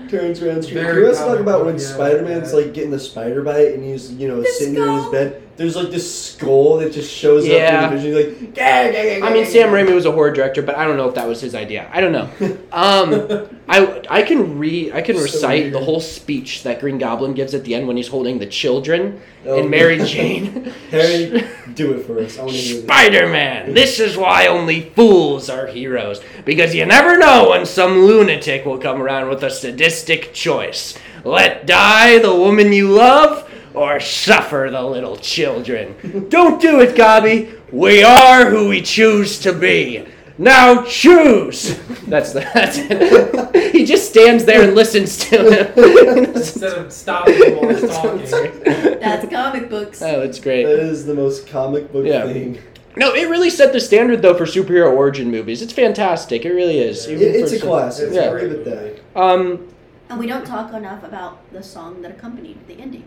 Speaker 3: Turns around. Screams.
Speaker 2: Very
Speaker 3: You guys talk
Speaker 2: common,
Speaker 3: about when
Speaker 2: yeah,
Speaker 3: Spider Man's
Speaker 2: yeah.
Speaker 3: like getting the spider bite and he's you know
Speaker 4: The
Speaker 3: sitting there in his
Speaker 4: skull.
Speaker 3: bed. There's like this skull that just shows
Speaker 1: Yeah.
Speaker 3: up in the vision. Like, "Gah, gah, gah, gah,
Speaker 1: I mean,
Speaker 3: gah,
Speaker 1: Sam
Speaker 3: gah."
Speaker 1: Raimi was a horror director, but I don't know if that was his idea. I don't know. Um, I I can re I can
Speaker 3: So
Speaker 1: recite the
Speaker 3: weird.
Speaker 1: whole speech that Green Goblin gives at the end when he's holding the children
Speaker 3: Oh.
Speaker 1: and Mary Jane.
Speaker 3: Harry, do it for us. I want to hear this.
Speaker 1: Spider Man, this is why only fools are heroes. Because you never know when some lunatic will come around with a sadistic choice. Let die the woman you love, or suffer the little children. Don't do it, Gobby. We are who we choose to be. Now choose! That's the, that's it. he just stands there and listens to him.
Speaker 2: Instead of stopping while he's talking.
Speaker 4: That's comic books.
Speaker 1: oh, it's great.
Speaker 3: That is the most comic book
Speaker 1: Yeah.
Speaker 3: thing.
Speaker 1: No, it really set the standard though for superhero origin movies. It's fantastic. It really is.
Speaker 2: Yeah.
Speaker 3: It,
Speaker 1: Even
Speaker 3: it's
Speaker 1: for
Speaker 3: a
Speaker 1: some-
Speaker 3: classic.
Speaker 1: Yeah.
Speaker 3: I'll give it that.
Speaker 1: Um,
Speaker 4: And we don't talk enough about the song that accompanied the ending.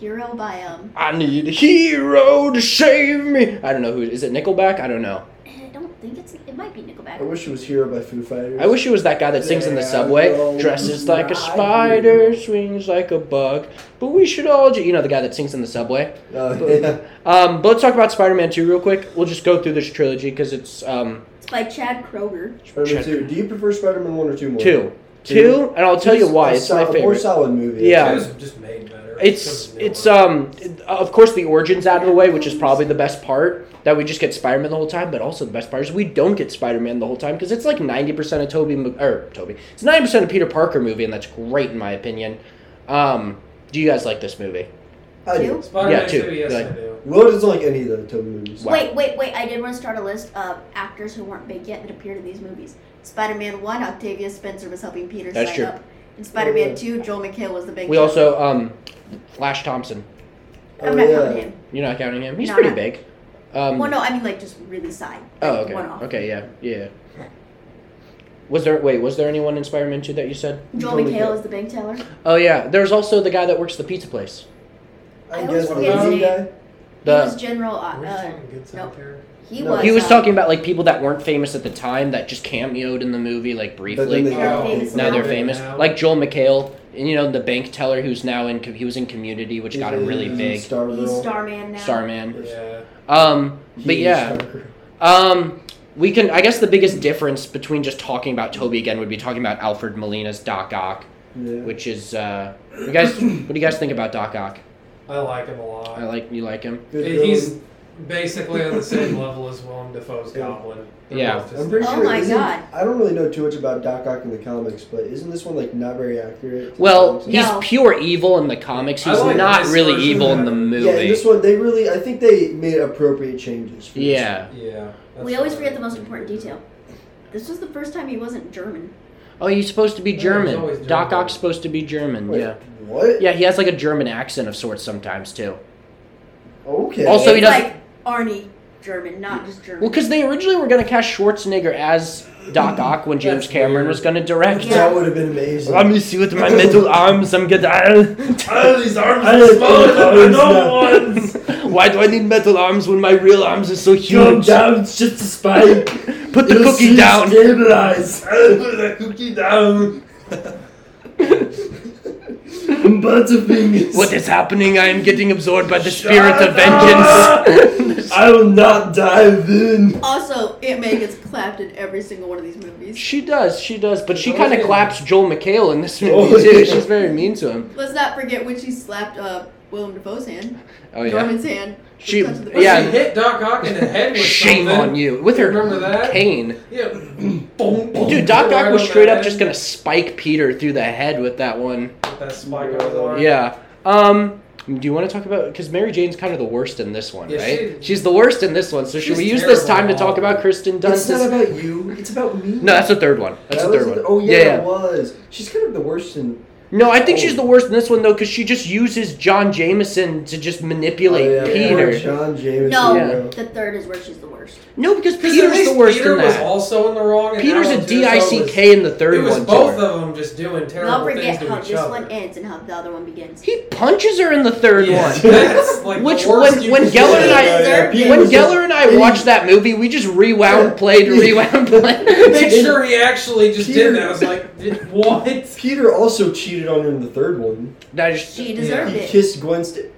Speaker 4: Hero by um
Speaker 1: I need a hero to save me. I don't know who is it. Nickelback? I don't know.
Speaker 4: eh, I don't think it's it might be
Speaker 3: I
Speaker 4: Nickelback.
Speaker 3: wish it was Hero by Foo Fighters.
Speaker 1: I wish it was that guy that sings in the
Speaker 3: There
Speaker 1: subway,
Speaker 3: goes
Speaker 1: dresses like a
Speaker 3: my
Speaker 1: spider,
Speaker 3: hero.
Speaker 1: swings like a bug. But we should all, ju- you know, the guy that sings in the subway.
Speaker 3: Oh, yeah.
Speaker 1: Um, but let's talk about Spider-Man Two real quick. We'll just go through this trilogy because it's um
Speaker 4: It's by Chad Kroger.
Speaker 3: Spider-Man Two. Do you prefer Spider-Man One or two more?
Speaker 1: two,
Speaker 3: Two.
Speaker 1: two, and I'll tell you
Speaker 3: Two's
Speaker 1: why.
Speaker 3: a
Speaker 1: It's my
Speaker 3: sol- A more
Speaker 1: favorite.
Speaker 3: solid movie.
Speaker 1: Yeah.
Speaker 2: It was just made better.
Speaker 1: It's
Speaker 2: It was
Speaker 1: it's
Speaker 2: newer.
Speaker 1: um of course the origins out of the way, which is probably the best part that we just get Spider Man the whole time. But also the best part is we don't get Spider Man the whole time because it's like ninety percent of Toby Mag- or Toby. It's ninety percent of Peter Parker movie, and that's great in my opinion. Um, do you guys like this movie?
Speaker 3: I do.
Speaker 4: Two?
Speaker 2: Spider-Man
Speaker 1: yeah, too.
Speaker 2: 2, yes,
Speaker 1: Like-
Speaker 2: I
Speaker 4: Uh,
Speaker 2: do.
Speaker 3: Will doesn't like any of the Toby movies.
Speaker 1: Wow.
Speaker 4: Wait, wait, wait, I did want to start a list of actors who weren't big yet that appeared in these movies. Spider Man one, Octavia Spencer was helping Peter
Speaker 1: That's
Speaker 4: sign
Speaker 1: true.
Speaker 4: up. In Spider Man two, Joel McHale was the big
Speaker 1: We also um, Flash Thompson.
Speaker 4: I'm
Speaker 3: Oh,
Speaker 4: not
Speaker 3: yeah.
Speaker 4: counting him.
Speaker 1: You're not counting him. He's
Speaker 4: No,
Speaker 1: pretty
Speaker 4: no.
Speaker 1: big. Um,
Speaker 4: Well no, I mean like just really side.
Speaker 1: oh,
Speaker 4: like,
Speaker 1: okay.
Speaker 4: One off.
Speaker 1: Okay, yeah, yeah. Was there wait? Was there anyone in Spider Man Two that you said?
Speaker 4: Joel,
Speaker 3: Joel
Speaker 4: McHale,
Speaker 3: McHale.
Speaker 4: is the bank teller.
Speaker 1: Oh yeah, there's also the guy that works the pizza place.
Speaker 4: I
Speaker 3: I
Speaker 4: always
Speaker 3: guess the
Speaker 4: forget his
Speaker 3: Asian
Speaker 4: name.
Speaker 3: guy.
Speaker 1: The
Speaker 4: he was General uh,
Speaker 2: We're just
Speaker 4: uh,
Speaker 2: talking good
Speaker 4: no.
Speaker 2: stuff here.
Speaker 4: he
Speaker 3: No.
Speaker 4: was
Speaker 1: He was
Speaker 4: uh,
Speaker 1: talking about like people that weren't famous at the time that just cameoed in the movie like briefly.
Speaker 3: they
Speaker 4: Now
Speaker 3: got
Speaker 2: Oh,
Speaker 4: they're
Speaker 3: it.
Speaker 4: famous
Speaker 1: now they're
Speaker 2: Now.
Speaker 1: famous,
Speaker 2: Now.
Speaker 1: like Joel McHale, and you know the bank teller who's now in he was in Community, which got him really
Speaker 3: He's
Speaker 1: big.
Speaker 3: Star
Speaker 4: he's
Speaker 3: Girl.
Speaker 4: Starman now.
Speaker 1: Starman.
Speaker 2: Yeah.
Speaker 1: Um,
Speaker 3: He
Speaker 1: but
Speaker 3: is
Speaker 1: yeah,
Speaker 3: Star Girl.
Speaker 1: um, we can. I guess the biggest difference between just talking about Toby again would be talking about Alfred Molina's Doc Ock,
Speaker 3: Yeah.
Speaker 1: which is uh, you guys. What do you guys think about Doc Ock?
Speaker 2: I like him a lot.
Speaker 1: I like you like him.
Speaker 3: Good
Speaker 2: Hey, He's
Speaker 3: villain.
Speaker 2: basically on the same level as Willem Dafoe's
Speaker 3: Yeah.
Speaker 2: Goblin.
Speaker 1: Yeah.
Speaker 2: They're both
Speaker 3: I'm
Speaker 2: just-
Speaker 3: pretty
Speaker 4: Oh
Speaker 3: sure.
Speaker 4: my
Speaker 3: isn't-
Speaker 4: God.
Speaker 3: I don't really know too much about Doc Ock in the comics, but isn't this one like not very accurate?
Speaker 1: Well,
Speaker 4: Yeah.
Speaker 1: he's
Speaker 4: No.
Speaker 1: pure evil in the comics.
Speaker 2: I
Speaker 1: He's
Speaker 2: like
Speaker 1: not
Speaker 2: this
Speaker 1: really
Speaker 2: version
Speaker 1: evil in the
Speaker 2: better.
Speaker 1: movie.
Speaker 3: yeah. In this one, they really. I think they made appropriate changes. For this
Speaker 1: yeah.
Speaker 2: Yeah. that's
Speaker 4: We always
Speaker 2: right.
Speaker 4: forget the most important detail. This was the first time he wasn't German.
Speaker 1: Oh, he's supposed to be
Speaker 2: he's
Speaker 1: German.
Speaker 2: always
Speaker 1: Doc
Speaker 2: German.
Speaker 1: Ock's supposed to be German.
Speaker 3: Wait,
Speaker 1: Yeah.
Speaker 3: What?
Speaker 1: Yeah, he has like a German accent of sorts sometimes too.
Speaker 3: Okay.
Speaker 1: Also, he
Speaker 4: it's
Speaker 1: doesn't-
Speaker 4: like Arnie German, not just German.
Speaker 1: Well, because they originally were gonna cast Schwarzenegger as Doc Ock when James
Speaker 2: That's
Speaker 1: Cameron
Speaker 2: weird.
Speaker 1: was gonna direct.
Speaker 4: Yeah.
Speaker 3: That would have been amazing.
Speaker 1: Let me see with my metal arms. I'm gonna. Oh,
Speaker 2: these arms
Speaker 3: I just- I just-
Speaker 1: Why do I need metal arms when my real arms are so huge?
Speaker 3: down, it's just a spike.
Speaker 1: Put the cookie down.
Speaker 3: Stabilize.
Speaker 2: Put that cookie down.
Speaker 3: Butterfingers.
Speaker 1: What is happening? I am getting absorbed by the
Speaker 2: Shut
Speaker 1: spirit of
Speaker 2: up!
Speaker 1: vengeance.
Speaker 3: I will not dive in.
Speaker 4: also, Aunt May gets clapped in every single one of these movies.
Speaker 1: she does, she does, but she
Speaker 2: Oh,
Speaker 1: kind
Speaker 2: yeah.
Speaker 1: of claps Joel McHale in this
Speaker 3: Oh,
Speaker 1: movie too.
Speaker 3: yeah.
Speaker 1: She's very mean to him.
Speaker 4: Let's not forget when she slapped uh, Willem Dafoe's hand,
Speaker 1: Oh yeah.
Speaker 4: Norman's hand. with
Speaker 1: She-
Speaker 4: touch of the-
Speaker 1: Yeah.
Speaker 2: She hit Doc Ock in the head with
Speaker 1: Shame
Speaker 2: something.
Speaker 1: on you. With her
Speaker 2: Remember that?
Speaker 1: cane.
Speaker 2: Yeah. boom, boom,
Speaker 1: Dude, Doc
Speaker 2: right
Speaker 1: Ock was
Speaker 2: on
Speaker 1: straight
Speaker 2: that
Speaker 1: up just
Speaker 2: end.
Speaker 1: gonna spike Peter through the head with that one.
Speaker 2: With that spike on his arm.
Speaker 1: Yeah. Um do you want to talk about because Mary Jane's kind of the worst in this one,
Speaker 2: Yeah,
Speaker 1: right?
Speaker 2: she-
Speaker 1: she's the worst in this one. So should
Speaker 2: she's
Speaker 1: we use this
Speaker 2: terrible
Speaker 1: time to
Speaker 2: in
Speaker 1: talk
Speaker 2: all of
Speaker 1: about Kristen
Speaker 3: It's
Speaker 1: Dunst?
Speaker 3: not about you. It's about me.
Speaker 1: No, that's the third one. That's
Speaker 3: That
Speaker 1: the third
Speaker 3: was
Speaker 1: one.
Speaker 3: Oh yeah,
Speaker 1: yeah.
Speaker 3: it was. She's kind of the worst in.
Speaker 1: No, I think she's the worst in this one though, because she just uses John Jameson to just manipulate
Speaker 3: Oh, yeah,
Speaker 1: Peter.
Speaker 3: poor John Jameson.
Speaker 4: No,
Speaker 1: Yeah.
Speaker 3: bro.
Speaker 4: the third is where she's the worst.
Speaker 1: No, because
Speaker 2: Because
Speaker 1: Peter's the worst
Speaker 2: Peter
Speaker 1: in
Speaker 2: was
Speaker 1: that.
Speaker 2: also in the wrong. and
Speaker 1: Peter's a
Speaker 2: Alan Tudyk was-
Speaker 1: DICK in the third
Speaker 2: It was
Speaker 1: one.
Speaker 2: both
Speaker 1: Tor.
Speaker 2: of them just doing
Speaker 4: They'll
Speaker 2: terrible things
Speaker 4: forget
Speaker 2: to
Speaker 4: how
Speaker 2: each
Speaker 4: this
Speaker 2: other.
Speaker 4: one ends and how the other one begins.
Speaker 1: He punches her in the third
Speaker 2: Yes,
Speaker 1: one.
Speaker 2: that's like the
Speaker 1: Which
Speaker 2: worst
Speaker 1: when-
Speaker 2: you
Speaker 1: when
Speaker 2: could
Speaker 1: Geller
Speaker 2: do.
Speaker 1: and I-
Speaker 3: Peter
Speaker 1: When
Speaker 3: was just-
Speaker 1: Geller and I watched that movie, we just rewound, played, rewound,
Speaker 2: Make
Speaker 1: played.
Speaker 2: sure he actually just
Speaker 3: Peter-
Speaker 2: did that. I was like, "Did- what?
Speaker 3: Peter also cheated on her in the third one.
Speaker 1: I just-
Speaker 4: She deserved
Speaker 3: He
Speaker 4: it.
Speaker 3: kissed Gwen St-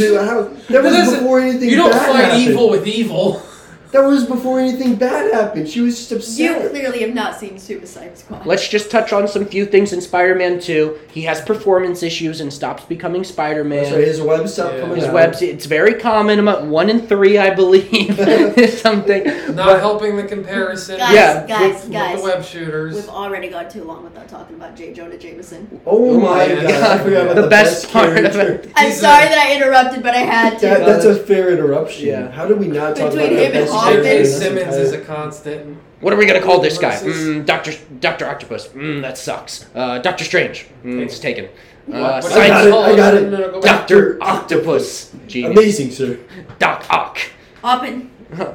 Speaker 3: it. How- That
Speaker 2: But
Speaker 3: was
Speaker 2: that's-
Speaker 3: before anything
Speaker 2: You don't
Speaker 3: bad
Speaker 2: fight
Speaker 3: happened.
Speaker 2: evil with evil.
Speaker 3: That was before anything bad happened. She was just
Speaker 4: You
Speaker 3: upset.
Speaker 4: clearly have not seen Suicide Squad.
Speaker 1: Let's just touch on some few things in Spider-Man 2. He has performance issues and stops becoming Spider-Man.
Speaker 3: So his web's not
Speaker 2: Yeah.
Speaker 3: coming
Speaker 1: His
Speaker 3: out.
Speaker 1: webs, it's very common. About one in three, I believe, is something.
Speaker 2: Not helping the comparison.
Speaker 4: guys,
Speaker 1: yeah,
Speaker 4: guys,
Speaker 2: with
Speaker 4: guys.
Speaker 2: the web shooters.
Speaker 4: We've already gone too long without talking about J. Jonah Jameson.
Speaker 3: Oh my
Speaker 2: Yeah.
Speaker 3: god! I forgot about
Speaker 1: The
Speaker 3: the,
Speaker 1: best part of
Speaker 3: character.
Speaker 1: it.
Speaker 4: I'm
Speaker 2: He's a-
Speaker 4: sorry that I interrupted, but I had to.
Speaker 3: That, that's a fair interruption.
Speaker 1: Yeah.
Speaker 3: How did we not talk
Speaker 4: Between
Speaker 3: about that
Speaker 4: him
Speaker 3: best
Speaker 4: and Hoffman.
Speaker 3: character
Speaker 2: J.K.
Speaker 3: in this
Speaker 2: Simmons
Speaker 3: entire-
Speaker 2: is a constant.
Speaker 1: What are we gonna call this guy?
Speaker 2: Versus-
Speaker 1: Mm, Doctor Doctor Octopus. Mm, that sucks. Uh, Doctor Strange. Mm, it's taken. Uh,
Speaker 2: What- what
Speaker 3: I got
Speaker 1: science-
Speaker 3: it, I got it.
Speaker 2: No, no, go back.
Speaker 1: Doctor Octopus. Genius.
Speaker 3: amazing, sir.
Speaker 1: Doc Ock.
Speaker 4: Hoppin.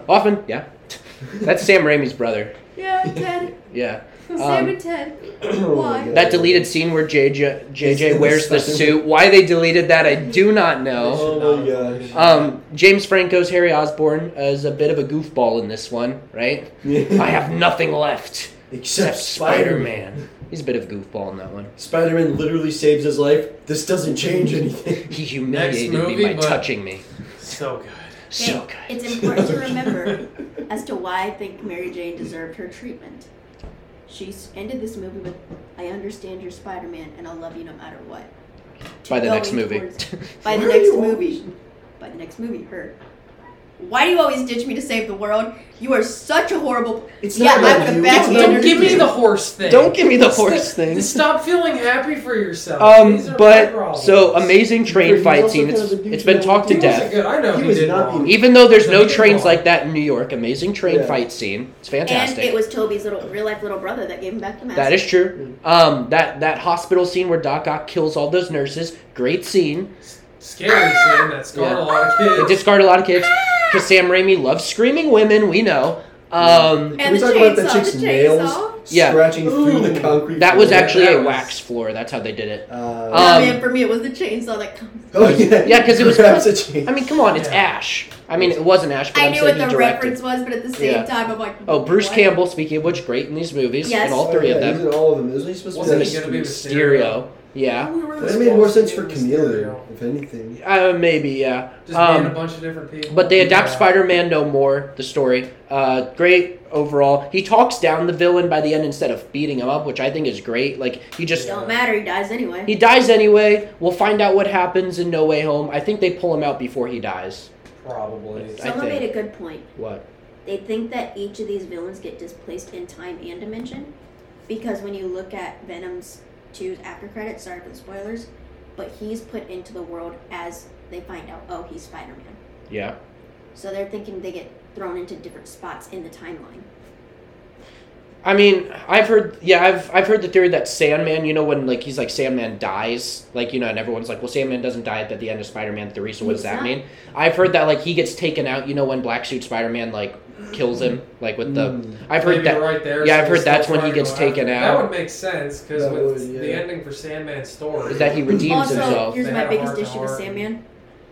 Speaker 1: Often, yeah. That's Sam Raimi's brother.
Speaker 4: Yeah, Ted.
Speaker 1: Yeah.
Speaker 4: Sam
Speaker 1: Um,
Speaker 4: and Ted.
Speaker 3: Oh my
Speaker 4: Why?
Speaker 3: God.
Speaker 1: That deleted scene where JJ,
Speaker 3: in
Speaker 1: JJ
Speaker 3: the
Speaker 1: wears the
Speaker 3: second-
Speaker 1: suit. Why they deleted that, I do not know.
Speaker 3: Oh my gosh.
Speaker 1: Um, James Franco's Harry Osborn is a bit of a goofball in this one, right? I have nothing left except Spider Man. He's a bit of a goofball in that one.
Speaker 3: Spider Man literally saves his life. This doesn't change anything.
Speaker 1: He humiliated
Speaker 2: Next
Speaker 1: me
Speaker 2: movie,
Speaker 1: by
Speaker 2: but-
Speaker 1: touching me.
Speaker 2: So good.
Speaker 1: So good.
Speaker 4: It's important to remember as to why I think Mary Jane deserved her treatment. She s- ended this movie with, "I understand you're Spider-Man, and I'll love you no matter what." To
Speaker 1: By the
Speaker 4: go
Speaker 1: next movie.
Speaker 4: towards- by the
Speaker 3: Why are
Speaker 4: next
Speaker 3: you
Speaker 4: movie. By the next movie, her. Why do you always ditch me to save the world? You are such a horrible.
Speaker 3: It's not
Speaker 4: yeah, I
Speaker 3: about
Speaker 4: would have
Speaker 3: you.
Speaker 2: Don't,
Speaker 3: It's
Speaker 4: backhanded
Speaker 3: not-
Speaker 2: give me
Speaker 4: you.
Speaker 2: the horse thing.
Speaker 1: Don't give me the horse
Speaker 2: Stop-
Speaker 1: thing.
Speaker 2: Stop feeling happy for yourself.
Speaker 1: Um,
Speaker 2: These are my
Speaker 1: but
Speaker 2: problems.
Speaker 1: so amazing train
Speaker 3: He's
Speaker 1: fight
Speaker 3: also
Speaker 1: scene.
Speaker 3: kind
Speaker 1: It's
Speaker 3: of a douche
Speaker 1: it's been
Speaker 3: now.
Speaker 1: talked
Speaker 2: He
Speaker 1: to
Speaker 3: He
Speaker 2: wasn't
Speaker 1: death.
Speaker 2: Good. I know
Speaker 3: He
Speaker 2: he,
Speaker 3: was
Speaker 2: did
Speaker 3: not
Speaker 2: wrong.
Speaker 3: being-
Speaker 1: Even though there's
Speaker 2: He's a
Speaker 1: no
Speaker 2: douche
Speaker 1: trains
Speaker 2: now.
Speaker 1: like that in New York, amazing train
Speaker 3: Yeah.
Speaker 1: fight scene. It's
Speaker 4: And
Speaker 1: fantastic.
Speaker 4: it was Toby's little real life little brother that gave him back the mask.
Speaker 1: That is true. Um, that that hospital scene where Doc Ock kills all those nurses, great scene.
Speaker 2: Scary scene that scarred
Speaker 1: Yeah.
Speaker 2: a lot of
Speaker 1: They
Speaker 2: kids.
Speaker 1: discard a lot of kids because Sam Raimi loves screaming women. We know. Um,
Speaker 3: Can
Speaker 4: And
Speaker 3: we
Speaker 4: the
Speaker 3: talk about that
Speaker 4: chainsaw,
Speaker 3: chick's
Speaker 4: the
Speaker 3: nails
Speaker 4: chainsaw.
Speaker 1: Yeah.
Speaker 3: scratching through
Speaker 2: Ooh.
Speaker 3: the concrete?
Speaker 1: that was
Speaker 3: floor?
Speaker 1: actually
Speaker 2: that
Speaker 1: a
Speaker 2: was-
Speaker 1: wax floor. That's how they did it.
Speaker 3: Uh,
Speaker 4: No,
Speaker 1: Um,
Speaker 4: man, for me it was the chainsaw that comes.
Speaker 3: oh yeah,
Speaker 1: Yeah, 'cause it was-
Speaker 3: Grabs a chain.
Speaker 1: I mean, come on, it's
Speaker 2: Yeah.
Speaker 1: Ash. I mean, it wasn't Ash, but
Speaker 4: I
Speaker 1: am
Speaker 4: knew
Speaker 1: saying
Speaker 4: what
Speaker 1: he
Speaker 4: the
Speaker 1: directed.
Speaker 4: reference was, but at the same
Speaker 1: Yeah.
Speaker 4: time, I'm like,
Speaker 1: Oh, Bruce
Speaker 4: what?
Speaker 1: Campbell, speaking of which, great in these movies,
Speaker 4: Yes.
Speaker 1: in all three
Speaker 3: oh,
Speaker 1: of
Speaker 3: yeah,
Speaker 1: them.
Speaker 3: he's in all of them. Isn't he supposed
Speaker 2: Wasn't
Speaker 3: to
Speaker 2: he
Speaker 3: be?
Speaker 2: gonna-
Speaker 1: Mysterio.
Speaker 2: be Mysterio.
Speaker 1: Yeah.
Speaker 2: We were
Speaker 3: That made more
Speaker 2: supposed
Speaker 3: sense
Speaker 2: to
Speaker 3: for
Speaker 2: do
Speaker 3: Chameleon,
Speaker 2: Mysterio.
Speaker 3: if anything.
Speaker 1: Uh, maybe, yeah.
Speaker 2: Just
Speaker 1: Um,
Speaker 2: being a bunch of different people.
Speaker 1: But they adapt
Speaker 2: Yeah.
Speaker 1: Spider-Man No More, the story. Uh, great overall. He talks down the villain by the end instead of beating him up, which I think is great. Like he just
Speaker 4: Don't matter, he dies anyway.
Speaker 1: he dies anyway. We'll find out what happens in No Way Home. I think they pull him out before he dies.
Speaker 2: Probably.
Speaker 1: I
Speaker 4: Someone
Speaker 1: think.
Speaker 4: made a good point.
Speaker 1: What?
Speaker 4: They think that each of these villains get displaced in time and dimension, because when you look at Venom's 2's after credits, sorry for the spoilers, but he's put into the world as they find out, oh, he's Spider-Man.
Speaker 1: Yeah.
Speaker 4: So they're thinking they get thrown into different spots in the timeline.
Speaker 1: I mean, I've heard yeah, I've I've heard the theory that Sandman, you know, when like he's like Sandman dies, like you know, and everyone's like, well, Sandman doesn't die at the end of Spider-Man Three, so what does
Speaker 4: He's
Speaker 1: that
Speaker 4: not.
Speaker 1: mean? I've heard that like he gets taken out, you know, when Black Suit Spider-Man like kills him, like with the.
Speaker 3: Mm.
Speaker 1: I've heard
Speaker 2: Maybe
Speaker 1: that.
Speaker 2: right there.
Speaker 1: yeah, I've
Speaker 2: so
Speaker 1: heard
Speaker 2: they're still
Speaker 1: that's when he
Speaker 2: trying to
Speaker 1: gets
Speaker 2: go after
Speaker 1: taken
Speaker 2: it.
Speaker 1: out.
Speaker 2: That would make sense because
Speaker 3: That
Speaker 2: with
Speaker 3: would, yeah.
Speaker 2: the ending for Sandman's story,
Speaker 1: is that he redeemes
Speaker 4: also,
Speaker 1: himself.
Speaker 4: here's
Speaker 2: They
Speaker 4: my
Speaker 2: had a
Speaker 4: biggest
Speaker 2: hard
Speaker 4: issue with
Speaker 2: time.
Speaker 4: Sandman.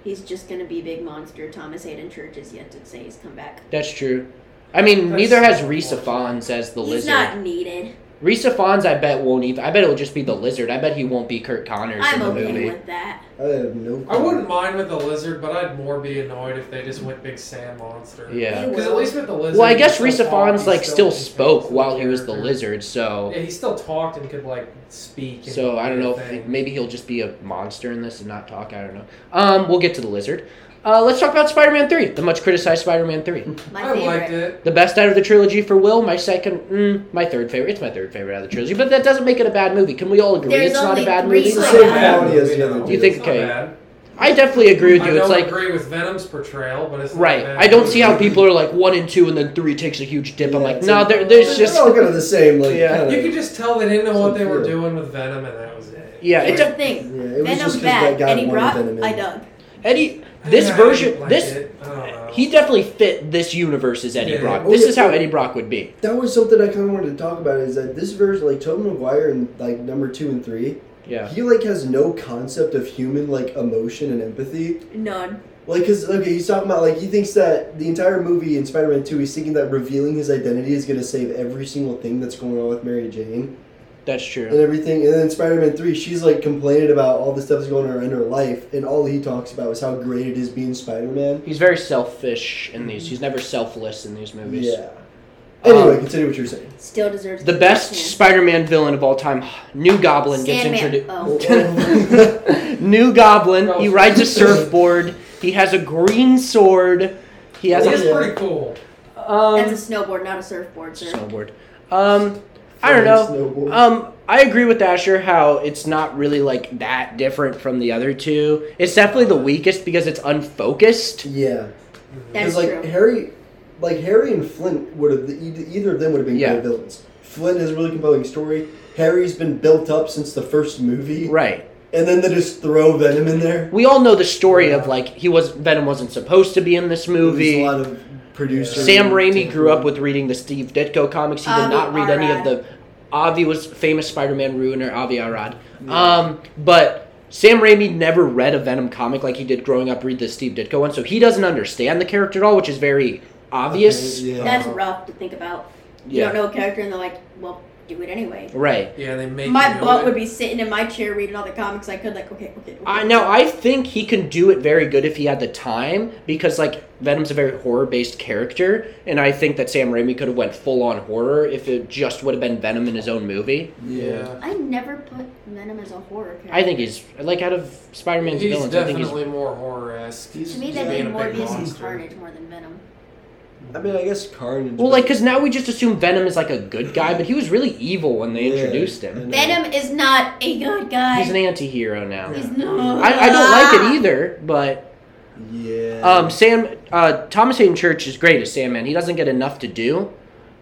Speaker 4: He's just gonna be a big monster. Thomas Hayden Church is yet to say he's come back.
Speaker 1: That's true. I mean,
Speaker 2: That's
Speaker 1: neither has
Speaker 2: so
Speaker 1: Risa
Speaker 2: unfortunate.
Speaker 1: Fons as the
Speaker 4: he's
Speaker 1: lizard.
Speaker 4: not needed.
Speaker 1: Risa Fons, I bet won't even. I bet it'll just be the lizard. I bet he won't be Kurt Connors in
Speaker 4: I'm
Speaker 1: the
Speaker 4: okay
Speaker 1: movie.
Speaker 4: with that.
Speaker 3: I have no. Clue.
Speaker 2: I wouldn't mind with the lizard, but I'd more be annoyed if they just went big Sam monster.
Speaker 1: Yeah.
Speaker 2: Because at least with the lizard,
Speaker 1: Well, I guess
Speaker 2: he still
Speaker 1: Risa
Speaker 2: talked,
Speaker 1: Fons
Speaker 2: he
Speaker 1: like still
Speaker 2: became
Speaker 1: spoke
Speaker 2: the
Speaker 1: while he was the
Speaker 2: character.
Speaker 1: lizard, so
Speaker 2: Yeah, he still talked and could like speak. And
Speaker 1: So I don't know.
Speaker 2: everything.
Speaker 1: If, maybe he'll just be a monster in this and not talk. I don't know. Um, we'll get to the lizard. Uh, let's talk about Spider-Man Three, the much criticized Spider-Man Three,
Speaker 4: My
Speaker 2: I
Speaker 4: favorite.
Speaker 2: liked it.
Speaker 1: the best out of the trilogy for Will. My second, mm, my third favorite. It's my third favorite out of the trilogy, but that doesn't make it a bad movie. Can we all agree
Speaker 4: There's
Speaker 1: it's not a
Speaker 4: only
Speaker 1: bad
Speaker 4: three
Speaker 1: movie?
Speaker 3: It's the
Speaker 4: Like
Speaker 3: same
Speaker 4: that.
Speaker 3: quality as the other
Speaker 1: You
Speaker 3: two.
Speaker 1: think-
Speaker 2: It's not
Speaker 1: okay.
Speaker 2: bad.
Speaker 1: I definitely agree with
Speaker 2: I
Speaker 1: you. It's
Speaker 2: don't
Speaker 1: like
Speaker 2: agree with Venom's portrayal, but it's not
Speaker 1: right.
Speaker 2: Venom.
Speaker 1: I don't see how people are like one and two, and then three takes a huge dip. I'm
Speaker 3: Yeah,
Speaker 1: like,
Speaker 3: it's
Speaker 1: no,
Speaker 3: like-
Speaker 1: there, there's
Speaker 3: They're
Speaker 1: just
Speaker 3: all kind of the same. Like,
Speaker 1: Yeah.
Speaker 3: kinda-
Speaker 2: You could just tell they didn't know what they were
Speaker 3: Sure.
Speaker 2: doing with Venom, and that was it.
Speaker 1: yeah. It
Speaker 4: Here's
Speaker 1: def-
Speaker 4: the thing.
Speaker 3: Yeah, it was
Speaker 4: Venom
Speaker 3: just 'cause
Speaker 4: bad,
Speaker 3: that guy
Speaker 4: and he
Speaker 3: wanted
Speaker 4: brought
Speaker 3: Venom in.
Speaker 4: I dug.
Speaker 1: Eddie, this
Speaker 2: Yeah, I
Speaker 1: version,
Speaker 2: didn't like
Speaker 1: this
Speaker 2: it. I don't know.
Speaker 1: he definitely fit this universe as Eddie
Speaker 2: Yeah.
Speaker 1: Brock.
Speaker 3: Oh,
Speaker 1: This
Speaker 3: yeah.
Speaker 1: is how Eddie Brock would be.
Speaker 3: That was something I kind of wanted to talk about. Is that this version, like Tobey Maguire, and like number two and three,
Speaker 1: Yeah.
Speaker 3: he like has no concept of human like emotion and empathy.
Speaker 4: None.
Speaker 3: Like, cause okay, he's talking about like he thinks that the entire movie in Spider-Man Two, he's thinking that revealing his identity is gonna save every single thing that's going on with Mary Jane
Speaker 1: That's
Speaker 3: and
Speaker 1: true.
Speaker 3: everything. And then Spider-Man Three, she's like complaining about all the stuff that's going on in her life, and all he talks about is how great it is being Spider-Man.
Speaker 1: He's very selfish in these. He's never selfless in these movies.
Speaker 3: Yeah. Anyway,
Speaker 1: Um,
Speaker 3: continue what you're saying.
Speaker 4: Still deserves
Speaker 1: The
Speaker 4: to be
Speaker 1: best
Speaker 4: Batman.
Speaker 1: Spider-Man villain of all time, New Goblin gets
Speaker 4: Sandman.
Speaker 1: introduced.
Speaker 4: Oh.
Speaker 1: New Goblin. He
Speaker 2: Oh.
Speaker 1: rides a surfboard. He has a green sword. He has
Speaker 2: He
Speaker 1: a
Speaker 2: is pretty cool.
Speaker 1: um,
Speaker 4: That's a snowboard, not a surfboard, sir.
Speaker 1: snowboard. Um, I don't know.
Speaker 3: Snowboard.
Speaker 1: Um, I agree with Asher how it's not really like that different from the other two. It's definitely the weakest because it's unfocused.
Speaker 3: yeah. Because
Speaker 4: That's
Speaker 3: like
Speaker 4: true.
Speaker 3: Harry, like Harry and Flint would have e- either of them would have been
Speaker 1: Yeah.
Speaker 3: great villains. Flint has a really compelling story. Harry's been built up since the first movie,
Speaker 1: Right.
Speaker 3: and then they just throw Venom in there.
Speaker 1: We all know the story of like he was Venom wasn't supposed to be in this
Speaker 3: There's
Speaker 1: movie.
Speaker 3: a lot of producers.
Speaker 1: Sam Raimi grew up with reading the Steve Ditko comics. He did
Speaker 4: Avi
Speaker 1: not read any of
Speaker 4: Arad.
Speaker 1: the. Avi was famous Spider-Man ruiner Avi Arad. Um, but Sam Raimi never read a Venom comic like he did growing up. Read the Steve Ditko one, so he doesn't understand the character at all, which is very obvious.
Speaker 3: Yeah.
Speaker 4: That's rough to think about. You don't know a character, and they're like, well, do it anyway.
Speaker 1: Right.
Speaker 2: Yeah, they make
Speaker 4: My
Speaker 2: you
Speaker 4: butt
Speaker 2: do
Speaker 4: would
Speaker 2: it.
Speaker 4: be sitting in my chair reading all the comics I could, like, okay, okay. okay.
Speaker 1: I now I think he can do it very good if he had the time because like Venom's a very horror based character and I think that Sam Raimi could have went full on horror if it just would have been Venom in his own movie.
Speaker 3: Yeah.
Speaker 4: I never put Venom as a horror character.
Speaker 1: I think he's like out of Spider Man's
Speaker 2: he's
Speaker 1: villains. I think
Speaker 2: definitely
Speaker 1: he's
Speaker 2: more horror esque.
Speaker 4: To me, that'd
Speaker 2: being
Speaker 4: be
Speaker 2: a big
Speaker 4: Morbius and
Speaker 2: monster.
Speaker 4: Carnage more than Venom.
Speaker 3: I mean, I guess Carnage.
Speaker 1: well, like because now we just assume Venom is like a good guy, but he was really evil when they
Speaker 3: Yeah,
Speaker 1: introduced
Speaker 3: I
Speaker 1: him.
Speaker 3: know.
Speaker 4: Venom is not a good guy.
Speaker 1: He's an anti-hero now.
Speaker 4: He's not.
Speaker 1: I, I don't like
Speaker 4: Ah.
Speaker 1: it either, but
Speaker 3: Yeah.
Speaker 1: Um, Sam uh, Thomas Hayden Church is great as Sandman. He doesn't get enough to do.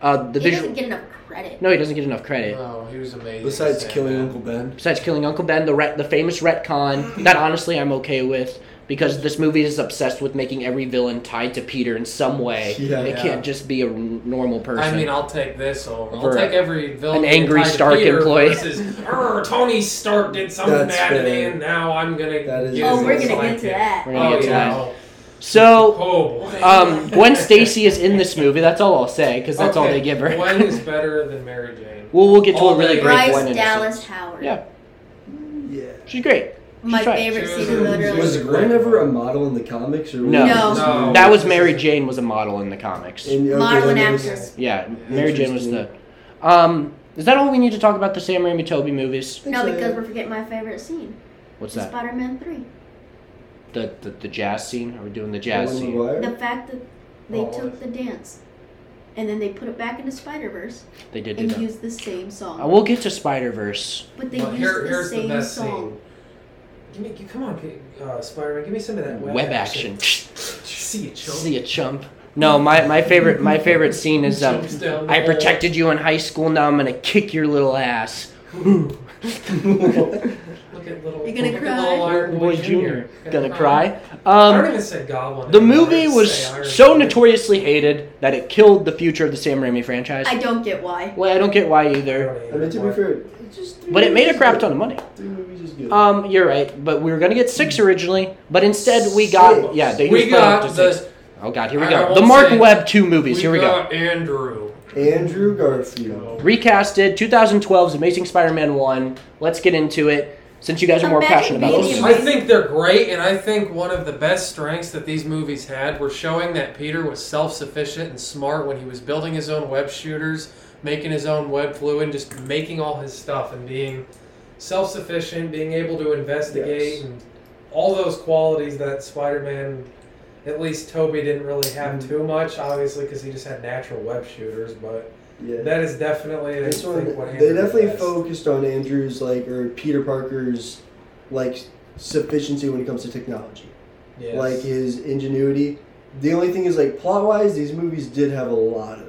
Speaker 1: Uh, the
Speaker 4: He
Speaker 1: visual.
Speaker 4: doesn't get enough credit.
Speaker 1: No, he doesn't get enough credit.
Speaker 2: No, he was amazing.
Speaker 3: Besides killing
Speaker 2: Sandman.
Speaker 3: Uncle Ben.
Speaker 1: Besides killing Uncle Ben, the ret- the famous retcon that honestly I'm okay with because this movie is obsessed with making every villain tied to Peter in some way.
Speaker 3: Yeah.
Speaker 1: it
Speaker 2: Yeah.
Speaker 1: can't just be a n- normal person.
Speaker 2: I mean, I'll take this over. I'll
Speaker 1: Over
Speaker 2: take every villain.
Speaker 1: an angry
Speaker 2: tied to
Speaker 1: Stark
Speaker 2: Peter
Speaker 1: employee.
Speaker 2: Versus, "Arr, Tony Stark did something
Speaker 3: That's
Speaker 2: bad to me,
Speaker 3: fair.
Speaker 2: and now I'm gonna.
Speaker 3: That is-
Speaker 2: get
Speaker 4: Oh, we're
Speaker 2: this
Speaker 4: gonna
Speaker 2: like
Speaker 4: get to
Speaker 1: We're
Speaker 2: it."
Speaker 4: that.
Speaker 1: gonna
Speaker 2: Oh
Speaker 1: get to that.
Speaker 2: yeah.
Speaker 1: so
Speaker 2: Oh boy.
Speaker 1: um, Gwen Stacy is in this movie. That's all I'll say because that's all
Speaker 2: Okay,
Speaker 1: they give her.
Speaker 2: Gwen is better than Mary Jane.
Speaker 1: well, we'll get to a
Speaker 2: all
Speaker 1: really
Speaker 2: they-
Speaker 1: great
Speaker 4: Bryce
Speaker 1: Gwen. in a second.
Speaker 4: Dallas Howard.
Speaker 1: Yeah.
Speaker 3: Yeah.
Speaker 1: she's great.
Speaker 4: My
Speaker 1: She's right.
Speaker 4: favorite
Speaker 2: She was
Speaker 4: scene in
Speaker 2: a-
Speaker 4: literally.
Speaker 3: Was Gwen ever a model in the comics or was
Speaker 1: No.
Speaker 3: it
Speaker 4: No.
Speaker 3: just-
Speaker 2: No.
Speaker 1: That was Mary Jane was Oh, a model in the comics.
Speaker 3: And, okay,
Speaker 4: Model and
Speaker 3: that was-
Speaker 4: actress.
Speaker 1: Yeah, Mary Jane was the.
Speaker 3: Interesting.
Speaker 1: Um, is that all we need to talk about the Sam Raimi Toby movies?
Speaker 4: No,
Speaker 3: So-
Speaker 4: because we're forgetting my favorite scene.
Speaker 1: What's that?
Speaker 4: Spider Man 3.
Speaker 1: The, the the jazz scene? Are we doing the jazz
Speaker 3: Tobey
Speaker 1: scene?
Speaker 3: Maguire?
Speaker 4: The fact that they
Speaker 2: Oh.
Speaker 4: took the dance and then they put it back into Spider Verse
Speaker 1: They did do
Speaker 4: and
Speaker 1: that.
Speaker 4: used the same song.
Speaker 1: Uh, we'll get to Spider Verse.
Speaker 4: But they
Speaker 2: Well,
Speaker 4: used
Speaker 2: here-
Speaker 4: the
Speaker 2: here's the
Speaker 4: same
Speaker 2: best
Speaker 4: song.
Speaker 2: scene. Give me, you- come on, Pete, uh, Spider-Man. Give me some of that web,
Speaker 1: Web action.
Speaker 2: See you, chump.
Speaker 1: See a chump. No, my, my favorite my favorite scene is um,
Speaker 2: Jumps down the
Speaker 1: I
Speaker 2: hole.
Speaker 1: protected you in high school. Now I'm gonna kick your little ass.
Speaker 2: Look at little.
Speaker 4: You gonna
Speaker 2: look at
Speaker 4: cry?
Speaker 2: little Iron
Speaker 1: Iron Boy Junior gonna cry.
Speaker 2: I
Speaker 1: Um,
Speaker 2: don't even say Goblin.
Speaker 1: the
Speaker 2: anymore. I
Speaker 1: movie
Speaker 2: just
Speaker 1: was
Speaker 2: say Iron
Speaker 1: so
Speaker 2: Man.
Speaker 1: notoriously hated that it killed the future of the Sam Raimi franchise.
Speaker 4: I don't get why.
Speaker 1: well, I don't get why
Speaker 2: I
Speaker 1: either.
Speaker 2: don't
Speaker 3: I mean, to be
Speaker 2: anymore.
Speaker 3: fair, it's just three
Speaker 1: But it made a
Speaker 3: movies
Speaker 1: crap
Speaker 3: is
Speaker 1: ton of money.
Speaker 3: good. Three movies is good.
Speaker 1: Um, you're right, but we were gonna get six originally, but instead we got
Speaker 3: Six.
Speaker 1: yeah, they
Speaker 2: We
Speaker 1: just put up
Speaker 2: got
Speaker 1: to
Speaker 2: the.
Speaker 1: six. oh god, here we
Speaker 2: I- I
Speaker 1: go
Speaker 2: won't
Speaker 1: the Mark
Speaker 2: say it.
Speaker 1: Webb two movies. Here we go
Speaker 2: got Andrew.
Speaker 3: Andrew Garfield.
Speaker 2: Go.
Speaker 1: recasted 2012's Amazing Spider-Man one. Let's get into it since you guys are more
Speaker 4: Imagine
Speaker 1: passionate about
Speaker 4: being
Speaker 1: this.
Speaker 4: the
Speaker 2: I think they're great, and I think one of the best strengths that these movies had were showing that Peter was self sufficient and smart when he was building his own web shooters, making his own web fluid, just making all his stuff and being self sufficient, being able to investigate,
Speaker 3: Yes.
Speaker 2: and all those qualities that Spider Man, at least Toby, didn't really
Speaker 3: Mm-hmm.
Speaker 2: have too much, obviously, because he just had natural web shooters, but
Speaker 3: Yeah.
Speaker 2: that is definitely, I
Speaker 3: This one,
Speaker 2: think, what
Speaker 3: they
Speaker 2: Andrew did
Speaker 3: definitely
Speaker 2: best.
Speaker 3: focused on Andrew's like or Peter Parker's like sufficiency when it comes to technology.
Speaker 2: Yes.
Speaker 3: Like his ingenuity. The only thing is like plot wise, these movies did have a lot of.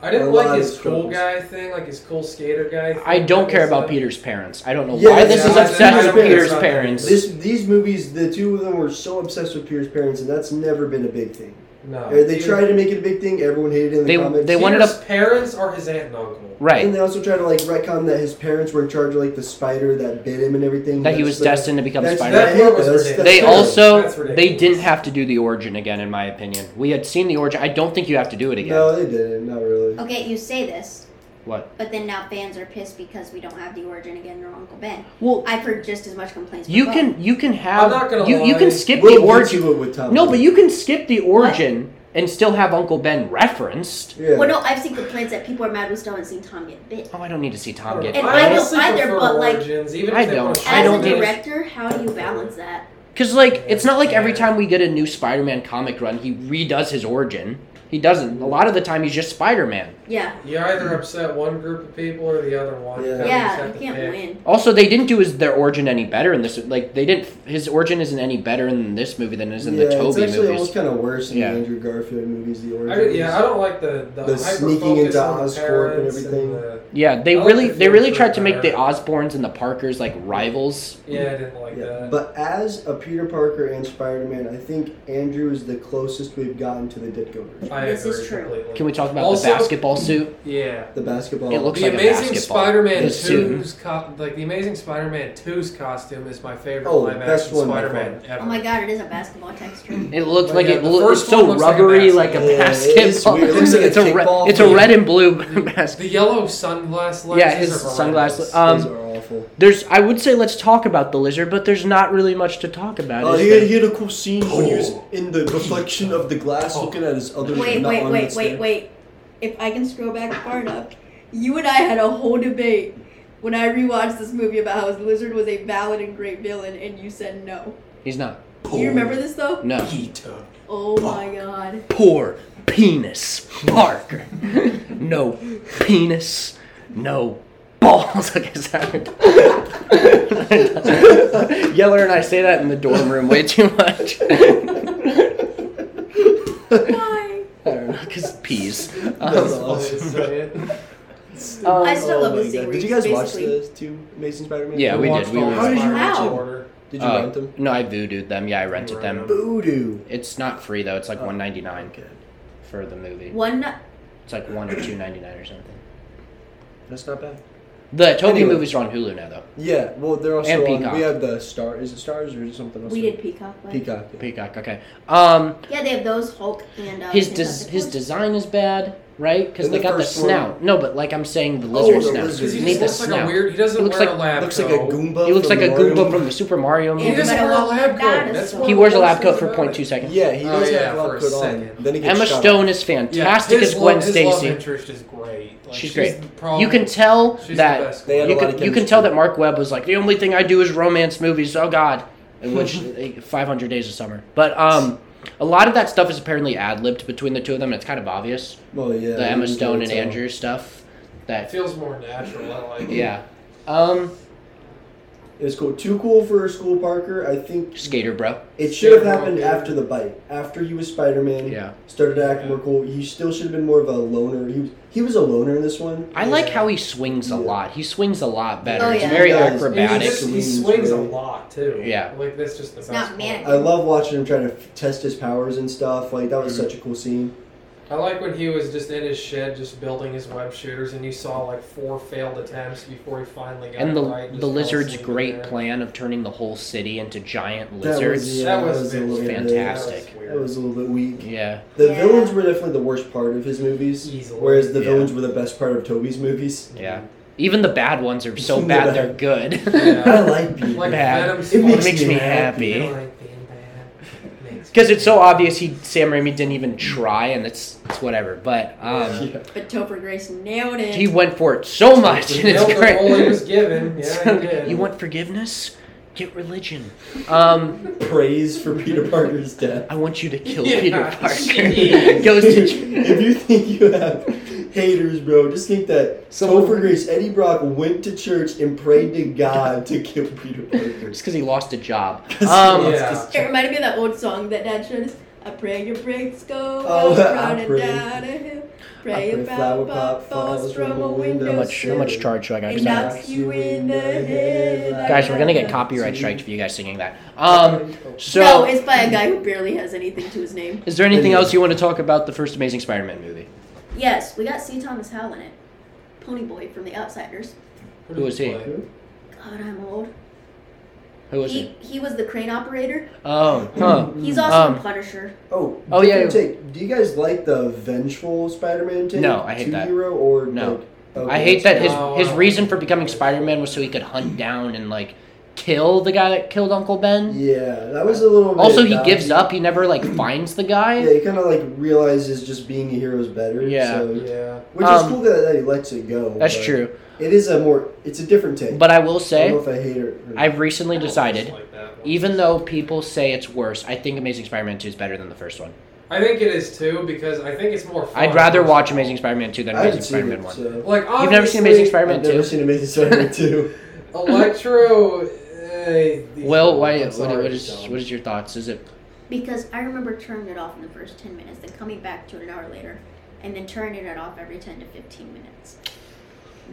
Speaker 2: I didn't
Speaker 3: a lot
Speaker 2: like
Speaker 3: of
Speaker 2: his cool
Speaker 3: struggles.
Speaker 2: guy thing, like his cool skater guy. Thing
Speaker 1: I don't
Speaker 2: That
Speaker 1: care
Speaker 2: was,
Speaker 1: about
Speaker 2: uh,
Speaker 1: Peter's parents. I don't know
Speaker 3: Yeah,
Speaker 1: why this
Speaker 3: yeah,
Speaker 1: is
Speaker 3: I-
Speaker 1: obsessed
Speaker 3: I-
Speaker 1: with
Speaker 3: I-
Speaker 1: Peter's
Speaker 2: I-
Speaker 1: parents.
Speaker 3: This these movies, the two of them were so obsessed with Pierce parents, and that's never been a big thing.
Speaker 2: No,
Speaker 3: Uh, they tried to make it a big thing. Everyone hated it in the
Speaker 1: They-
Speaker 3: comments.
Speaker 1: they
Speaker 2: Peter's
Speaker 1: wanted a-
Speaker 2: parents or his aunt and uncle.
Speaker 3: and
Speaker 1: right.
Speaker 3: they also tried to like retcon that his parents were in charge of like the spider that bit him and everything.
Speaker 1: That he
Speaker 3: That's,
Speaker 1: was
Speaker 3: like,
Speaker 1: destined to become
Speaker 3: that's-
Speaker 1: Spider-Man.
Speaker 2: That part was
Speaker 3: That's-
Speaker 2: ridiculous.
Speaker 3: that's
Speaker 1: they
Speaker 3: terrible.
Speaker 1: also
Speaker 2: That's
Speaker 1: they
Speaker 2: ridiculous.
Speaker 1: didn't have to do the origin again in my opinion we had seen the origin i don't think you have to do it again Uh,
Speaker 3: No, they didn't. Not really.
Speaker 4: Okay, you say this.
Speaker 1: What?
Speaker 4: But then now fans are pissed because we don't have the origin again or Uncle Ben.
Speaker 1: well
Speaker 4: I've heard just as much complaints.
Speaker 1: you
Speaker 4: from both.
Speaker 1: can you can have
Speaker 2: I'm not gonna
Speaker 1: you, you
Speaker 2: lie.
Speaker 1: can skip
Speaker 3: We'll
Speaker 1: the
Speaker 3: get
Speaker 1: origin
Speaker 3: to it with Tom.
Speaker 1: no but you can skip the origin and still have uncle ben referenced
Speaker 3: Yeah.
Speaker 4: Well, no, I've seen complaints that people are mad we still haven't seen Tom get bit.
Speaker 1: oh i don't need to see
Speaker 2: I
Speaker 1: tom
Speaker 2: don't
Speaker 1: get
Speaker 4: And
Speaker 2: know.
Speaker 4: I
Speaker 2: I
Speaker 4: don't
Speaker 2: honestly
Speaker 4: either,
Speaker 2: prefer
Speaker 4: but, like,
Speaker 2: origins, even
Speaker 1: I
Speaker 2: if they
Speaker 1: don't.
Speaker 2: wanna
Speaker 1: I
Speaker 2: show
Speaker 4: As a
Speaker 1: don't
Speaker 2: it.
Speaker 1: think-
Speaker 4: director, how do you balance that?
Speaker 1: because like it's not like every time we get a new spider-man comic run he redoes his origin he doesn't a lot of the time he's just spider-man
Speaker 4: Yeah,
Speaker 2: You either upset one group of people or the other one.
Speaker 3: Yeah.
Speaker 2: You kinda just
Speaker 4: yeah,
Speaker 2: have
Speaker 4: you
Speaker 2: to
Speaker 4: can't
Speaker 2: pick.
Speaker 4: win.
Speaker 1: also they didn't do his their origin any better in this like they didn't his origin isn't any better in this movie than it is in
Speaker 3: yeah,
Speaker 1: the
Speaker 3: it's
Speaker 1: toby
Speaker 3: actually
Speaker 1: movies
Speaker 3: almost kind of worse in
Speaker 1: Yeah.
Speaker 3: the Andrew Garfield movies. The
Speaker 2: I,
Speaker 3: origin.
Speaker 2: don't- yeah, I don't like the the,
Speaker 3: The sneaking
Speaker 2: hyper-focus
Speaker 3: into
Speaker 2: on the
Speaker 3: Oscorp and
Speaker 2: parents
Speaker 3: everything.
Speaker 2: the-
Speaker 1: Yeah, they
Speaker 2: I like
Speaker 1: really
Speaker 2: the
Speaker 1: they really
Speaker 2: future
Speaker 1: tried to make the
Speaker 2: better.
Speaker 1: Osborns and the Parkers like rivals.
Speaker 2: yeah, I didn't like
Speaker 3: Yeah,
Speaker 2: that.
Speaker 3: But as a Peter Parker and Spider-Man, I think Andrew is the closest we've gotten to the Ditko version.
Speaker 2: I
Speaker 4: This is
Speaker 2: agree
Speaker 4: true.
Speaker 2: completely.
Speaker 1: Can we talk about
Speaker 2: Also-
Speaker 1: the basketball suit?
Speaker 2: Yeah.
Speaker 3: The basketball.
Speaker 1: It looks
Speaker 2: the
Speaker 1: like a
Speaker 2: Amazing
Speaker 1: basketball.
Speaker 2: Spider-Man
Speaker 1: His suit.
Speaker 2: 2's co- like the Amazing Spider-Man 2's costume is my favorite
Speaker 3: Oh,
Speaker 2: live
Speaker 3: best
Speaker 2: action
Speaker 3: one by
Speaker 2: Spider-Man ever.
Speaker 4: Oh my god, it is a basketball texture.
Speaker 1: It looked
Speaker 2: But
Speaker 1: like
Speaker 2: yeah,
Speaker 1: it
Speaker 2: the
Speaker 1: lo- it's
Speaker 2: first one
Speaker 1: so
Speaker 2: looks like a
Speaker 1: rubbery like a
Speaker 3: basketball. Yeah, it is
Speaker 1: basketball.
Speaker 3: weird. It looks like a
Speaker 1: it's a
Speaker 3: kickball
Speaker 1: re- it's a
Speaker 3: hoop.
Speaker 1: red and blue
Speaker 2: The
Speaker 1: basketball.
Speaker 2: yellow sunglass lenses
Speaker 1: Yeah, his
Speaker 2: are
Speaker 1: sunglass-
Speaker 2: horrendous.
Speaker 1: uh,
Speaker 3: Those
Speaker 1: um,
Speaker 3: are awful.
Speaker 1: There's I would say let's talk about the lizard, but there's not really much to talk about.
Speaker 3: Oh,
Speaker 1: is
Speaker 3: he,
Speaker 1: there?
Speaker 3: he had a cool scene when he was in the reflection of the glass,
Speaker 2: Oh.
Speaker 3: looking at his other.
Speaker 4: Wait,
Speaker 3: not
Speaker 4: wait,
Speaker 3: one
Speaker 4: wait,
Speaker 3: that's
Speaker 4: wait,
Speaker 3: there.
Speaker 4: wait. If I can scroll back far enough, you and I had a whole debate when I rewatched this movie about how his lizard was a valid and great villain, and you said no.
Speaker 1: He's not.
Speaker 4: Do you remember this though?
Speaker 1: No.
Speaker 2: Peter.
Speaker 4: Oh my god.
Speaker 1: Poor penis Parker. no penis. No balls. I guess I Yeller and I say that in the dorm room way too much.
Speaker 4: Why?
Speaker 1: I don't know, cause peas.
Speaker 3: That's
Speaker 1: Um,
Speaker 3: awesome.
Speaker 4: I still
Speaker 3: Oh
Speaker 4: love
Speaker 3: my
Speaker 4: this
Speaker 3: God.
Speaker 4: thing.
Speaker 3: Did you guys watch the two Amazing Spider-Man?
Speaker 1: Yeah, we
Speaker 3: films?
Speaker 1: did. We were-
Speaker 3: How did you
Speaker 4: watch it?
Speaker 3: Did you
Speaker 1: uh,
Speaker 3: rent them?
Speaker 1: no, I voodooed them. Yeah, I rented them.
Speaker 3: Voodoo.
Speaker 1: It's not free though. It's like
Speaker 3: Oh.
Speaker 1: one ninety nine for the movie.
Speaker 4: One.
Speaker 1: It's like one or two ninety nine or something.
Speaker 3: That's not bad.
Speaker 1: The Toby
Speaker 3: Anyway.
Speaker 1: movies are on Hulu now though.
Speaker 3: Yeah, well, they're also
Speaker 1: And
Speaker 3: on.
Speaker 1: Peacock.
Speaker 3: We have the Star. Is it Stars or is it something else?
Speaker 4: We did Peacock. but-
Speaker 3: Peacock. yeah.
Speaker 1: Peacock. Okay. Um,
Speaker 4: Yeah, they have those Hulk and uh,
Speaker 1: his des-
Speaker 4: Fantastic
Speaker 1: his
Speaker 4: Four.
Speaker 1: design is bad, right? Because
Speaker 3: In
Speaker 1: they
Speaker 3: the
Speaker 1: got the
Speaker 3: first one-
Speaker 1: snout. No, but like I'm saying, the lizard
Speaker 3: the
Speaker 1: snout.
Speaker 3: lizard.
Speaker 2: Because he
Speaker 1: You
Speaker 3: He
Speaker 1: need
Speaker 2: just
Speaker 1: the
Speaker 2: looks like a
Speaker 1: snout.
Speaker 2: weird. He doesn't
Speaker 1: He looks
Speaker 2: wear a
Speaker 1: like-
Speaker 2: lab
Speaker 3: Looks
Speaker 2: coat.
Speaker 3: like a Goomba.
Speaker 1: He looks
Speaker 3: from
Speaker 1: like a
Speaker 3: Mario.
Speaker 1: Goomba from the Super Mario
Speaker 4: Yeah,
Speaker 2: He
Speaker 1: movie.
Speaker 2: doesn't
Speaker 4: but a
Speaker 2: wear a lab coat.
Speaker 4: dinosaur.
Speaker 2: That's one
Speaker 1: He
Speaker 2: of the
Speaker 1: wears a
Speaker 2: worst
Speaker 1: lab coat
Speaker 2: things
Speaker 1: for
Speaker 2: about it.
Speaker 1: 0.2 seconds.
Speaker 3: Yeah, he
Speaker 2: Oh,
Speaker 3: does
Speaker 2: yeah,
Speaker 3: have
Speaker 2: for a
Speaker 3: black coat on.
Speaker 2: second.
Speaker 3: Then he gets
Speaker 1: Emma
Speaker 3: shot
Speaker 1: Stone is
Speaker 2: Yeah,
Speaker 1: fantastic
Speaker 2: his
Speaker 1: as
Speaker 2: lo-
Speaker 1: Gwen
Speaker 2: his love
Speaker 1: Stacy.
Speaker 2: interest is great. Like,
Speaker 1: She's
Speaker 2: the problem.
Speaker 1: You can tell
Speaker 2: She's the
Speaker 1: that
Speaker 2: best
Speaker 3: They had
Speaker 2: one.
Speaker 1: you
Speaker 3: a lot of
Speaker 1: can, you can
Speaker 3: chemistry.
Speaker 1: tell that Mark Webb was like the only thing I do is romance movies. Oh God, And which 500 Days of Summer. But um, a lot of that stuff is apparently ad libbed between the two of them. and It's kind of obvious
Speaker 3: Well, yeah.
Speaker 1: the
Speaker 3: you
Speaker 1: Emma
Speaker 3: can
Speaker 1: Stone and
Speaker 3: tell.
Speaker 1: Andrew stuff.
Speaker 2: It
Speaker 1: That
Speaker 2: feels more natural. I like it.
Speaker 1: yeah, um,
Speaker 3: It was cool. Too cool for School Parker. I think
Speaker 1: skater bro.
Speaker 3: it should have
Speaker 2: Yeah,
Speaker 3: happened
Speaker 2: okay.
Speaker 3: after the bite. After he was Spider Man.
Speaker 1: Yeah.
Speaker 3: Started to act more cool. He still should have been more of a loner. He was, he was a loner in this one.
Speaker 1: I like how he swings a lot. He swings a lot better.
Speaker 4: Oh,
Speaker 1: It's
Speaker 4: yeah.
Speaker 1: very
Speaker 3: He does.
Speaker 2: And
Speaker 1: acrobatic.
Speaker 2: he, just, he swings a lot too.
Speaker 1: Yeah.
Speaker 2: Like that's just the
Speaker 4: It's
Speaker 2: best
Speaker 4: not
Speaker 2: part.
Speaker 4: manic.
Speaker 3: I love watching him try to f- test his powers and stuff. Like that was
Speaker 1: Mm-hmm.
Speaker 3: such a cool scene.
Speaker 2: I like when he was just in his shed, just building his web shooters, and you saw like four failed attempts before he finally got
Speaker 1: and the
Speaker 2: it right. just
Speaker 1: the
Speaker 2: fell
Speaker 1: lizard's
Speaker 2: asleep in
Speaker 1: great
Speaker 2: there.
Speaker 1: plan of turning the whole city into giant
Speaker 3: That
Speaker 1: lizards.
Speaker 3: was, yeah,
Speaker 2: That was
Speaker 3: a little bit-
Speaker 1: fantastic.
Speaker 2: That was
Speaker 3: That was a little bit weak.
Speaker 1: yeah.
Speaker 3: The
Speaker 4: Yeah.
Speaker 3: villains were definitely the worst part of his movies,
Speaker 2: Easily.
Speaker 3: whereas the
Speaker 1: Yeah.
Speaker 3: villains were the best part of Toby's movies.
Speaker 1: Yeah. Even the bad ones are so
Speaker 3: The
Speaker 1: bad
Speaker 3: bad-
Speaker 1: they're good.
Speaker 3: I
Speaker 2: Yeah.
Speaker 3: like
Speaker 2: weird.
Speaker 3: Peter.
Speaker 2: Like
Speaker 1: Bad.
Speaker 2: Venom
Speaker 3: It
Speaker 1: It
Speaker 2: swallowed-
Speaker 1: makes me
Speaker 2: You
Speaker 1: happy.
Speaker 2: don't like being bad. It makes
Speaker 1: Because
Speaker 2: me
Speaker 1: it's so
Speaker 2: happy.
Speaker 1: obvious he Sam Raimi didn't even try and it's it's whatever. But um
Speaker 3: Yeah.
Speaker 4: But Topher Grace nailed it.
Speaker 1: he went for it so much and it's
Speaker 2: Nailed the role he was
Speaker 1: great.
Speaker 2: given. Yeah,
Speaker 1: So,
Speaker 2: he did.
Speaker 1: you want forgiveness? Get religion. Um
Speaker 3: Praise for Peter Parker's death.
Speaker 1: I want you to kill
Speaker 2: Yeah,
Speaker 1: Peter Parker.
Speaker 2: jeez.
Speaker 1: Goes to
Speaker 3: if you think you have Haters, bro. Just think that
Speaker 1: Someone-
Speaker 3: Topher Grace, Eddie Brock went to church and prayed to God to kill Peter Parker.
Speaker 1: Just because he lost a job.
Speaker 3: 'Cause he
Speaker 1: Um,
Speaker 3: lost
Speaker 2: Yeah.
Speaker 3: his
Speaker 4: It
Speaker 3: job.
Speaker 4: reminded me of that old song that Dad showed us. I pray your brakes go
Speaker 3: Oh,
Speaker 4: out,
Speaker 3: I
Speaker 4: running
Speaker 3: pray.
Speaker 4: down a hill. Pray,
Speaker 3: I pray flower
Speaker 4: about
Speaker 3: pot
Speaker 4: pop falls from a window
Speaker 1: how much how much charge do I got?
Speaker 4: And
Speaker 1: Just
Speaker 4: now-
Speaker 1: now?
Speaker 4: knocks you in the head.
Speaker 1: Guys, we're gonna get copyright striked for you guys singing that. Um,
Speaker 3: Oh,
Speaker 1: so
Speaker 4: no, it's by a guy who barely has anything to his name.
Speaker 1: is there anything
Speaker 3: Anyway.
Speaker 1: else you want to talk about the first Amazing Spider-Man movie?
Speaker 4: Yes, we got C. Thomas Howell in it. Pony Boy from The Outsiders.
Speaker 1: Who is he?
Speaker 4: God, I'm old.
Speaker 1: Who was
Speaker 4: He,
Speaker 1: it?
Speaker 4: he was the crane operator.
Speaker 1: Oh, huh.
Speaker 4: He's also
Speaker 1: Um,
Speaker 4: in Punisher.
Speaker 3: Oh,
Speaker 1: Oh, yeah,
Speaker 3: different Take. Do you guys like the vengeful Spider-Man take?
Speaker 1: No, I hate that.
Speaker 3: Hero or
Speaker 1: No.
Speaker 3: like- okay, uh,
Speaker 1: I hate that his
Speaker 2: No, I
Speaker 1: his
Speaker 2: don't-
Speaker 1: reason for becoming Spider-Man was so he could hunt down and like kill the guy that killed Uncle Ben.
Speaker 3: Yeah, that was a little. bit
Speaker 1: Also, he
Speaker 3: bad.
Speaker 1: gives up. He never like finds the
Speaker 3: Yeah,
Speaker 1: guy.
Speaker 3: he kind of like realizes just being a hero is better.
Speaker 1: Yeah.
Speaker 3: so-
Speaker 2: Yeah.
Speaker 3: which
Speaker 1: Um,
Speaker 3: is cool that, that he lets it go.
Speaker 1: That's
Speaker 3: but
Speaker 1: true.
Speaker 3: It is a more. It's a different take.
Speaker 1: But I will
Speaker 3: I
Speaker 1: say,
Speaker 3: don't know if I hate it. Or
Speaker 1: I've recently
Speaker 2: I don't
Speaker 1: decided
Speaker 2: like that one.
Speaker 1: Even though people say it's worse, I think Amazing Spider-Man 2 is better than the first one.
Speaker 2: I think it is too because I think it's more. Fun
Speaker 1: I'd rather
Speaker 2: first
Speaker 1: watch
Speaker 2: of all.
Speaker 1: Amazing Spider-Man 2 than
Speaker 3: I
Speaker 1: Amazing
Speaker 3: haven't seen
Speaker 1: Spider-Man 1.
Speaker 3: it. So.
Speaker 2: Like
Speaker 1: You've never seen Amazing Spider-Man
Speaker 3: I've never
Speaker 1: 2?
Speaker 3: seen Amazing Spider-Man two.
Speaker 2: Electro. eh, these
Speaker 1: Well,
Speaker 2: people,
Speaker 1: why,
Speaker 2: I'm
Speaker 1: what,
Speaker 2: sorry,
Speaker 1: what, is,
Speaker 2: so-
Speaker 1: what is your thoughts? Is it
Speaker 4: Because I remember turning it off in the first 10 minutes, then coming back to it an hour later, and then turning it off every 10 to 15 minutes.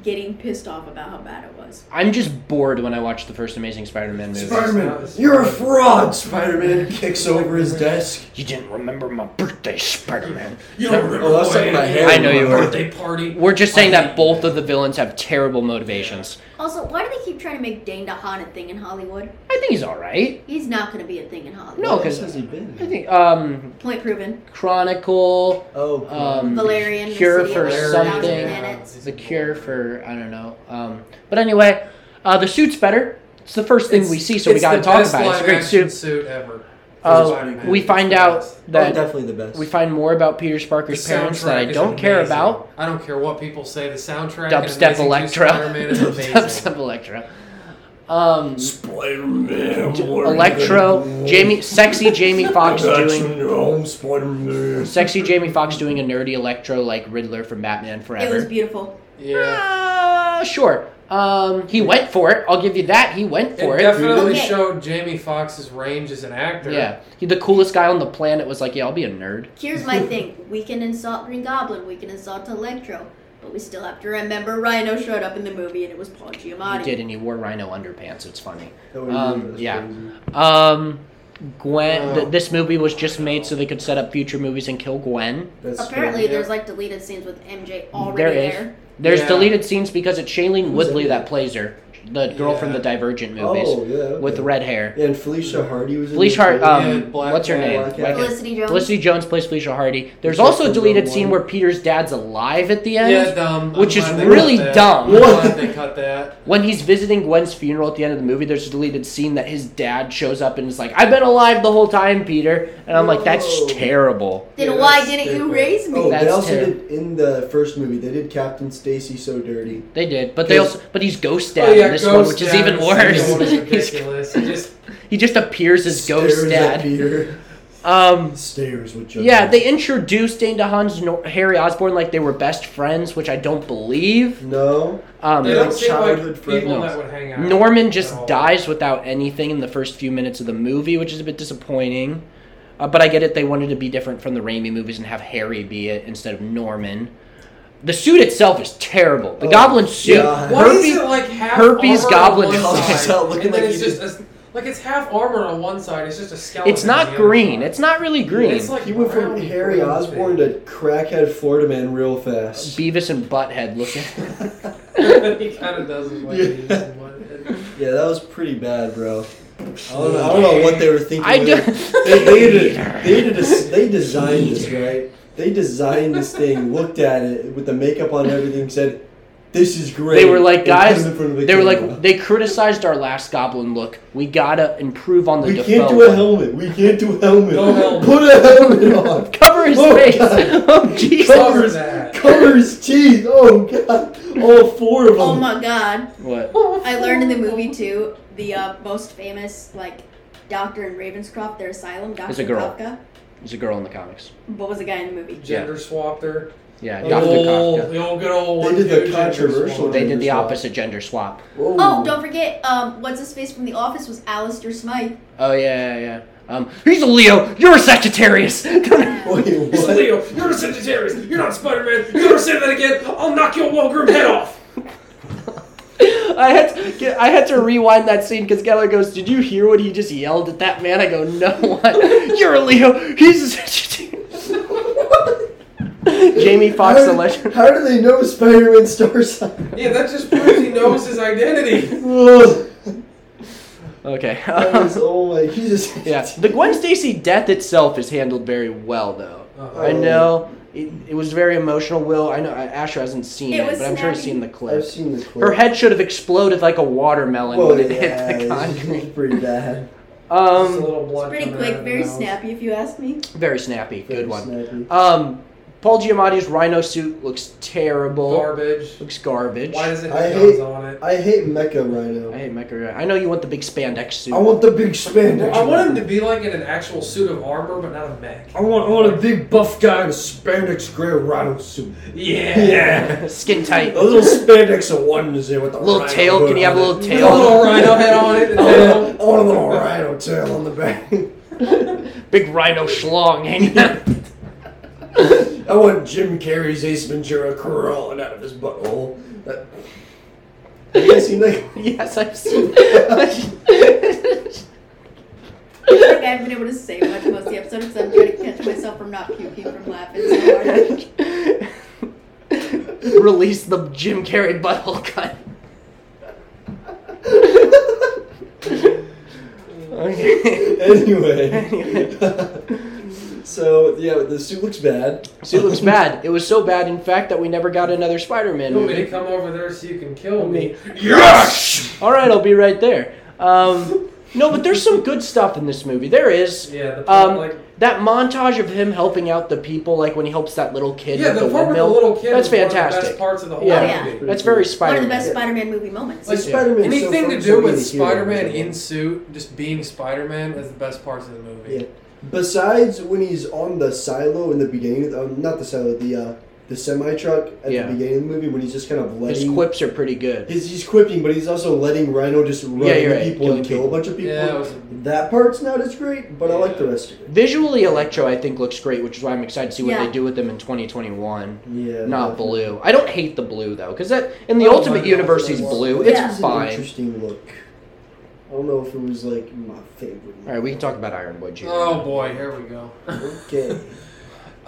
Speaker 4: Getting pissed off about how bad it was.
Speaker 1: I'm just bored when I watch the first Amazing Spider-Man movie.
Speaker 3: Spider-Man, you're a fraud. Spider-Man kicks over his desk.
Speaker 1: You didn't remember my birthday, Spider-Man.
Speaker 2: You don't remember
Speaker 3: Oh, that's
Speaker 2: what I
Speaker 3: something I
Speaker 2: had
Speaker 3: hate.
Speaker 1: I know
Speaker 2: at
Speaker 1: you
Speaker 2: my
Speaker 1: were.
Speaker 2: birthday party.
Speaker 1: We're just
Speaker 2: I
Speaker 1: saying
Speaker 2: hate
Speaker 1: that both
Speaker 2: you.
Speaker 1: of the villains have terrible motivations.
Speaker 4: Also, why do they keep trying to make Dane DeHaan a thing in Hollywood?
Speaker 1: I think he's all right.
Speaker 4: He's not going to be a thing in Hollywood.
Speaker 1: No,
Speaker 3: Where else
Speaker 1: 'cause-
Speaker 3: has he
Speaker 1: I
Speaker 3: been?
Speaker 1: think um,
Speaker 4: Point proven.
Speaker 1: Chronicle,
Speaker 3: Oh, cool.
Speaker 1: um,
Speaker 4: Valerian.
Speaker 1: Cure
Speaker 4: the
Speaker 1: for
Speaker 4: city of
Speaker 2: Valerian,
Speaker 4: a thousand
Speaker 1: something.
Speaker 2: yeah.
Speaker 4: planets.
Speaker 1: the cure for I don't know. Um, but anyway, uh, the suit's better. It's the first thing
Speaker 2: It's-
Speaker 1: we see, so we
Speaker 2: it's
Speaker 1: gotta
Speaker 2: the
Speaker 1: talk
Speaker 2: best
Speaker 1: about it. It's a great
Speaker 2: live-action
Speaker 1: suit.
Speaker 2: suit ever.
Speaker 1: Uh,
Speaker 2: Spider-Man.
Speaker 1: we find out
Speaker 3: oh,
Speaker 1: that
Speaker 3: definitely the best.
Speaker 1: we find more about Peter
Speaker 2: The
Speaker 1: Parker's parents that I
Speaker 2: soundtrack is
Speaker 1: don't care
Speaker 2: amazing.
Speaker 1: about.
Speaker 2: I don't care what people say. The soundtrack. in
Speaker 1: Dubstep
Speaker 2: Amazing
Speaker 1: Electra.
Speaker 2: Spider-Man is amazing.
Speaker 1: Dubstep Electra. Um,
Speaker 5: Spider-Man.
Speaker 1: Electro, Jamie, sexy Jamie Foxx doing,
Speaker 5: home, Spider-Man.
Speaker 1: sexy Jamie Foxx doing a nerdy Electro like Riddler from Batman
Speaker 4: It was
Speaker 1: Forever.
Speaker 4: beautiful.
Speaker 2: Yeah.
Speaker 1: Uh, sure. Um, he went for it. I'll give you that. He went
Speaker 2: It
Speaker 1: for it.
Speaker 2: definitely
Speaker 4: Okay.
Speaker 2: showed Jamie Foxx's range as an actor.
Speaker 1: Yeah, he, the coolest guy on the planet was like, "Yeah, I'll be a nerd."
Speaker 4: Here's my thing we can insult Green Goblin, we can insult Electro, but we still have to remember Rhino showed up in the movie and it was Paul Giamatti.
Speaker 1: He did, and he wore rhino underpants. It's funny.
Speaker 3: That way you
Speaker 1: um,
Speaker 3: know that's
Speaker 1: yeah.
Speaker 3: crazy.
Speaker 1: Um, Gwen. Th-
Speaker 2: Wow.
Speaker 1: this movie was just made so they could set up future movies and kill Gwen.
Speaker 3: That's
Speaker 4: Apparently,
Speaker 3: crazy.
Speaker 4: there's like deleted scenes with MJ already
Speaker 1: There
Speaker 4: there.
Speaker 1: is. There's
Speaker 2: Yeah.
Speaker 1: deleted scenes because it's Shailene
Speaker 3: Who's
Speaker 1: Woodley
Speaker 3: that?
Speaker 1: that plays her, the girl from
Speaker 2: Yeah.
Speaker 1: the Divergent movies
Speaker 3: Oh, yeah. Okay.
Speaker 1: with red hair.
Speaker 3: Yeah, and Felicia Hardy was in
Speaker 1: Felicia
Speaker 3: this
Speaker 1: Hard.
Speaker 3: too.
Speaker 1: Um,
Speaker 2: Yeah, Black
Speaker 1: what's her
Speaker 2: Cat.
Speaker 1: name?
Speaker 3: Black
Speaker 1: Black
Speaker 3: Cat.
Speaker 1: Cat.
Speaker 4: Felicity Jones.
Speaker 1: Felicity Jones plays Felicia Hardy. There's
Speaker 3: Except
Speaker 1: also a
Speaker 3: for
Speaker 1: deleted
Speaker 3: Rogue
Speaker 1: scene
Speaker 3: One.
Speaker 1: where Peter's dad's alive at the end.
Speaker 2: Yeah, dumb. I'm
Speaker 1: Which is
Speaker 2: glad they
Speaker 1: really
Speaker 2: cut that.
Speaker 1: dumb.
Speaker 2: I'm
Speaker 3: What?
Speaker 2: glad they cut that.
Speaker 1: When he's visiting Gwen's funeral at the end of the movie, there's a deleted scene that his dad shows up and is like, I've been alive the whole time, Peter. And I'm like, that's
Speaker 3: Whoa.
Speaker 1: terrible.
Speaker 4: Then
Speaker 2: Yeah,
Speaker 4: why
Speaker 2: that's
Speaker 4: didn't you
Speaker 2: stupid.
Speaker 4: raise me?
Speaker 3: Oh, they
Speaker 1: That's
Speaker 3: also
Speaker 1: terrible.
Speaker 3: did in the first movie. They did Captain Stacy so dirty.
Speaker 1: They did, but they
Speaker 3: Cause-
Speaker 1: also, but he's ghost
Speaker 2: Oh,
Speaker 1: dad
Speaker 2: yeah,
Speaker 1: in this
Speaker 2: Ghost
Speaker 1: one, which is
Speaker 2: Dad.
Speaker 1: even
Speaker 2: That one is
Speaker 1: worse. He's-
Speaker 2: ridiculous. It just
Speaker 1: he just appears as ghost
Speaker 3: Stares at
Speaker 1: dad.
Speaker 3: Peter.
Speaker 1: Um,
Speaker 3: Stares with judgment.
Speaker 1: yeah, they introduced Dane DeHaan's no- Harry Osborn like they were best friends, which I don't believe.
Speaker 3: No.
Speaker 1: Um,
Speaker 2: They
Speaker 3: like
Speaker 2: don't seem like
Speaker 3: childhood
Speaker 2: people
Speaker 3: friends.
Speaker 2: that would hang out.
Speaker 1: Norman just
Speaker 2: No.
Speaker 1: dies without anything in the first few minutes of the movie, which is a bit disappointing. Uh, but I get it; they wanted to be different from the Raimi movies and have Harry be it instead of Norman. The suit itself is terrible. The
Speaker 3: Oh,
Speaker 1: Goblin suit,
Speaker 3: God.
Speaker 2: Why is
Speaker 1: Herpes-
Speaker 2: it like half
Speaker 1: herpes
Speaker 2: armor
Speaker 1: goblin
Speaker 2: on one
Speaker 3: is-
Speaker 2: side,
Speaker 3: looking
Speaker 2: and then
Speaker 3: like
Speaker 2: it's
Speaker 3: you
Speaker 2: just a, like it's half armor on one side. It's just a skeleton.
Speaker 1: it's
Speaker 2: on
Speaker 1: not
Speaker 2: the other
Speaker 1: green.
Speaker 2: side.
Speaker 1: It's not really green.
Speaker 2: It's like
Speaker 3: He went from
Speaker 2: brown
Speaker 3: Harry
Speaker 2: green
Speaker 3: Osborn to crackhead Florida man real fast.
Speaker 1: Beavis and Butthead looking.
Speaker 2: thing. he kind of does what
Speaker 3: Yeah.
Speaker 2: he is and what-
Speaker 3: Yeah, that was pretty bad, bro. I don't know, I don't know what they were thinking.
Speaker 1: I
Speaker 3: when
Speaker 1: do.
Speaker 3: they- They, they, did, they, did a, they designed this, right? They designed this thing, looked at it with the makeup on and everything, said, This is great.
Speaker 1: They were like,
Speaker 3: and put it
Speaker 1: "Guys,"
Speaker 3: in front of the
Speaker 1: They were
Speaker 3: camera.
Speaker 1: like, they criticized our last Goblin look. We gotta improve on the.
Speaker 3: We
Speaker 1: Defoe
Speaker 3: can't do a
Speaker 1: one.
Speaker 3: helmet. We can't do a helmet.
Speaker 2: No helmet.
Speaker 3: Put a helmet on.
Speaker 1: Cover his
Speaker 3: Oh,
Speaker 1: face.
Speaker 3: God.
Speaker 1: oh Jesus!
Speaker 2: Cover
Speaker 3: Covers,
Speaker 2: that.
Speaker 3: covers teeth. Oh god, all four of them.
Speaker 4: Oh my god.
Speaker 1: What?
Speaker 4: I learned in the movie too, the uh, most famous, like, doctor in Ravenscroft, their asylum, Dr.
Speaker 1: a girl.
Speaker 4: Kafka.
Speaker 1: There's a girl in the comics.
Speaker 4: What was the guy in the movie?
Speaker 2: Gender swapped her.
Speaker 1: Yeah,
Speaker 3: Oh.
Speaker 2: The
Speaker 1: Dr.
Speaker 2: old,
Speaker 1: Kafka.
Speaker 2: the old good old
Speaker 3: They
Speaker 2: one.
Speaker 3: did the
Speaker 2: dude, gender
Speaker 3: controversial
Speaker 2: swap.
Speaker 3: one.
Speaker 1: They did the
Speaker 3: Swap.
Speaker 1: opposite gender swap.
Speaker 3: Whoa.
Speaker 4: Oh, don't forget, um, what's his face from The Office was Alistair Smythe.
Speaker 1: Oh yeah, yeah, yeah. Um, he's a Leo. You're a Sagittarius.
Speaker 3: Wait,
Speaker 2: He's
Speaker 3: what?
Speaker 2: Leo. You're a Sagittarius. You're not Spider Man. You ever say that again? I'll knock your well-groomed head off.
Speaker 1: I had to, get- I had to rewind that scene because Geller goes, "Did you hear what he just yelled at that man?" I go, "No, what? You're a Leo. He's a Sagittarius." Jamie Foxx,
Speaker 3: how,
Speaker 1: the
Speaker 3: did-
Speaker 1: legend.
Speaker 3: How do they know Spider-Man star sign?
Speaker 2: Yeah, that just proves he knows his identity.
Speaker 3: Ugh.
Speaker 1: Okay.
Speaker 3: That was- oh my, he just
Speaker 1: yeah, the Gwen Stacy death itself is handled very well, though. I
Speaker 3: Um,
Speaker 1: know it, it was very emotional. Will I know I- Asher hasn't seen
Speaker 4: It
Speaker 1: it,
Speaker 4: was
Speaker 1: but I'm sure he's
Speaker 4: snappy.
Speaker 1: seen the clip.
Speaker 3: I've seen the clip.
Speaker 1: Her head should have exploded like a watermelon
Speaker 3: Well,
Speaker 1: when it
Speaker 3: yeah,
Speaker 1: hit the
Speaker 3: it's-
Speaker 1: concrete.
Speaker 3: It's pretty bad.
Speaker 2: Just a
Speaker 1: Um,
Speaker 2: little
Speaker 4: It's
Speaker 2: blood
Speaker 4: pretty
Speaker 2: coming out
Speaker 4: quick,
Speaker 2: of
Speaker 4: very
Speaker 2: the mouth.
Speaker 4: snappy, if you ask me.
Speaker 1: very snappy. Good one.
Speaker 3: Snappy.
Speaker 1: Um, Paul Giamatti's rhino suit looks terrible.
Speaker 2: Garbage.
Speaker 1: Looks garbage.
Speaker 2: Why does it
Speaker 3: I
Speaker 2: have
Speaker 3: hate-
Speaker 2: guns on it?
Speaker 3: I hate Mecha
Speaker 1: I
Speaker 3: Rhino.
Speaker 1: hate Micro. I know you want the big spandex suit.
Speaker 3: I want the big spandex.
Speaker 2: I want him to be like in an actual suit of armor, but not a mech.
Speaker 3: I want, I want a big buff guy in a spandex gray rhino suit.
Speaker 2: Yeah.
Speaker 3: Yeah.
Speaker 1: skin tight.
Speaker 3: A little spandex of oneness there with a
Speaker 1: Little
Speaker 3: rhino
Speaker 1: tail.
Speaker 3: hood
Speaker 1: Can you have a
Speaker 3: on
Speaker 1: little
Speaker 3: it.
Speaker 2: A
Speaker 1: tail?
Speaker 2: little rhino head on it. and
Speaker 3: I want
Speaker 2: then-
Speaker 3: a- I want a little rhino tail on the back.
Speaker 1: Big rhino schlong hanging out.
Speaker 3: I want Jim Carrey's Ace Ventura crawling out of his butthole. That, you guys seen that?
Speaker 1: yes, I've seen. That.
Speaker 4: I don't think I've been able to say much most of the episode because I'm trying to catch myself from not puking from laughing so hard.
Speaker 1: Release the Jim Carrey butthole cut. okay.
Speaker 3: Anyway. so, yeah, the suit looks bad.
Speaker 1: Suit looks bad. It was so bad, in fact, that we never got another Spider-Man
Speaker 2: You want me to
Speaker 1: movie.
Speaker 2: come over there so you can kill me?
Speaker 1: Me.
Speaker 5: Yes!
Speaker 1: All right, I'll be right there. Um, no, but there's some good stuff in this movie. There is.
Speaker 2: Yeah, the part,
Speaker 1: Um,
Speaker 2: like,
Speaker 1: that montage of him helping out the people, like when he helps that little kid
Speaker 2: yeah,
Speaker 1: with
Speaker 2: the,
Speaker 1: the
Speaker 2: part with the
Speaker 1: windmill.
Speaker 2: little kid
Speaker 1: That's
Speaker 2: is one of the
Speaker 1: fantastic.
Speaker 2: best parts of the whole
Speaker 1: Yeah.
Speaker 4: Oh, yeah.
Speaker 2: movie.
Speaker 1: That's very
Speaker 4: One of the
Speaker 1: Spider-Man.
Speaker 4: best Spider-Man movie moments.
Speaker 2: Like,
Speaker 3: Spider-Man.
Speaker 2: Anything to do with Spider-Man in suit, just being Spider-Man, is the best parts of the movie.
Speaker 3: Yeah. Besides when he's on the silo in the beginning, um, not the silo, the uh, the semi truck at
Speaker 1: Yeah.
Speaker 3: the beginning of the movie when he's just kind of
Speaker 1: His
Speaker 3: letting.
Speaker 1: quips are pretty good.
Speaker 3: He's, he's quipping, but he's also letting Rhino just run
Speaker 1: Yeah, you're
Speaker 3: into
Speaker 1: right,
Speaker 3: people
Speaker 1: killing
Speaker 3: and kill
Speaker 1: people.
Speaker 3: a bunch of people.
Speaker 2: Yeah, it was-
Speaker 3: that part's not as great, but I like the
Speaker 2: Yeah.
Speaker 3: rest of it.
Speaker 1: Visually, Electro I think looks great, which is why I'm excited to see what
Speaker 4: Yeah.
Speaker 1: they do with him in 2021.
Speaker 3: Yeah.
Speaker 1: Not blue. I don't hate the blue though, because that in the
Speaker 3: Oh,
Speaker 2: I don't
Speaker 1: Ultimate
Speaker 2: mind
Speaker 1: Universe
Speaker 2: the
Speaker 1: he's
Speaker 2: blue.
Speaker 1: blue.
Speaker 3: It
Speaker 1: It's
Speaker 4: Yeah.
Speaker 3: was an
Speaker 1: fine.
Speaker 3: interesting look. I don't know if it was like my favorite.
Speaker 1: All right, we can talk about Iron Boy Jr.
Speaker 2: Oh boy, here we go.
Speaker 3: Okay.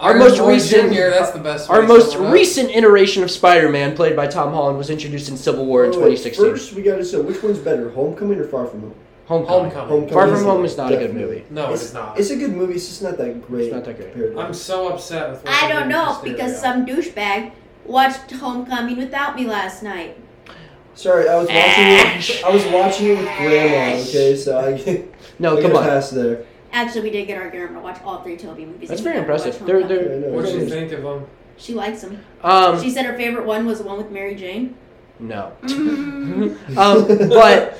Speaker 1: Our
Speaker 2: Iron
Speaker 1: most
Speaker 2: Boy
Speaker 1: recent-
Speaker 2: Jr., that's the best.
Speaker 1: Our
Speaker 2: way to
Speaker 1: most
Speaker 2: sum it up.
Speaker 1: recent iteration of Spider-Man, played by Tom Holland, was introduced in Civil War in
Speaker 3: Oh, wait,
Speaker 1: 2016.
Speaker 3: First, we gotta say which one's better, Homecoming or Far From Home?
Speaker 1: Homecoming.
Speaker 2: Homecoming.
Speaker 3: Homecoming
Speaker 1: Far
Speaker 3: is
Speaker 1: From Home is not a good
Speaker 3: definitely-
Speaker 1: movie.
Speaker 2: No,
Speaker 3: it's,
Speaker 2: it's, not.
Speaker 3: It's a good movie. It's just not that great.
Speaker 1: not that great.
Speaker 3: compared to-
Speaker 2: I'm so upset with. what
Speaker 4: I
Speaker 2: they
Speaker 4: don't
Speaker 2: did
Speaker 4: know
Speaker 2: with Mysterio.
Speaker 4: because some douchebag watched Homecoming without me last night.
Speaker 3: Sorry, I was watching
Speaker 1: Ash.
Speaker 3: it. I was watching it with Grandma. Okay, so I.
Speaker 1: No,
Speaker 3: I
Speaker 1: come
Speaker 3: gotta
Speaker 1: on.
Speaker 3: Pass there.
Speaker 4: Actually, we did get our grandma to watch all three Toby movies.
Speaker 1: That's
Speaker 4: and
Speaker 1: very
Speaker 4: we never
Speaker 1: impressive.
Speaker 4: watched
Speaker 1: They're
Speaker 4: Homecoming.
Speaker 3: Yeah, I
Speaker 1: they're.
Speaker 3: know.
Speaker 2: What did you think of him?
Speaker 4: She likes them.
Speaker 1: Um,
Speaker 4: she said her favorite one was the one with Mary Jane.
Speaker 1: no.
Speaker 3: Mm-hmm.
Speaker 1: um, but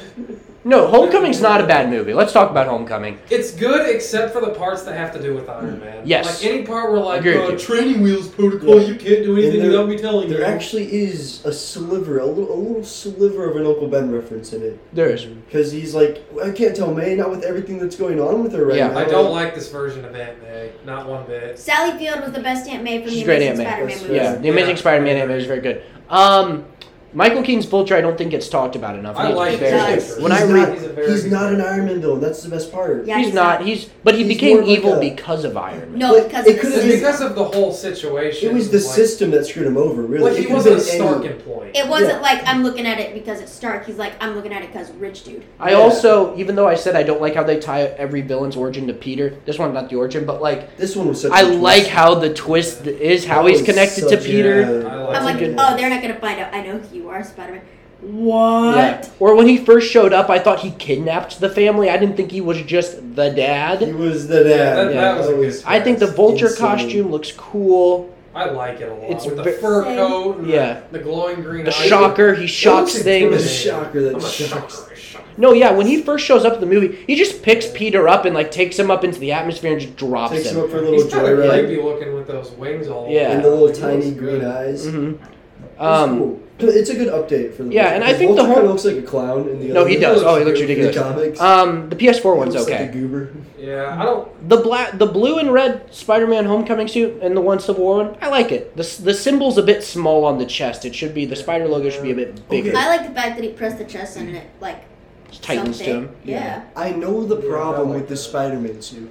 Speaker 1: no, Homecoming's not a bad movie. Let's talk about Homecoming.
Speaker 2: It's good except for the parts that have to do with Iron Man.
Speaker 1: Mm. Yes.
Speaker 2: Like any part where like
Speaker 1: Agree with
Speaker 2: uh,
Speaker 1: you.
Speaker 2: training wheels protocol, you can't do anything
Speaker 3: And there-
Speaker 2: without me telling
Speaker 3: There
Speaker 2: you.
Speaker 3: actually is a sliver, a little, a little sliver of an Uncle Ben reference in it,
Speaker 1: There is.
Speaker 3: because he's like, I can't tell May, not with everything that's going on with her right
Speaker 1: Yeah.
Speaker 3: now.
Speaker 2: I don't like this version of Aunt May. Not one bit.
Speaker 4: Sally Field was the best Aunt May from
Speaker 1: She's
Speaker 4: the
Speaker 1: great
Speaker 4: Amazing
Speaker 1: Aunt
Speaker 3: May.
Speaker 4: Spider-Man
Speaker 3: That's
Speaker 4: movies.
Speaker 1: Yeah, the Amazing
Speaker 2: Yeah.
Speaker 1: Spider-Man anime is very good. Um, Michael Keaton's Vulture, I don't think gets talked about enough.
Speaker 2: I
Speaker 1: He's
Speaker 2: like
Speaker 1: very
Speaker 4: his
Speaker 1: good.
Speaker 4: Vulture.
Speaker 1: When
Speaker 3: he's
Speaker 1: I
Speaker 3: not,
Speaker 1: read,
Speaker 2: He's a very
Speaker 3: he's
Speaker 2: good
Speaker 3: not an
Speaker 2: guy.
Speaker 3: Iron Man villain. That's the best part.
Speaker 4: Yeah,
Speaker 1: he's not. He's but he
Speaker 3: He's
Speaker 1: became
Speaker 3: more like
Speaker 1: evil
Speaker 3: a-
Speaker 1: because of Iron Man.
Speaker 4: No,
Speaker 3: But
Speaker 4: because
Speaker 3: it
Speaker 4: of the
Speaker 3: could've
Speaker 2: It's
Speaker 3: been-
Speaker 4: system.
Speaker 2: because of the whole situation.
Speaker 3: It was the
Speaker 2: like,
Speaker 3: system that screwed him over, really.
Speaker 2: Like
Speaker 3: It
Speaker 2: he
Speaker 3: could've
Speaker 2: wasn't a
Speaker 3: been
Speaker 2: Stark
Speaker 3: any-
Speaker 2: employee.
Speaker 4: It wasn't like I'm looking at it because it's Stark. He's like I'm looking at it because rich dude.
Speaker 1: I
Speaker 3: Yeah.
Speaker 1: also, even though I said I don't like how they tie every villain's origin to Peter, this one not the origin, but like
Speaker 3: This one was such.
Speaker 1: I
Speaker 3: a twist.
Speaker 1: like how the twist is how
Speaker 3: That
Speaker 1: he's
Speaker 3: was
Speaker 1: connected to
Speaker 3: such a-
Speaker 1: Peter.
Speaker 2: I like
Speaker 3: that's
Speaker 4: I'm
Speaker 3: a
Speaker 4: like,
Speaker 3: good
Speaker 4: oh,
Speaker 3: one.
Speaker 4: they're not gonna find out. I know who you are, Spider-Man. What?
Speaker 1: Yeah. Or when he first showed up, I thought he kidnapped the family. I didn't think he was just the
Speaker 3: He
Speaker 1: dad.
Speaker 3: was the dad.
Speaker 2: Yeah, that,
Speaker 1: Yeah.
Speaker 2: that was a good.
Speaker 1: I think the
Speaker 2: twist.
Speaker 1: vulture
Speaker 3: Insane.
Speaker 1: costume looks cool.
Speaker 2: I like it a lot.
Speaker 1: It's
Speaker 2: with the
Speaker 1: ve-
Speaker 2: fur
Speaker 4: Same.
Speaker 2: coat. And
Speaker 1: Yeah.
Speaker 2: The glowing green.
Speaker 1: The
Speaker 2: eyes.
Speaker 1: shocker, he shocks
Speaker 2: intimidating.
Speaker 1: things.
Speaker 3: The shocker that
Speaker 2: I'm a
Speaker 3: shocks.
Speaker 2: shocker.
Speaker 1: No, yeah, when he first shows up in the movie, he just picks Peter up and like takes him up into the atmosphere and just drops
Speaker 3: Takes him
Speaker 1: him.
Speaker 3: up for a
Speaker 2: He's
Speaker 3: little
Speaker 2: kind of
Speaker 3: joyride.
Speaker 2: creepy looking with those wings all.
Speaker 1: Yeah.
Speaker 3: And
Speaker 2: over.
Speaker 3: the little
Speaker 2: He looks
Speaker 3: tiny
Speaker 2: good.
Speaker 3: green eyes.
Speaker 1: Mm-hmm.
Speaker 3: It's
Speaker 1: Um,
Speaker 3: cool. It's a good update for the
Speaker 1: yeah,
Speaker 3: Vulture,
Speaker 1: and I
Speaker 3: 'cause
Speaker 1: think the
Speaker 3: Vulture
Speaker 1: whole-
Speaker 3: kinda looks like a clown in the
Speaker 1: No,
Speaker 3: other
Speaker 1: he
Speaker 3: one.
Speaker 1: does. Oh, he looks
Speaker 3: In
Speaker 1: ridiculous.
Speaker 3: The comics.
Speaker 1: um, the PS4
Speaker 3: He
Speaker 1: one's
Speaker 3: looks
Speaker 1: okay.
Speaker 3: Like a goober.
Speaker 2: Yeah, I don't.
Speaker 1: The black, the blue and red Spider-Man Homecoming suit and the one Civil War one, I like it. The s- the symbol's a bit small on the chest. It should be the spider logo should be a bit bigger.
Speaker 3: Okay.
Speaker 4: I like the fact that he pressed the chest in and it like
Speaker 1: It tightens to
Speaker 4: something.
Speaker 1: him.
Speaker 4: Yeah.
Speaker 3: I know the
Speaker 2: Yeah,
Speaker 3: problem
Speaker 2: I like
Speaker 3: with the
Speaker 2: that.
Speaker 3: Spider-Man suit.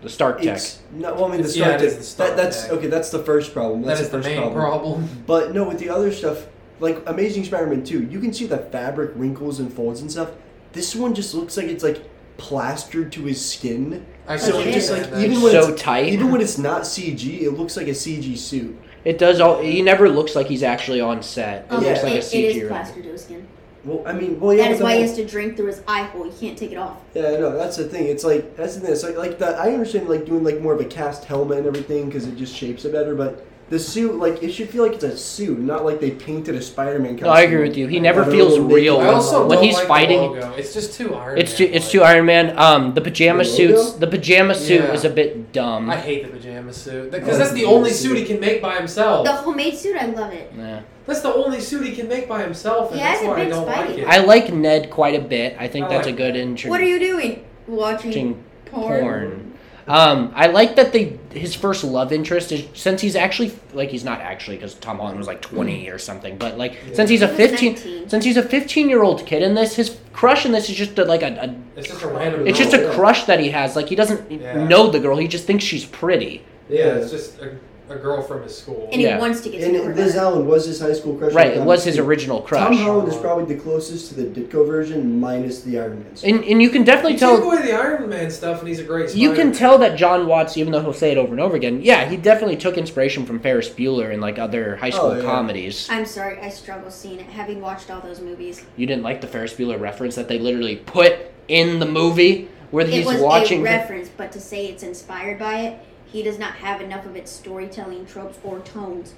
Speaker 1: The Stark tech.
Speaker 3: It's no, well, I mean the
Speaker 2: It's- yeah,
Speaker 3: Stark
Speaker 2: it is
Speaker 3: Tech.
Speaker 2: the Stark
Speaker 3: That- that's
Speaker 2: Tech.
Speaker 3: okay. That's the first problem. That's
Speaker 2: That is the
Speaker 3: first
Speaker 2: main
Speaker 3: problem.
Speaker 2: problem.
Speaker 3: But no, with the other stuff, like Amazing Spider-Man 2, you can see the fabric wrinkles and folds and stuff. This one just looks like it's like plastered to his skin.
Speaker 2: I
Speaker 3: So
Speaker 2: can
Speaker 4: it just,
Speaker 2: see
Speaker 3: like,
Speaker 2: that.
Speaker 3: even
Speaker 1: It's
Speaker 3: when
Speaker 1: so tight.
Speaker 3: Even when it's not CG, it looks like a CG suit.
Speaker 1: It does all. He never looks like he's actually on set. It
Speaker 4: Um,
Speaker 1: looks like
Speaker 4: it-
Speaker 1: a CG.
Speaker 4: it is
Speaker 1: render.
Speaker 4: plastered to his skin.
Speaker 3: Well, I mean, well, yeah.
Speaker 4: that is
Speaker 3: but
Speaker 4: why
Speaker 3: then-
Speaker 4: he has to drink through his eye hole. He can't take it off.
Speaker 3: Yeah, I know. That's the thing. It's like that's the thing. It's like like the I understand like doing like more of a cast helmet and everything because it just shapes it better. But the suit, like it should feel like it's a suit, not like they painted a Spider-Man. Costume.
Speaker 1: No, I agree with you. He never
Speaker 3: Better
Speaker 1: feels
Speaker 3: little naked
Speaker 1: real
Speaker 2: I also
Speaker 1: when
Speaker 2: don't
Speaker 1: he's
Speaker 2: like the
Speaker 1: fighting.
Speaker 2: logo. It's just too Iron.
Speaker 1: It's too,
Speaker 2: Man,
Speaker 1: it's
Speaker 2: like-
Speaker 1: too Iron Man. Um, the pajama
Speaker 3: The logo?
Speaker 1: suits. The pajama suit
Speaker 2: Yeah.
Speaker 1: is a bit dumb.
Speaker 2: I hate the pajama suit
Speaker 3: I
Speaker 2: because
Speaker 3: like
Speaker 2: that's the
Speaker 3: the
Speaker 2: only
Speaker 3: pajama
Speaker 2: suit he can make by
Speaker 1: Oh.
Speaker 2: himself.
Speaker 4: The homemade suit, I love it.
Speaker 1: Nah.
Speaker 2: That's the only suit he can make by himself, and
Speaker 4: Yeah,
Speaker 2: that's
Speaker 4: it's a
Speaker 2: why I
Speaker 4: big
Speaker 2: don't like
Speaker 4: Spidey.
Speaker 2: it.
Speaker 1: I like Ned quite a bit. I
Speaker 3: Oh,
Speaker 1: think
Speaker 2: I
Speaker 1: that's
Speaker 2: like
Speaker 1: a good
Speaker 4: What are
Speaker 1: introduction.
Speaker 4: you doing? Watching porn.
Speaker 1: porn. Um, I like that they his first love interest is since he's actually like he's not actually because Tom Holland was like twenty or something, but like since he's a
Speaker 4: He was
Speaker 1: fifteen
Speaker 4: 19.
Speaker 1: since he's a fifteen year old kid in this, his crush in this is just a, like a, a
Speaker 2: It's just a random.
Speaker 1: It's
Speaker 2: girl.
Speaker 1: just a crush that he has. Like he doesn't
Speaker 2: Yeah.
Speaker 1: know the girl. He just thinks she's pretty.
Speaker 2: Yeah, it's just a, a girl from his school.
Speaker 4: And
Speaker 1: Yeah.
Speaker 4: he wants to get to know her
Speaker 3: And Liz
Speaker 4: better.
Speaker 3: Allen was his high school crush.
Speaker 1: Right.
Speaker 3: on
Speaker 1: It
Speaker 3: Tom
Speaker 1: was his
Speaker 3: Holland.
Speaker 1: original
Speaker 3: Tom
Speaker 1: crush.
Speaker 3: Holland is probably the closest to the Ditko version, minus the Iron Man. suit.
Speaker 1: And and you can definitely
Speaker 2: You take
Speaker 1: tell
Speaker 2: away the Iron Man stuff, and he's a great.
Speaker 1: you can
Speaker 2: Spider-Man.
Speaker 1: tell that John Watts, even though he'll say it over and over again, yeah, he definitely took inspiration from Ferris Bueller and like other high school
Speaker 3: Oh, yeah.
Speaker 1: comedies.
Speaker 4: I'm sorry, I struggle seeing it. Having watched all those movies,
Speaker 1: You didn't like the Ferris Bueller reference that they literally put in the movie where
Speaker 4: it
Speaker 1: he's
Speaker 4: was
Speaker 1: watching.
Speaker 4: a reference, but to say it's inspired by it, he does not have enough of its storytelling tropes or tones.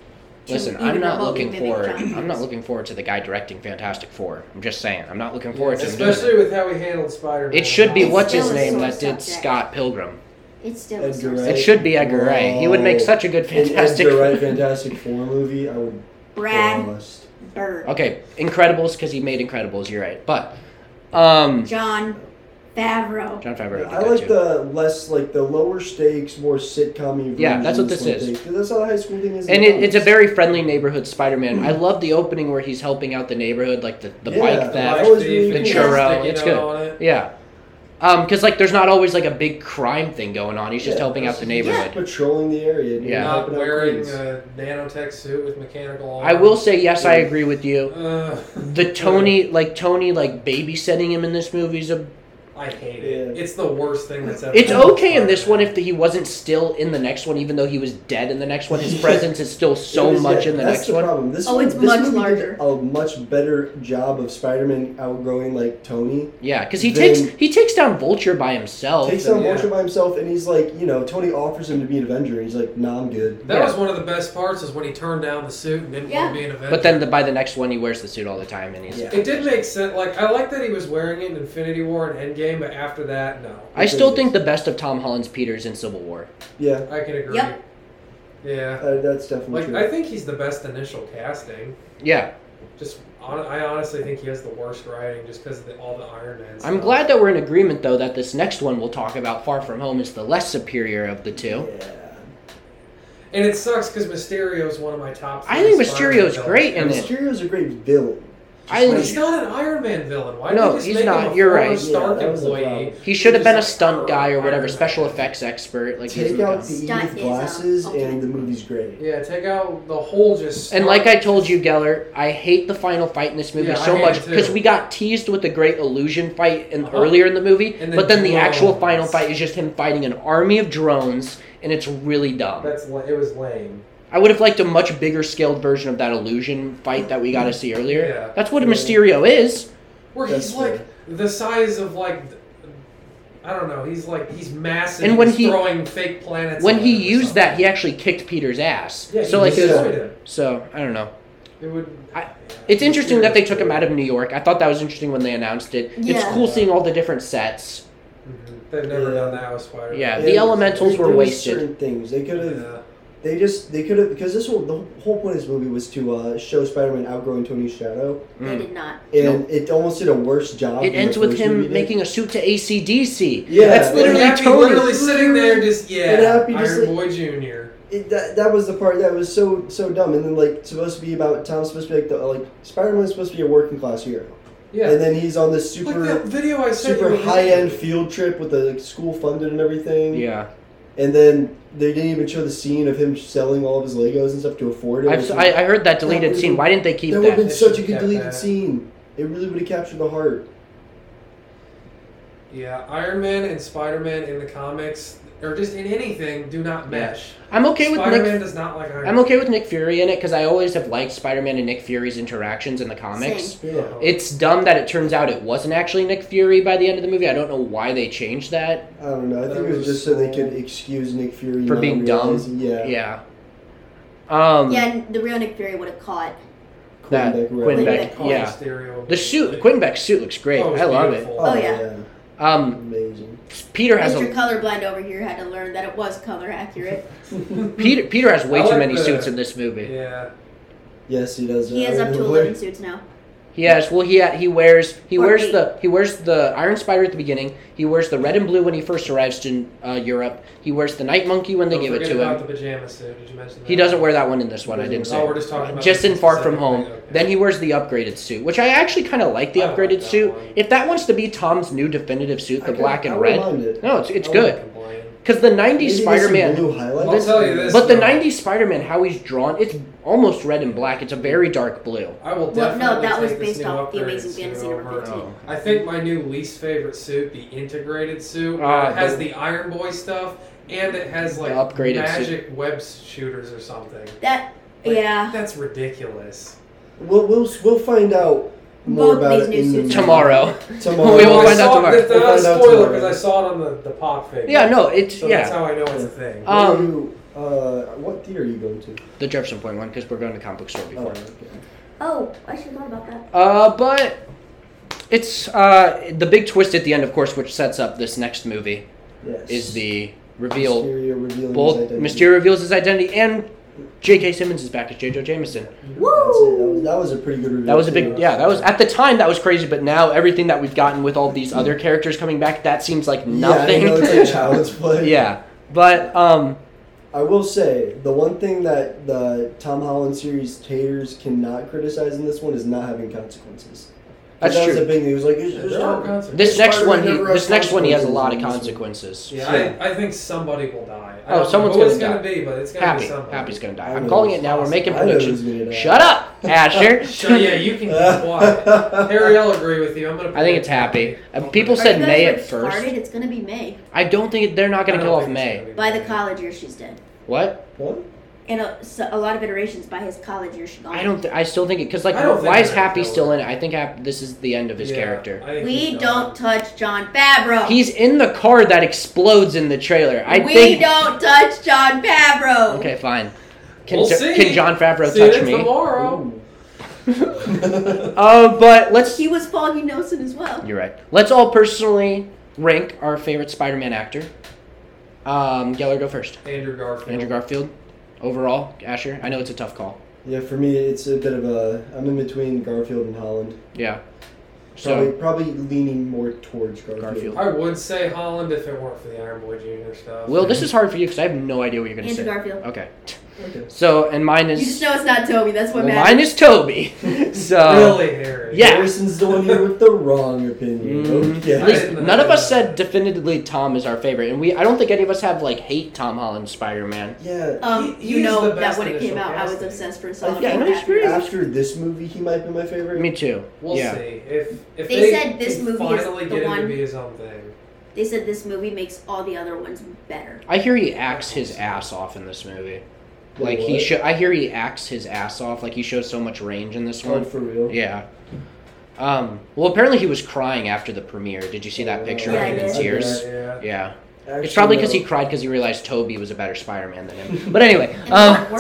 Speaker 4: to
Speaker 1: Listen,
Speaker 4: even
Speaker 1: I'm not
Speaker 4: remotely
Speaker 1: looking
Speaker 4: mimic
Speaker 1: forward.
Speaker 4: John
Speaker 1: I'm not
Speaker 4: Hughes.
Speaker 1: looking forward to the guy directing Fantastic Four. I'm just saying. I'm not looking
Speaker 2: Yeah,
Speaker 1: forward to him doing it.
Speaker 2: especially with how he handled Spider-Man.
Speaker 1: It should be
Speaker 4: It's
Speaker 1: what's his
Speaker 4: still a
Speaker 1: name
Speaker 4: sore
Speaker 1: that did
Speaker 4: subject.
Speaker 1: Scott Pilgrim.
Speaker 4: It's still a
Speaker 3: Edgar
Speaker 4: source.
Speaker 3: Wright.
Speaker 1: It should be Edgar Wright. He would make
Speaker 3: Whoa.
Speaker 1: such a good
Speaker 3: And
Speaker 1: Fantastic.
Speaker 3: Edgar Wright Fantastic Four movie, I would
Speaker 4: Brad
Speaker 3: lost.
Speaker 4: Bird,
Speaker 1: Okay, Incredibles because he made Incredibles. You're right, but um,
Speaker 4: John Favreau.
Speaker 1: John Favreau. would be
Speaker 3: I
Speaker 1: good,
Speaker 3: like
Speaker 1: too.
Speaker 3: the less like the lower stakes, more sitcom.
Speaker 1: Yeah, that's what this is.
Speaker 3: That's how the high school thing is. in
Speaker 1: And
Speaker 3: the
Speaker 1: it, it's a
Speaker 3: comics.
Speaker 1: very friendly neighborhood Spider-Man. I love the opening where he's helping out the neighborhood, like the, the
Speaker 3: Mm. Yeah,
Speaker 1: bike
Speaker 3: that
Speaker 1: theft.
Speaker 3: was really
Speaker 1: the
Speaker 3: cool.
Speaker 1: churro,
Speaker 2: Sticky
Speaker 1: it's
Speaker 2: note
Speaker 1: good.
Speaker 2: on it.
Speaker 1: Yeah, because like there's not always like a big crime thing going on. He's just
Speaker 3: Yeah,
Speaker 1: helping out
Speaker 3: that's-
Speaker 1: the
Speaker 3: he's
Speaker 1: neighborhood.
Speaker 3: patrolling the area. and
Speaker 1: Yeah.
Speaker 2: Not
Speaker 3: helping out
Speaker 2: wearing uh,
Speaker 3: kids.
Speaker 2: a nanotech suit with mechanical arms.
Speaker 1: I will say yes, I agree with you.
Speaker 2: Uh,
Speaker 1: The Tony, like Tony, like babysitting him in this movie is a
Speaker 2: I hate it.
Speaker 3: Yeah.
Speaker 2: It's the worst thing that's ever.
Speaker 1: It's
Speaker 2: happened to
Speaker 1: okay in this one
Speaker 2: Spider-Man.
Speaker 1: if the, he wasn't still in the next one, even though he was dead in the next one. His presence is still so
Speaker 3: It is,
Speaker 1: much
Speaker 3: yeah,
Speaker 1: in the
Speaker 3: that's
Speaker 1: next
Speaker 3: the
Speaker 1: one.
Speaker 3: Problem. This
Speaker 4: Oh,
Speaker 3: one-
Speaker 4: it's
Speaker 3: this
Speaker 4: much
Speaker 3: movie did
Speaker 4: larger.
Speaker 3: A much better job of Spider-Man outgrowing like Tony.
Speaker 1: Yeah, because he
Speaker 3: Then-
Speaker 1: takes he takes down Vulture by himself.
Speaker 3: Takes on
Speaker 2: yeah.
Speaker 3: Vulture by himself, and he's like, you know, Tony offers him to be an Avenger. and He's like, nah, I'm good.
Speaker 2: That
Speaker 1: Yeah.
Speaker 2: was one of the best parts is when he turned down the suit and didn't want
Speaker 4: Yeah.
Speaker 2: to be an Avenger.
Speaker 1: but then the, by the next one, he wears the suit all the time, and he's.
Speaker 3: Yeah.
Speaker 2: it did make sense. Like I like that he was wearing it in Infinity War and Endgame, but after that, no,
Speaker 1: I still think the best of Tom Holland's Peter's in Civil War.
Speaker 3: Yeah,
Speaker 2: I can agree.
Speaker 4: Yep.
Speaker 2: Yeah,
Speaker 3: uh, that's definitely
Speaker 2: like
Speaker 3: true.
Speaker 2: I think he's the best initial casting.
Speaker 1: Yeah,
Speaker 2: Just hon- I honestly think he has the worst writing just because of the, all the Iron Man.
Speaker 1: I'm
Speaker 2: stuff.
Speaker 1: glad that we're in agreement though that this next one we'll talk about, Far From Home, is the less superior of the two.
Speaker 3: Yeah.
Speaker 2: and it sucks because Mysterio is one of my top.
Speaker 1: I think
Speaker 2: three Spider-Man
Speaker 1: Mysterio's
Speaker 2: villains.
Speaker 1: great in
Speaker 3: And
Speaker 1: it.
Speaker 3: Mysterio's a great villain.
Speaker 1: I
Speaker 2: But
Speaker 1: think
Speaker 2: he's not an Iron Man villain. Why
Speaker 1: No,
Speaker 2: did they just
Speaker 1: he's
Speaker 2: make
Speaker 1: not.
Speaker 2: Him a
Speaker 1: You're
Speaker 2: former
Speaker 1: right.
Speaker 2: Stark
Speaker 3: Yeah, that was the
Speaker 2: employee.
Speaker 3: problem.
Speaker 1: he should have
Speaker 2: He's
Speaker 1: been a
Speaker 2: like,
Speaker 1: stunt guy or
Speaker 2: Iron
Speaker 1: whatever
Speaker 2: Man.
Speaker 1: special effects expert. Like he's
Speaker 3: Take out the
Speaker 4: Stunt
Speaker 3: Edith
Speaker 4: is, uh,
Speaker 3: glasses,
Speaker 4: ultimate.
Speaker 3: and the movie's great.
Speaker 2: Yeah, take out the whole just.
Speaker 1: And like I told you, Geller, I hate the final fight in this movie
Speaker 2: Yeah, I
Speaker 1: so
Speaker 2: hate
Speaker 1: much
Speaker 2: it too.
Speaker 1: because we got teased with the great illusion fight in,
Speaker 2: Uh-huh.
Speaker 1: earlier in the movie,
Speaker 2: And the
Speaker 1: but then the actual
Speaker 2: drones.
Speaker 1: final fight is just him fighting an army of drones, and it's really dumb.
Speaker 2: That's la- it was lame.
Speaker 1: I would have liked a much bigger scaled version of that illusion fight that we got to see earlier.
Speaker 2: Yeah.
Speaker 1: That's what a
Speaker 3: Yeah.
Speaker 1: Mysterio is.
Speaker 2: Where
Speaker 3: That's
Speaker 2: he's like
Speaker 3: fair.
Speaker 2: the size of like, th- I don't know. He's like he's massive.
Speaker 1: And when
Speaker 2: he's
Speaker 1: he-
Speaker 2: throwing fake planets.
Speaker 1: When
Speaker 2: at
Speaker 1: he
Speaker 2: him or
Speaker 1: used
Speaker 2: something.
Speaker 1: that, he actually kicked Peter's ass.
Speaker 2: yeah,
Speaker 1: so
Speaker 2: he
Speaker 1: like, it was-
Speaker 2: destroyed him.
Speaker 1: so I don't know.
Speaker 2: It would.
Speaker 1: I- It's interesting that they took him out of New York. I thought that was interesting when they announced it. It's
Speaker 4: Yeah.
Speaker 1: cool seeing all the different sets.
Speaker 2: Mhm. They've never done the House Spider.
Speaker 1: Yeah,
Speaker 3: And
Speaker 1: the elementals
Speaker 3: there
Speaker 1: were
Speaker 3: was
Speaker 1: wasted.
Speaker 3: Certain things they could have.
Speaker 2: Yeah.
Speaker 3: They just they could have because this whole the whole point of this movie was to uh, show Spider-Man outgrowing Tony's shadow,
Speaker 4: They
Speaker 1: Mm.
Speaker 4: did not.
Speaker 3: and
Speaker 1: Nope.
Speaker 3: it almost did a worse job.
Speaker 1: It
Speaker 3: than the
Speaker 1: ends with
Speaker 3: first movie
Speaker 1: him
Speaker 3: did.
Speaker 1: making a suit to ACDC.
Speaker 3: Yeah.
Speaker 1: that's literally
Speaker 2: Happy
Speaker 1: Tony.
Speaker 2: literally sitting there just,
Speaker 3: And
Speaker 2: yeah,
Speaker 3: Happy
Speaker 2: Iron
Speaker 3: just like-
Speaker 2: Boy Jr.
Speaker 3: It, that, that was the part that was so so dumb, and then like supposed to be about Tom's supposed to be like the like Spider-Man's supposed to be a working class hero,
Speaker 2: Yeah.
Speaker 3: and then he's on this
Speaker 2: Look at that
Speaker 3: super
Speaker 2: video I sent
Speaker 3: super
Speaker 2: you.
Speaker 3: high end field trip with the like, school funded and everything.
Speaker 1: Yeah,
Speaker 3: And then they didn't even show the scene of him selling all of his Legos and stuff to afford it.
Speaker 1: I've,
Speaker 3: It was-
Speaker 1: si I heard that deleted scene. Why didn't they keep
Speaker 3: that would have
Speaker 1: that?
Speaker 3: been
Speaker 2: They
Speaker 3: such a
Speaker 2: should've
Speaker 3: good
Speaker 2: kept
Speaker 3: deleted
Speaker 2: that.
Speaker 3: scene. It really would have captured the heart.
Speaker 2: Yeah, Iron Man and Spider Man in the comics, or just in anything, do not mesh.
Speaker 1: I'm okay with
Speaker 2: Spider
Speaker 1: Nick.
Speaker 2: Man does not like Iron
Speaker 1: I'm
Speaker 2: Man.
Speaker 1: okay with Nick Fury in it because I always have liked Spider-Man and Nick Fury's interactions in the comics.
Speaker 4: Same.
Speaker 3: Yeah.
Speaker 2: Oh,
Speaker 1: It's dumb that it turns out it wasn't actually Nick Fury by the end of the movie. I don't know why they changed that.
Speaker 3: I don't know. I think
Speaker 2: That
Speaker 3: it was
Speaker 2: was
Speaker 3: just so they
Speaker 2: so-
Speaker 3: could excuse Nick Fury
Speaker 1: For
Speaker 3: not
Speaker 1: being dumb?
Speaker 3: realizing- Yeah.
Speaker 1: Yeah. Um,
Speaker 4: Yeah, and the real Nick Fury would have caught.
Speaker 1: That-
Speaker 3: Quinbeck wrote
Speaker 1: Quinn
Speaker 3: it.
Speaker 1: Beck,
Speaker 2: Paul
Speaker 1: yeah.
Speaker 2: Mysterio.
Speaker 1: The suit, Quinbeck's suit looks great.
Speaker 2: Oh, it's
Speaker 1: I love
Speaker 2: beautiful.
Speaker 4: Oh, yeah.
Speaker 1: it. Um,
Speaker 3: Amazing.
Speaker 1: Peter has
Speaker 4: Mr.
Speaker 1: a,
Speaker 4: Colorblind over here had to learn that it was color accurate.
Speaker 1: Peter Peter has way
Speaker 2: I
Speaker 1: too
Speaker 2: like
Speaker 1: many
Speaker 2: the-
Speaker 1: suits in this movie.
Speaker 2: Yeah.
Speaker 3: yes, he does. uh,
Speaker 4: He
Speaker 3: I
Speaker 4: has
Speaker 3: don't
Speaker 4: up to
Speaker 3: know
Speaker 4: 11 suits now.
Speaker 1: He has well he ha- he wears he
Speaker 4: Or
Speaker 1: wears
Speaker 4: eight.
Speaker 1: the he wears the Iron Spider at the beginning. He wears the red and blue when he first arrives to uh, Europe. He wears the Night Monkey when they
Speaker 2: Don't
Speaker 1: give it
Speaker 2: forget
Speaker 1: to
Speaker 2: about
Speaker 1: him.
Speaker 2: The pajama suit. Did you mention that?
Speaker 1: He doesn't wear that one in this one. I
Speaker 3: Doesn't-
Speaker 1: didn't
Speaker 2: Oh,
Speaker 1: say.
Speaker 2: we're just talking about
Speaker 1: Just
Speaker 2: the
Speaker 1: in Far From
Speaker 2: specific
Speaker 1: Home.
Speaker 2: thing, okay.
Speaker 1: Then he wears the upgraded suit, which I actually kind of like the
Speaker 2: I like
Speaker 1: upgraded
Speaker 2: that
Speaker 1: suit.
Speaker 2: one.
Speaker 1: If that one's to be Tom's new definitive suit, the
Speaker 3: I
Speaker 1: black
Speaker 3: could-
Speaker 1: and
Speaker 3: I wouldn't
Speaker 1: red.
Speaker 3: mind it.
Speaker 1: No, it's it's
Speaker 3: I
Speaker 1: good.
Speaker 2: Don't complain.
Speaker 1: Cuz the
Speaker 3: Maybe
Speaker 1: 90s
Speaker 3: there's some
Speaker 1: Spider-Man
Speaker 3: blue highlights.
Speaker 2: I'll tell you this.
Speaker 1: but the
Speaker 2: though.
Speaker 1: 90s Spider-Man how he's drawn, it's almost red and black. It's a very dark blue.
Speaker 2: I will
Speaker 4: Well,
Speaker 2: definitely
Speaker 4: no, that was
Speaker 2: take this
Speaker 4: based
Speaker 2: new
Speaker 4: off The
Speaker 2: upgraded
Speaker 4: Amazing
Speaker 2: suit
Speaker 4: Fantasy number
Speaker 2: over-
Speaker 4: 15.
Speaker 1: Oh.
Speaker 2: I think my new least favorite suit, the integrated suit, uh,
Speaker 1: Ah,
Speaker 2: it has
Speaker 1: the-
Speaker 2: the Iron Boy stuff, and it has like
Speaker 1: upgraded suit.
Speaker 2: magic web shooters or something.
Speaker 4: That,
Speaker 2: Like,
Speaker 4: yeah.
Speaker 2: that's ridiculous.
Speaker 3: We'll, we'll, we'll find out more
Speaker 4: Both
Speaker 3: about it
Speaker 4: these new
Speaker 3: in the
Speaker 4: suits are-
Speaker 1: Tomorrow.
Speaker 3: Tomorrow.
Speaker 1: We will
Speaker 2: I
Speaker 1: find out
Speaker 2: saw
Speaker 1: tomorrow.
Speaker 2: It,
Speaker 3: We'll
Speaker 2: uh,
Speaker 3: find out
Speaker 2: spoiler,
Speaker 3: tomorrow.
Speaker 2: because I saw it on the, the pop figure.
Speaker 1: Yeah, no, it's
Speaker 2: So that's
Speaker 1: yeah,
Speaker 2: how I know it's a thing.
Speaker 1: Uh,
Speaker 3: What do
Speaker 1: Um,
Speaker 3: you- uh, what theater are you going to?
Speaker 1: the Jefferson Point one because we're going to comic book store
Speaker 3: Oh,
Speaker 1: before.
Speaker 3: okay.
Speaker 4: Oh, I should have thought about that.
Speaker 3: Oh.
Speaker 1: Uh, but it's uh the big twist at the end, of course, which sets up this next movie
Speaker 3: Yes.
Speaker 1: is the reveal.
Speaker 3: Mysterio revealing
Speaker 1: Both
Speaker 3: his identity.
Speaker 1: Mysterio reveals his identity, and J.K. Simmons is back as J.J. Jameson.
Speaker 3: That's it. That was,
Speaker 4: Woo!
Speaker 3: that was a pretty good reveal.
Speaker 1: That was a
Speaker 3: too.
Speaker 1: big, yeah. That was at the time that was crazy, but now everything that we've gotten with all these other characters coming back, that seems like nothing.
Speaker 3: Yeah, I know, it's like child's play.
Speaker 1: yeah, but um,
Speaker 3: I will say the one thing that the Tom Holland series haters cannot criticize in this one is not having consequences. 'Cause
Speaker 1: That's
Speaker 3: that was
Speaker 1: true.
Speaker 3: a big thing. It was like it's-
Speaker 2: There
Speaker 3: it's
Speaker 2: are
Speaker 3: not-
Speaker 2: consequences.
Speaker 1: this next one,
Speaker 3: Spider-Man
Speaker 1: he,
Speaker 3: never has
Speaker 1: this next one, he has a lot of
Speaker 3: consequences.
Speaker 1: consequences.
Speaker 2: Yeah, I, I think somebody will die. I
Speaker 1: Oh,
Speaker 2: don't know
Speaker 1: someone's
Speaker 2: who it's
Speaker 1: gonna
Speaker 2: gonna be, but it's gonna
Speaker 1: Happy,
Speaker 2: be somebody.
Speaker 1: Happy's gonna die.
Speaker 3: I
Speaker 1: I'm
Speaker 3: know
Speaker 1: calling
Speaker 3: it's
Speaker 1: it now. We're making
Speaker 3: I know
Speaker 1: predictions.
Speaker 3: who's gonna die.
Speaker 1: Shut up, Asher.
Speaker 2: So yeah, you can keep quiet. Harry, I'll agree with you. I'm gonna.
Speaker 1: I think it's
Speaker 2: predict
Speaker 1: happy. Uh, people
Speaker 4: Are
Speaker 1: said
Speaker 4: you guys
Speaker 1: May
Speaker 4: like
Speaker 1: at first.
Speaker 4: Started? It's gonna be May.
Speaker 1: I don't think it, they're not
Speaker 2: I
Speaker 1: going to
Speaker 2: don't
Speaker 1: kill off
Speaker 2: think it's
Speaker 1: May.
Speaker 2: gonna be
Speaker 4: By the
Speaker 2: May.
Speaker 4: college year, she's dead.
Speaker 1: What?
Speaker 3: What?
Speaker 4: And a, so, a lot of iterations by his college year, she gone.
Speaker 1: I don't. Th- I still think it because like,
Speaker 2: I don't
Speaker 1: why
Speaker 2: think
Speaker 1: is
Speaker 2: they're gonna
Speaker 1: Happy
Speaker 2: kill
Speaker 1: still
Speaker 2: her.
Speaker 1: in it? I think Hap- this is the end of his
Speaker 2: Yeah,
Speaker 1: character.
Speaker 2: I think
Speaker 4: We
Speaker 2: he's done.
Speaker 4: don't touch John Favreau.
Speaker 1: He's in the car that explodes in the trailer. I
Speaker 4: we
Speaker 1: think.
Speaker 4: don't touch John Favreau.
Speaker 1: Okay, fine. Can,
Speaker 2: We'll
Speaker 1: Jo-
Speaker 2: see.
Speaker 1: can John Favreau
Speaker 2: See
Speaker 1: touch
Speaker 2: you
Speaker 1: me?
Speaker 2: tomorrow.
Speaker 1: Uh, but let's.
Speaker 4: He was Foggy Nelson as well.
Speaker 1: You're right. Let's all personally rank our favorite Spider-Man actor. Um, Geller, go first.
Speaker 2: Andrew Garfield.
Speaker 1: Andrew Garfield, overall, Asher. I know it's a tough call.
Speaker 3: Yeah, for me, it's a bit of a. I'm in between Garfield and Holland.
Speaker 1: Yeah. So
Speaker 3: Probably, probably leaning more towards Garfield.
Speaker 1: Garfield.
Speaker 2: I would say Holland if it weren't for the Iron Boy Jr. stuff.
Speaker 1: Will, this is hard for you because I have no idea what you're gonna
Speaker 4: Andrew
Speaker 1: say.
Speaker 4: Garfield.
Speaker 1: Okay.
Speaker 3: Okay.
Speaker 1: So and mine
Speaker 4: You just
Speaker 1: is
Speaker 4: know it's not Toby. That's what
Speaker 1: well,
Speaker 4: matters.
Speaker 1: mine is Toby. So
Speaker 2: really Harry.
Speaker 1: uh, Yeah.
Speaker 3: Morrison's the one here with the wrong opinion.
Speaker 1: Mm,
Speaker 3: Okay.
Speaker 1: at least
Speaker 2: I didn't
Speaker 1: none of
Speaker 2: know
Speaker 1: us
Speaker 2: that.
Speaker 1: said definitively Tom is our favorite, and we I don't think any of us have like hate Tom Holland Spider Man.
Speaker 3: yeah.
Speaker 4: um,
Speaker 2: He-
Speaker 4: you
Speaker 2: he's
Speaker 4: know
Speaker 2: the
Speaker 4: that
Speaker 2: best
Speaker 4: when it came
Speaker 2: initial
Speaker 4: out, I was
Speaker 2: casting.
Speaker 4: obsessed for a solid
Speaker 1: Yeah,
Speaker 4: eight
Speaker 1: no,
Speaker 4: and a
Speaker 1: he's
Speaker 4: half years.
Speaker 1: great.
Speaker 3: After this movie, he might be my favorite.
Speaker 1: Me too.
Speaker 2: We'll
Speaker 1: yeah.
Speaker 2: see. If, if
Speaker 4: They said this
Speaker 2: can
Speaker 4: movie is
Speaker 2: finally
Speaker 4: the
Speaker 2: get him
Speaker 4: one-
Speaker 2: to be his own thing.
Speaker 4: They said this movie makes all the other ones better.
Speaker 1: I hear he acts his ass off in this movie.
Speaker 3: Wait,
Speaker 1: Like he
Speaker 3: what?
Speaker 1: show I hear he acts his ass off. Like he shows so much range in this
Speaker 3: Oh,
Speaker 1: one.
Speaker 3: for real.
Speaker 1: Yeah. Um, well, apparently he was crying after the premiere. Did you see that picture
Speaker 4: Yeah, I
Speaker 1: of him in
Speaker 4: did.
Speaker 1: tears?
Speaker 2: Yeah.
Speaker 1: Yeah. it's probably
Speaker 3: no.
Speaker 1: because he cried because he realized Toby was a better Spider-Man than him. But anyway, um,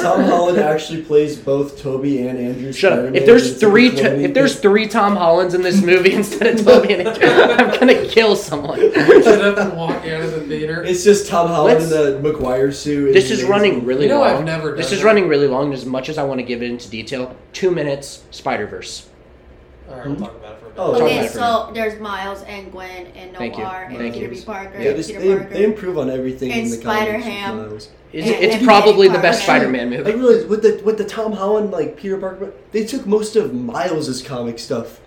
Speaker 3: Tom Holland actually plays both Toby and Andrew.
Speaker 1: Shut up!
Speaker 3: Spider-Man,
Speaker 1: If
Speaker 3: and
Speaker 1: there's
Speaker 3: it's like a
Speaker 1: three, to,
Speaker 3: totally
Speaker 1: if there's three Tom Hollands in this movie instead of Toby and Andrew, I'm gonna kill someone.
Speaker 2: Sit up and walk out of the theater.
Speaker 3: It's just Tom Holland in
Speaker 1: Let's-
Speaker 3: the McGuire suit.
Speaker 1: This
Speaker 3: and
Speaker 1: is running really
Speaker 2: You know
Speaker 1: long.
Speaker 2: I've never
Speaker 1: this
Speaker 2: done
Speaker 1: is
Speaker 2: that.
Speaker 1: running really long. As much as I want to give it into detail, two minutes. Spider Verse.
Speaker 2: All right, we'll talk about it for a minute.
Speaker 3: Oh,
Speaker 1: Sorry
Speaker 4: Okay,
Speaker 1: about it for
Speaker 4: so there's Miles and Gwen and Noir
Speaker 1: Thank you.
Speaker 4: and
Speaker 1: Thank
Speaker 4: Peter
Speaker 1: you.
Speaker 4: B. Parker
Speaker 3: Yeah,
Speaker 4: and
Speaker 3: this,
Speaker 4: Peter
Speaker 3: they,
Speaker 4: Parker.
Speaker 3: they improve on everything
Speaker 4: And
Speaker 3: in the comics with
Speaker 4: Spider-Ham.
Speaker 3: Miles.
Speaker 1: It's,
Speaker 4: And-
Speaker 1: it's
Speaker 4: and
Speaker 1: probably
Speaker 4: Peter
Speaker 1: the best
Speaker 4: Parker.
Speaker 1: Spider-Man
Speaker 3: I
Speaker 1: movie.
Speaker 3: realized with the with the Tom Holland like Peter Parker, they took most of Miles's comic stuff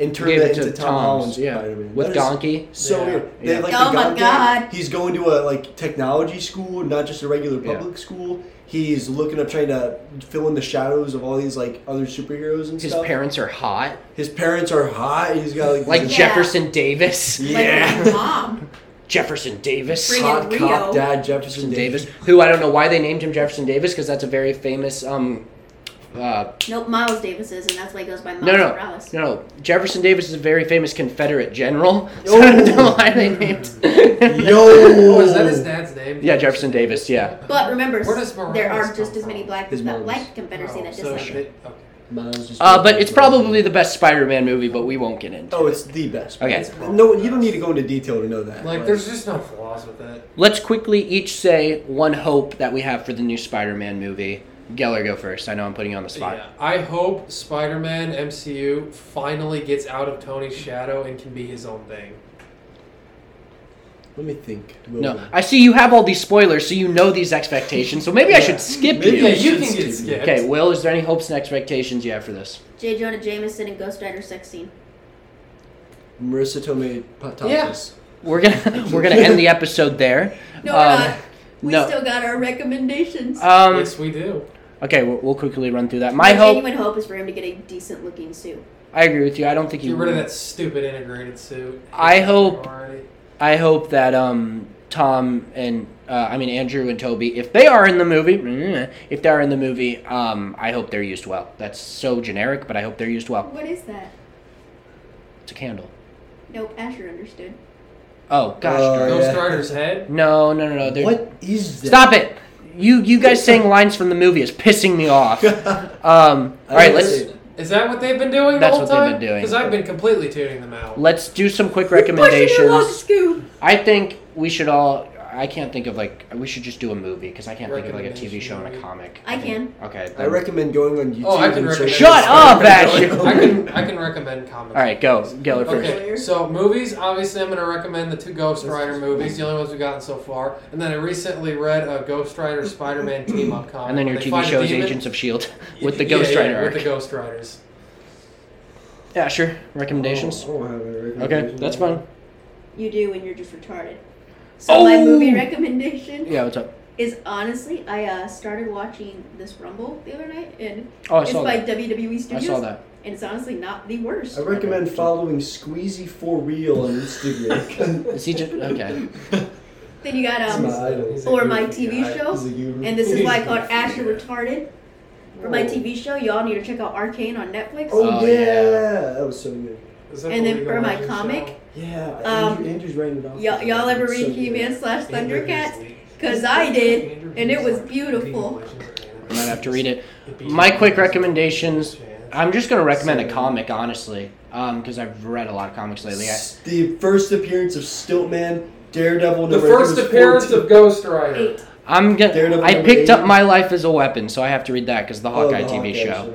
Speaker 3: and turned
Speaker 1: Gave
Speaker 3: that
Speaker 1: it to
Speaker 3: into Tom
Speaker 1: Tom's,
Speaker 3: Holland's
Speaker 1: yeah.
Speaker 3: Spider-Man.
Speaker 1: With
Speaker 3: That is
Speaker 1: Donkey.
Speaker 3: So
Speaker 2: Yeah.
Speaker 3: weird. They have,
Speaker 1: Yeah.
Speaker 3: like,
Speaker 4: Oh
Speaker 3: the
Speaker 4: my
Speaker 3: guy there.
Speaker 4: God.
Speaker 3: He's going to a like technology school, not just a regular
Speaker 1: Yeah.
Speaker 3: public school. He's looking up trying to fill in the shadows of all these like other superheroes and
Speaker 1: His
Speaker 3: stuff.
Speaker 1: parents are hot,
Speaker 3: His parents are hot. He's got like,
Speaker 1: like
Speaker 3: this
Speaker 4: Yeah.
Speaker 1: Jefferson Davis.
Speaker 4: like
Speaker 3: Yeah.
Speaker 4: my mom.
Speaker 1: Jefferson Davis.
Speaker 4: Bring it
Speaker 3: hot
Speaker 4: Rio.
Speaker 3: cop dad Jefferson
Speaker 1: Jefferson
Speaker 3: Davis.
Speaker 1: Davis, who I don't know why they named him Jefferson Davis because that's a very famous. Um, uh,
Speaker 4: Nope, Miles Davis is, and that's why he goes by Miles
Speaker 1: no, no, no,
Speaker 4: Morales.
Speaker 1: no. Jefferson Davis is a very famous Confederate general. So I don't know
Speaker 3: Yo.
Speaker 1: why they named.
Speaker 3: Yo.
Speaker 2: Oh, is that his dad's name?
Speaker 1: yeah, Jefferson Davis. Yeah,
Speaker 4: But remember,
Speaker 2: Where does Morales
Speaker 4: there are
Speaker 2: come
Speaker 4: just as
Speaker 2: from?
Speaker 4: many black
Speaker 3: His
Speaker 4: people that
Speaker 3: mom's.
Speaker 4: like the Confederacy that
Speaker 2: Oh, so
Speaker 4: dislike
Speaker 2: they-
Speaker 4: it.
Speaker 2: okay.
Speaker 3: Miles is-
Speaker 1: uh, but it's probably the best Spider-Man movie, but we won't get into.
Speaker 3: Oh,
Speaker 1: it.
Speaker 3: it's the best.
Speaker 1: Okay.
Speaker 3: It's- No, you don't need to go into detail to know that.
Speaker 2: Like, there's just no flaws with it.
Speaker 1: Let's quickly each say one hope that we have for the new Spider-Man movie. Geller, go first. I know I'm putting you on the spot.
Speaker 2: Yeah. I hope Spider-Man MCU finally gets out of Tony's shadow and can be his own thing.
Speaker 3: Let me think.
Speaker 1: No, I see you have all these spoilers, so you know these expectations. So maybe I
Speaker 2: Yeah.
Speaker 1: should skip
Speaker 3: Maybe
Speaker 1: you.
Speaker 2: Yeah,
Speaker 3: I
Speaker 2: you
Speaker 3: should
Speaker 2: can
Speaker 3: skip
Speaker 2: get
Speaker 3: it.
Speaker 2: skipped.
Speaker 1: Okay, Will, is there any hopes and expectations you have for this?
Speaker 4: J. Jonah Jameson and Ghost Rider sex scene.
Speaker 3: Marissa Tomei Patapis.
Speaker 2: Yeah.
Speaker 1: We're gonna we're gonna end the episode there.
Speaker 4: No, we're
Speaker 1: Um,
Speaker 4: not. We
Speaker 1: no.
Speaker 4: still got our recommendations.
Speaker 1: Um,
Speaker 2: yes, we do.
Speaker 1: okay, we'll, we'll quickly run through that. My hope,
Speaker 4: genuine hope is for him to get a decent looking suit.
Speaker 1: I agree with you. I don't think he.
Speaker 2: Get rid of
Speaker 1: will.
Speaker 2: that stupid integrated suit.
Speaker 1: I hope-
Speaker 2: Alrighty.
Speaker 1: I hope that um Tom and uh, I mean Andrew and Toby, if they are in the movie, if they are in the movie, um, I hope they're used well. That's so generic, but I hope they're used well.
Speaker 4: What is that?
Speaker 1: It's a candle.
Speaker 4: Nope, Asher understood.
Speaker 1: Oh gosh,
Speaker 3: Uh,
Speaker 1: darn it.
Speaker 2: Ghost
Speaker 3: yeah.
Speaker 2: Rider's head.
Speaker 1: no, no, no, no. they're-
Speaker 3: What is that?
Speaker 1: Stop it! You you guys saying lines from the movie is pissing me off. Um, all right, let's
Speaker 2: Is that what they've been doing
Speaker 1: That's
Speaker 2: the whole
Speaker 1: what they've
Speaker 2: time?
Speaker 1: been doing.
Speaker 2: Because I've been completely tuning them out.
Speaker 1: let's do some quick
Speaker 4: Pushing your luck,
Speaker 1: recommendations.
Speaker 4: Scoob.
Speaker 1: I think we should all. I can't think of like we should just do a movie because I can't think of like a TV
Speaker 2: Recommendation
Speaker 1: show and a
Speaker 2: movie.
Speaker 1: comic.
Speaker 4: I can.
Speaker 1: Okay.
Speaker 3: I
Speaker 1: then-
Speaker 3: recommend going on YouTube.
Speaker 2: Oh, I can
Speaker 3: and
Speaker 2: recommend.
Speaker 3: searching
Speaker 1: Shut up,
Speaker 3: Spider-Man.
Speaker 1: Ash.
Speaker 2: I can I can recommend comics.
Speaker 1: All right, go Geller first.
Speaker 2: Okay, so movies. Obviously, I'm going to recommend the two Ghost Rider movies, the only ones we've gotten so far. And then I recently read a Ghost Rider Spider-Man team up comic.
Speaker 1: And then
Speaker 2: where
Speaker 1: your
Speaker 2: they
Speaker 1: TV
Speaker 2: find a
Speaker 1: show is
Speaker 2: demon-
Speaker 1: Agents of Shield E with the
Speaker 2: Yeah,
Speaker 1: Ghost
Speaker 2: yeah,
Speaker 1: Rider
Speaker 2: with the
Speaker 1: arc.
Speaker 2: Ghost Riders.
Speaker 1: Yeah, sure.
Speaker 3: I
Speaker 1: Recommendations.
Speaker 3: don't have any
Speaker 2: Oh.
Speaker 1: Okay,
Speaker 3: recommendations.
Speaker 1: that's fine.
Speaker 4: You do, and you're just retarded. So my
Speaker 1: Oh!
Speaker 4: movie recommendation
Speaker 1: Yeah, what's up?
Speaker 4: is honestly, I uh, started watching this Rumble the other night, and
Speaker 1: Oh, I
Speaker 4: it's
Speaker 1: saw
Speaker 4: by
Speaker 1: that.
Speaker 4: WWE
Speaker 1: I
Speaker 4: Studios,
Speaker 1: saw that.
Speaker 4: and it's honestly not the worst.
Speaker 3: I recommend following Squeezy for Real on Instagram.
Speaker 1: Is he just okay?
Speaker 4: Then you got
Speaker 3: It's
Speaker 4: um,
Speaker 3: my idol.
Speaker 4: or my TV show,
Speaker 3: He's a YouTuber.
Speaker 4: and this is why I called
Speaker 2: He's a
Speaker 4: Asher
Speaker 2: freak.
Speaker 4: retarded. For my TV show, y'all need to check out Arcane on Netflix.
Speaker 3: Oh,
Speaker 1: Oh,
Speaker 3: yeah.
Speaker 1: yeah.
Speaker 3: that was so good.
Speaker 2: Is that
Speaker 4: And
Speaker 2: the
Speaker 4: then for
Speaker 2: Legal
Speaker 4: my
Speaker 2: Action
Speaker 4: comic,
Speaker 2: show?
Speaker 3: Yeah,
Speaker 4: Um,
Speaker 3: Andrew, Andrew's writing it off.
Speaker 4: Y'all, y'all ever
Speaker 3: It's so
Speaker 4: read
Speaker 3: good.
Speaker 4: He-Man slash
Speaker 2: Andrew
Speaker 4: Thundercats?
Speaker 2: Beasley.
Speaker 4: Cause I did,
Speaker 2: Andrew
Speaker 4: and it was
Speaker 2: Beasley.
Speaker 4: beautiful.
Speaker 1: I might have to read it. My quick recommendations. I'm just gonna recommend a comic, honestly, um, because I've read a lot of comics lately. I,
Speaker 3: S- The first appearance of Stiltman, Daredevil.
Speaker 2: The
Speaker 3: number- I
Speaker 2: first
Speaker 3: think it was
Speaker 2: appearance
Speaker 3: 14.
Speaker 2: of Ghost Rider.
Speaker 4: Eight.
Speaker 1: I'm gonna.
Speaker 3: Daredevil
Speaker 1: I
Speaker 3: number
Speaker 1: picked up
Speaker 3: eight.
Speaker 1: my life as a weapon, so I have to read that because the
Speaker 3: Oh, the
Speaker 1: Hawkeye TV
Speaker 3: Hawkeye
Speaker 1: show.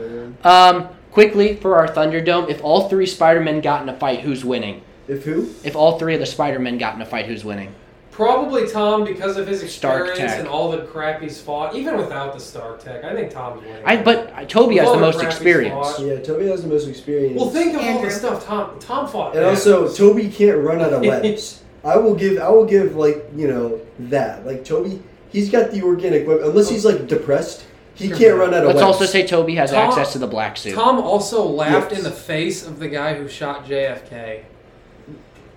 Speaker 3: yeah.
Speaker 1: Um, quickly for our Thunderdome, if all three Spider-Men got in a fight, who's winning?
Speaker 3: If who?
Speaker 1: If all three of the Spider-Men got in a fight, who's winning?
Speaker 2: Probably Tom because of his
Speaker 1: Stark
Speaker 2: experience
Speaker 1: Tech.
Speaker 2: and all the crap he's fought. Even without the Stark Tech, I think Tom's winning.
Speaker 1: I but uh, Toby has
Speaker 2: Well,
Speaker 1: the most
Speaker 2: Rafi's
Speaker 1: experience.
Speaker 2: fought.
Speaker 3: Yeah, Toby has the most experience.
Speaker 2: well, think of all
Speaker 4: Andrew.
Speaker 2: the stuff Tom Tom fought.
Speaker 3: And also, Toby can't run out of webs. I will give, I will give, like you know that, like Toby, he's got the organic web. Unless he's like depressed, he can't run out of
Speaker 1: Let's
Speaker 3: webs.
Speaker 1: also say Toby has
Speaker 2: Tom-
Speaker 1: access to the black suit.
Speaker 2: Tom also laughed
Speaker 3: Yes.
Speaker 2: in the face of the guy who shot JFK.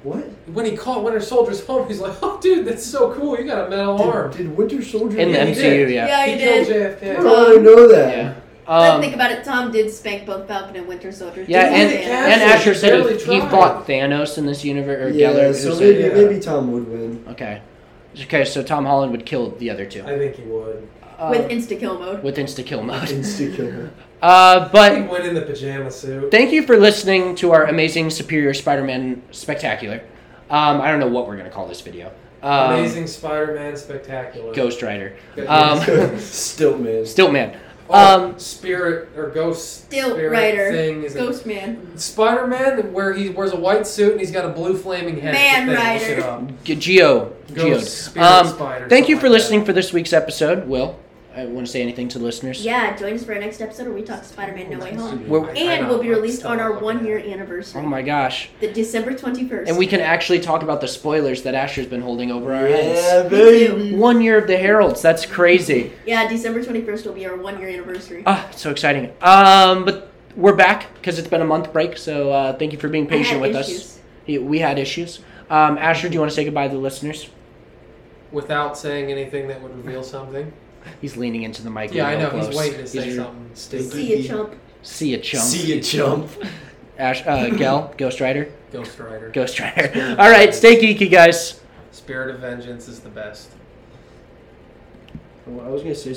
Speaker 3: what
Speaker 2: When he caught Winter Soldier's home, he's like, "Oh, dude, that's so cool! You got a metal arm."
Speaker 3: did, did Winter Soldier
Speaker 1: in the
Speaker 2: Yeah, he
Speaker 1: MCU,
Speaker 2: did.
Speaker 1: yeah.
Speaker 4: Yeah,
Speaker 2: he
Speaker 4: I
Speaker 2: killed
Speaker 4: did.
Speaker 2: JFK.
Speaker 3: I don't know that.
Speaker 1: Yeah.
Speaker 4: But
Speaker 1: Um,
Speaker 4: think about it. Tom did spank both Falcon and Winter Soldier.
Speaker 1: yeah,
Speaker 4: Just
Speaker 1: and,
Speaker 2: the
Speaker 4: saying.
Speaker 1: and
Speaker 2: castle,
Speaker 1: Asher
Speaker 2: he
Speaker 1: said
Speaker 2: barely
Speaker 1: he, he
Speaker 2: tried.
Speaker 1: fought Thanos in this universe, or
Speaker 3: Yeah,
Speaker 1: Geller. uh,
Speaker 3: so
Speaker 1: who
Speaker 3: maybe,
Speaker 1: said-
Speaker 3: maybe Tom would win.
Speaker 1: Okay. Okay, so Tom Holland would kill the other two
Speaker 6: I think he would.
Speaker 1: uh,
Speaker 4: with insta kill mode.
Speaker 1: with insta kill mode.
Speaker 3: Insta-kill her.
Speaker 1: Uh,
Speaker 6: He
Speaker 1: but
Speaker 6: went in the pajama suit.
Speaker 1: thank you for listening to our amazing Superior Spider-Man spectacular. Um, I don't know what we're gonna call this video. Um,
Speaker 6: Amazing Spider-Man Spectacular.
Speaker 1: Ghost Rider.
Speaker 6: Ghost
Speaker 1: Um,
Speaker 3: Stilt man.
Speaker 1: Stilt Man.
Speaker 2: Oh,
Speaker 1: Um,
Speaker 2: spirit or ghost
Speaker 4: Still
Speaker 2: spirit
Speaker 4: writer.
Speaker 2: thing is
Speaker 4: Ghost man.
Speaker 2: Spider Man, where he wears a white suit and he's got a blue flaming head.
Speaker 4: Man
Speaker 2: to bang
Speaker 4: Rider.
Speaker 2: shit up.
Speaker 1: G- Geo.
Speaker 2: Ghost
Speaker 1: Geode.
Speaker 2: Spirit
Speaker 1: Um,
Speaker 2: Spider.
Speaker 1: thank you for
Speaker 2: something like
Speaker 1: listening for this week's episode. Will, I want to say anything to the listeners.
Speaker 4: Yeah, join us for our next episode where we talk Spider Man No Way Home.
Speaker 1: We're-
Speaker 2: I
Speaker 4: And
Speaker 2: know,
Speaker 4: will be
Speaker 2: I'm
Speaker 4: released
Speaker 2: still
Speaker 4: on our
Speaker 2: looking
Speaker 4: one year
Speaker 2: at
Speaker 1: Oh
Speaker 4: anniversary,
Speaker 1: my gosh.
Speaker 4: the December 21st.
Speaker 1: And we can actually talk about the spoilers that Asher's been holding over our heads.
Speaker 3: Yeah, baby.
Speaker 1: One year of the Heralds. That's crazy.
Speaker 4: Yeah, December 21st will be our one year anniversary.
Speaker 1: Ah, so exciting. Um, but we're back because it's been a month break. So uh, thank you for being
Speaker 4: I had
Speaker 1: patient with us.
Speaker 4: issues.
Speaker 1: He- We had issues. Um, Asher, do you want to say goodbye to the listeners?
Speaker 2: it. Without saying anything that would reveal something.
Speaker 1: He's leaning into the mic.
Speaker 2: Yeah, I
Speaker 1: real
Speaker 2: know.
Speaker 1: Close.
Speaker 2: He's waiting to say
Speaker 1: He's-
Speaker 2: something.
Speaker 3: Stay
Speaker 4: See
Speaker 3: geeky.
Speaker 4: ya, chump.
Speaker 1: See a chump.
Speaker 3: See ya, chump.
Speaker 1: Ash, uh, Gal, Ghost Rider,
Speaker 2: Ghost Rider.
Speaker 1: Ghost Rider. All right, stay geeky, guys.
Speaker 2: Spirit of Vengeance is the best.
Speaker 3: Well, I was gonna say